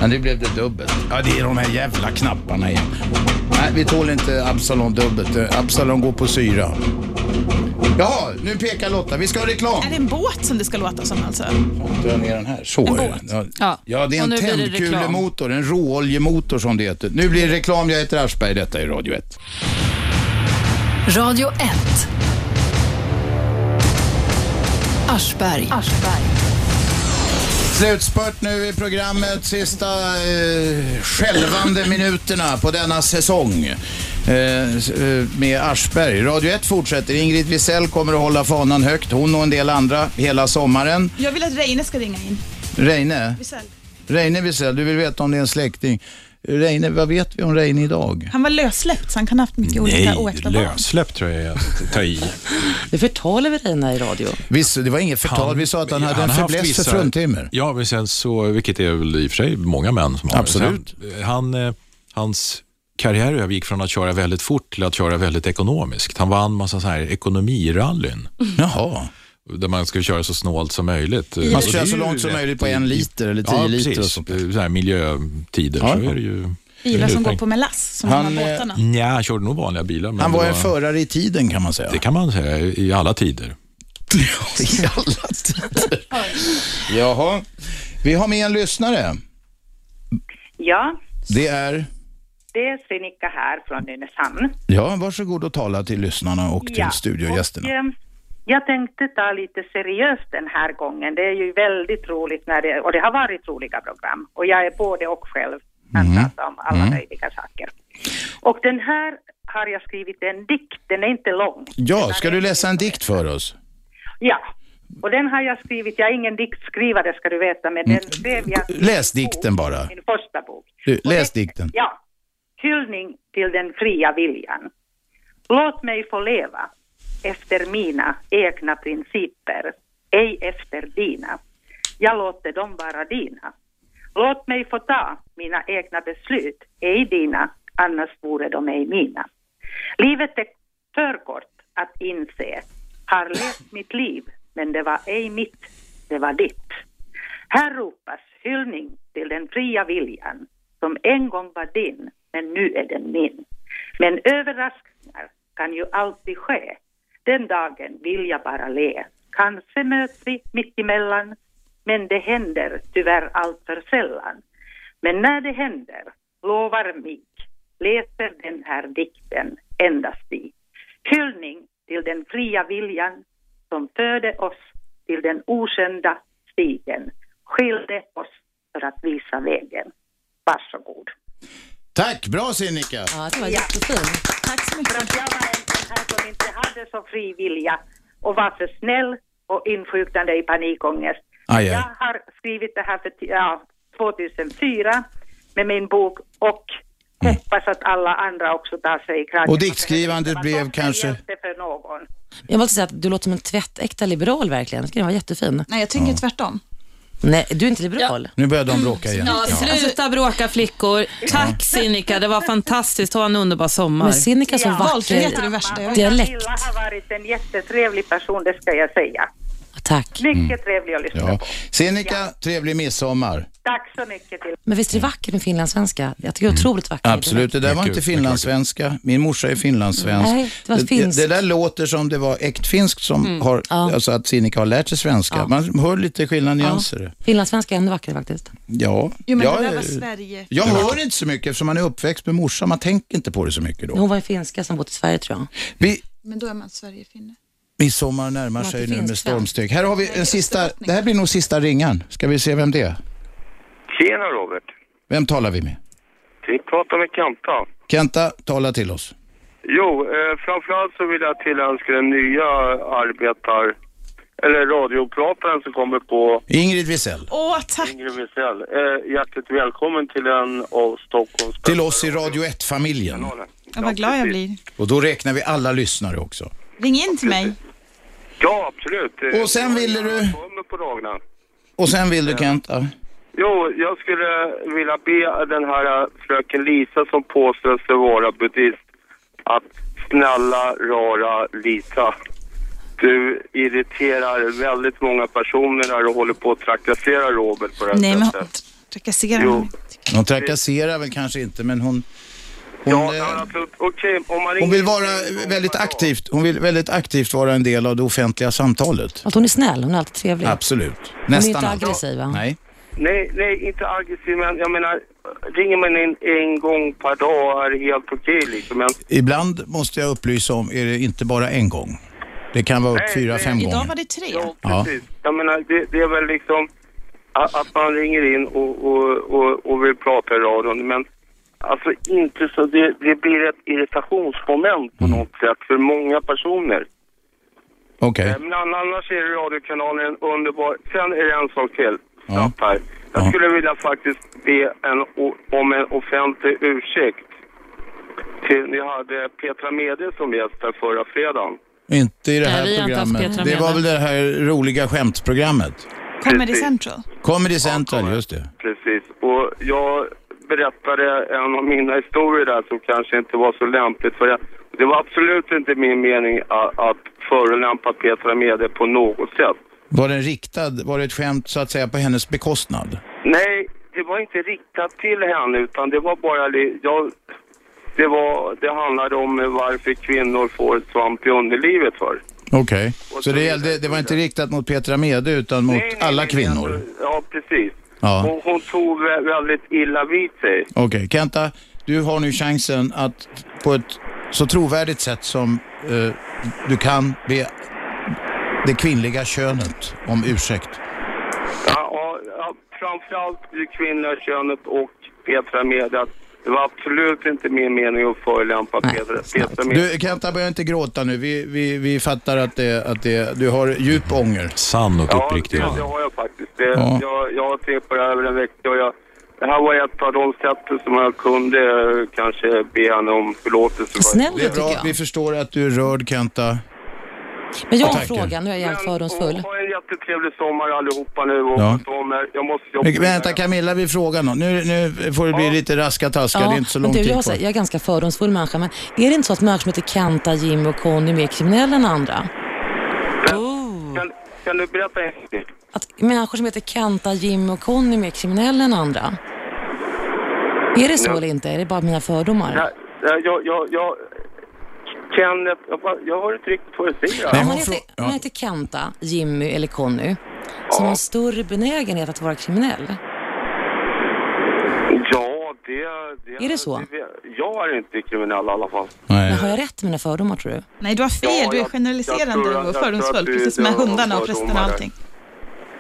B: Men nu blev det dubbelt. Ja, det är de här jävla knapparna igen. Nej, vi tål inte Absalon dubbelt. Eh, Absalon går på syra. Jaha, nu pekar Lotta. Vi ska ha reklam.
E: Är det en båt som det ska låta som alltså?
B: Dra ner den här. Så
E: En
B: är
E: båt.
B: det. Ja.
E: Ja.
B: ja, det
E: Och
B: är en
E: nu blir det
B: tändkulemotor, en råoljemotor som det heter. Nu blir det reklam. Jag heter Aschberg. Detta är Radio 1.
A: Radio 1. Aschberg.
B: Slutspurt nu i programmet, sista eh, skälvande minuterna på denna säsong. Eh, s- eh, med Aschberg. Radio 1 fortsätter. Ingrid Wisell kommer att hålla fanan högt, hon och en del andra, hela sommaren.
E: Jag vill att Reine ska ringa in.
B: Reine,
E: Wisell.
B: Reine Wisell, du vill veta om det är en släkting. Reine, vad vet vi om Reine idag?
E: Han var lössläppt så han kan ha haft mycket olika oäkta barn.
D: lössläppt tror jag är att ta i.
C: Nu förtalar vi Reina i radio.
B: Visst, det var inget förtal. vi sa att han hade en
D: har haft
B: fäbless för
D: vissa-
B: fruntimmer.
D: Ja, men sen så, vilket är väl i och för sig många män som har.
B: Absolut.
D: Sen, eh, han, eh, hans karriär övergick från att köra väldigt fort till att köra väldigt ekonomiskt. Han vann massa så här ekonomirallyn.
B: Mm. Jaha.
D: Där man ska köra så snålt som möjligt.
B: Man ska
D: Och det
B: köra
D: är
B: så
D: ju
B: långt som
D: rätt
B: möjligt på
D: i-
B: en liter eller
D: ja,
B: tio liter
D: precis.
B: och sånt
D: Så här miljötider
B: Ja,
D: så
B: ja.
D: är det ju.
E: Bilar som går på melass, som
D: Han,
E: de
B: eh,
E: här båtarna.
D: Nja, han körde nog vanliga bilar. men
B: Han
D: det
B: var en förare i tiden kan man säga.
D: Det kan man säga, i alla tider.
B: I alla tider. Jaha. Vi har med en lyssnare.
H: Ja,
B: Det är...
H: det är Svinika här från Nynäshamn.
B: Ja, varsågod och tala till lyssnarna och till
H: Ja,
B: studiogästerna.
H: Eh, Jag tänkte ta lite seriöst den här gången. Det är ju väldigt roligt när det, och det har varit roliga program. Och jag är både och själv
B: Mm-hmm.
H: prata om alla
B: Mm.
H: möjliga saker. Och den här har jag skrivit en dikt, den är inte lång.
B: Ja, ska du läsa en dikt för oss?
H: Ja, och den har jag skrivit, jag är ingen diktskrivare ska du veta, men den skrev jag i
B: Mm. Läs dikten bara.
H: min första bok.
B: Du, läs dikten.
H: Ja, hyllning till den fria viljan. Låt mig få leva efter mina egna principer, ej efter dina. Jag låter dem vara dina. Låt mig få ta mina egna beslut, ej dina, annars vore de ej mina. Livet är för kort att inse. Har levt mitt liv, men det var ej mitt, det var ditt. Här ropas hyllning till den fria viljan som en gång var din, men nu är den min. Men överraskningar kan ju alltid ske. Den dagen vill jag bara le. Kanske möts vi mitt emellan, men det händer tyvärr allt för sällan. Men när det händer, lovar mig, läser den här dikten endast i. Hyllning till den fria viljan som förde oss till den okända stigen, skilde oss för att visa vägen. Varsågod.
B: Tack, bra Sinikka.
H: Ja, det var jättefint. Tack så mycket. För att jag var en sån här som inte hade så fri vilja och var för snäll och insjuknade i panikångest.
B: Aj, aj.
H: Jag har skrivit det här för ti- ja, 2004 med min bok och hoppas att alla andra också tar sig i kragen.
B: Mm. Och diktskrivandet blev kanske...
H: Hjälpte för någon.
C: Jag måste säga att du låter som en tvättäkta liberal verkligen. Ska den vara jättefin?
E: Nej, jag tänker tvärtom.
C: Nej, du är inte liberal.
B: Nu börjar de bråka igen.
P: Ja, sluta bråka flickor. Tack Sinikka, det var fantastiskt. Ha en underbar sommar.
C: Men Sinikka så Ja. vacker. Valfrihet är det värsta jag vet. Dialekt.
H: Camilla har varit en jättetrevlig person, det ska jag säga.
C: Tack.
H: Mycket trevlig att lyssna
B: Mm. Ja.
H: på.
B: Sinikka, trevlig midsommar.
H: Tack så mycket till
C: Men visst är det vackert med finlandssvenska? Jag tycker det är otroligt vackert.
B: Absolut, det där var inte finlandssvenska. Min morsa är finlandssvensk.
C: Nej, det var finskt.
B: det där låter som det var äkt finskt som
C: Mm.
B: har, alltså att Sinikka har lärt sig svenska. Man hör lite skillnad nyanser.
C: Finlandssvenska är ännu vackrare faktiskt.
B: Ja.
C: Jo, men
B: jag,
C: det där var Sverige.
B: Jag
C: Det var-
B: hör inte så mycket eftersom man är uppväxt med morsan. Man tänker inte på det så mycket då.
C: Hon var ju finska som bott i Sverige tror jag.
B: Vi,
E: Men då är man Sverigefinne.
B: midsommar närmar
E: Man
B: sig
E: inte
B: nu
E: finns
B: med
E: fram.
B: stormsteg. Här har vi en sista, det här blir nog sista ringaren. Ska vi se vem det är?
V: Tjena Robert.
B: Vem talar vi med?
V: Vi pratar med Kanta.
B: Kenta, tala till oss.
V: Jo, eh, framförallt så vill jag tillönska den nya arbetar... Eller radioprataren som kommer på...
B: Ingrid Wisell.
E: Åh, tack!
V: Ingrid Wisell. Eh, hjärtligt välkommen till en av Stockholms...
B: Till oss i Radio 1-familjen.
E: Ja, vad glad jag blir.
B: Och då räknar vi alla lyssnare också.
E: Ring in till mig.
V: Ja, absolut. Eh,
B: Och sen ville du-
V: Kommer på dagarna.
B: Och sen vill du Kenta?
V: Jo, jag skulle vilja be den här eh, fröken Lisa som påstår sig vara buddhist att snälla rara Lisa, du irriterar väldigt många personer när du håller på att trakassera Robert på det här
E: Nej, men hon
V: sättet.
E: trakasserar
V: Jo.
E: mig.
B: Hon trakasserar väl kanske inte, men hon Hon, eh,
Q: Ja, absolut. Okej, om man
B: hon
Q: ringer...
B: vill vara väldigt aktivt, hon vill väldigt aktivt vara en del av det offentliga samtalet.
C: Att hon är snäll, hon är alltid trevlig.
B: Absolut.
C: Hon är
B: Nästan
C: inte
B: alltid.
C: aggressiv, va?
B: Nej.
Q: Nej, nej, inte aggressiv, men jag menar, ringer man in en gång per dag är det helt okej liksom. Men
B: Ibland måste jag upplysa om, är det inte bara en gång? Det kan vara upp fyra, fem gånger.
E: var det tre.
Q: Ja,
B: Ja.
Q: precis. Jag menar, det, det är väl liksom a- att man ringer in och, och, och, och vill prata i radion, men alltså inte så, det, det blir ett irritationsmoment
B: Mm.
Q: på något sätt för många personer.
B: Okej.
Q: Eh, Men an- annars är radiokanalen en underbar. Sen är det en sak till. Snabbt här. Jag skulle vilja faktiskt be en, o- om en offentlig ursäkt. Till, ni hade Petra Mede som gäst här förra fredagen.
B: Inte i det här
Q: Nej, vi har inte haft
B: programmet.
Q: Petra
B: Det
Q: med
B: var
Q: där.
B: väl det här roliga skämtprogrammet?
E: Comedy Central.
B: Comedy Central, just det.
Q: Precis. Och jag berättade en av mina historier där som kanske inte var så lämpligt för jag, det var absolut inte min mening att, att förolämpa Petra Mede på något sätt.
B: Var den riktad, var det ett skämt så att säga på hennes bekostnad?
Q: Nej, det var inte riktat till henne utan det var bara... li- Jag, det, var, det handlade om eh, varför kvinnor får svamp i underlivet för.
B: Okej. Så det, gällde, det var inte riktat mot Petra Mede utan mot alla kvinnor?
Q: Ja, precis.
B: Ja.
Q: Hon, hon tog vä- väldigt illa vid sig.
B: Okej, Kenta, du har nu chansen att på ett så trovärdigt sätt som eh, du kan be det kvinnliga könet om ursäkt.
Q: Ja, och, ja, framförallt det kvinnliga könet och Petra Mede. att Det var absolut inte min mening att förolämpa Petra, Petra Mede.
B: Du, Kenta, börja inte gråta nu. Vi, vi, vi fattar att, det, att det, du har djup ånger.
D: Sann och
Q: det,
D: uppriktig.
Q: det har jag faktiskt. Det,
B: Ja.
Q: jag, jag har tänkt på det här över en vecka och jag, det här var ett av de sätten som jag kunde eh, kanske be henne om förlåtelse för.
B: det är bra. Vi förstår att du är rörd, Kenta.
C: Men jag har en
B: Tack.
C: fråga, nu är jag jävligt fördomsfull.
Q: Ha en jättetrevlig sommar allihopa nu och
B: Ja.
Q: sköt om er. Jag måste jobba
B: Men, vänta, Camilla vill fråga något. Nu, nu får det bli lite raska taskar. det är inte så
C: men
B: lång
C: du,
B: tid
C: jag,
B: kvar.
C: jag är ganska fördomsfull människa, men är det inte så att människor som heter Kenta, Jimmy och Conny är mer kriminella än andra?
Q: Kan, kan du berätta en grej?
C: Människor som heter Kenta, Jimmy och Conny är mer kriminella än andra? Är det så
Q: Ja.
C: eller inte? Är det bara mina fördomar?
Q: Nej, nej, Jag, jag, jag, Kenneth, jag, bara- jag hör inte riktigt vad du säger.
C: Om man heter, om man heter Kenta, Jimmy eller Conny, som har en större benägenhet att vara kriminell.
Q: Ja, det... det
C: Är det så?
Q: det- jag är inte kriminell i alla fall.
C: Men har jag rätt i mina fördomar tror du?
E: Nej, du har fel. du är
Q: jag tror
E: generaliserande
Q: att-
E: och
Q: jag tror att
E: fördomsfull,
Q: du-
E: precis
Q: du
E: som med
Q: har någon
E: hundarna och
Q: fördom
E: prästerna och
Q: där.
E: allting.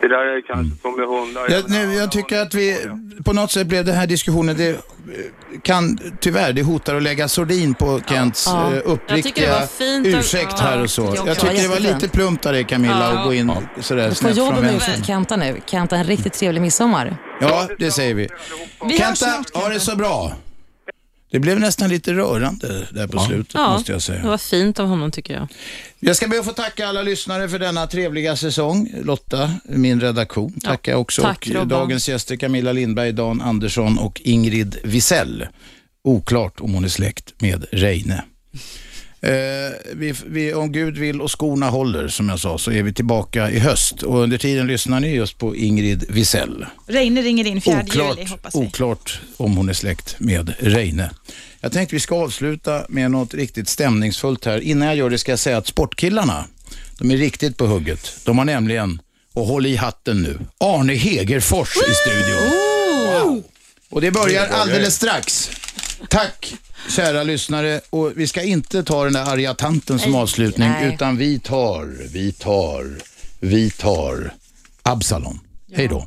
Q: Det där är kanske som med hundar.
B: Jag, nu, jag tycker att vi, på något sätt blev den här diskussionen, det eh, kan tyvärr, det hotar att lägga sordin på Kents
P: Ja. Jag
B: eh,
P: tycker det var
B: uppriktiga
P: fint att-
B: ursäkt
P: ja,
B: här och
P: tycker
B: så.
P: jag
B: Jag
P: också.
B: tycker det var
C: Jättefint.
B: lite plumpt av dig Camilla
C: Ja.
B: att gå in sådär
C: Du får
B: snett
C: jobb
B: från
C: och nu för
B: vänster.
C: Kenta nu. Kenta, en riktigt trevlig midsommar.
B: Ja, det säger vi.
C: Vi hörs
B: Kenta,
C: snart,
B: ha det så bra. Det blev nästan lite rörande där på slutet måste jag säga.
P: det var fint av honom tycker jag.
B: Jag ska be att få tacka alla lyssnare för denna trevliga säsong. Lotta, min redaktion, tackar jag också.
P: tack,
B: och
P: Robban.
B: dagens gäster Camilla Lindberg, Dan Andersson och Ingrid Wisell. Oklart om hon är släkt med Reine. Eh, vi, vi, om Gud vill och skorna håller, som jag sa, så är vi tillbaka i höst. Och under tiden lyssnar ni just på Ingrid Wisell.
E: Reine ringer in 4 juli,
B: Oklart,
E: hoppas vi.
B: oklart om hon är släkt med Reine. Jag tänkte vi ska avsluta med något riktigt stämningsfullt här. Innan jag gör det ska jag säga att sportkillarna, de är riktigt på hugget. De har nämligen, och håll i hatten nu, Arne Hegerfors i studion. Och det börjar alldeles strax. Tack kära lyssnare och vi ska inte ta den där arga tanten som avslutning
I: nej.
B: utan vi tar, vi tar, vi tar Absalon. Hej då.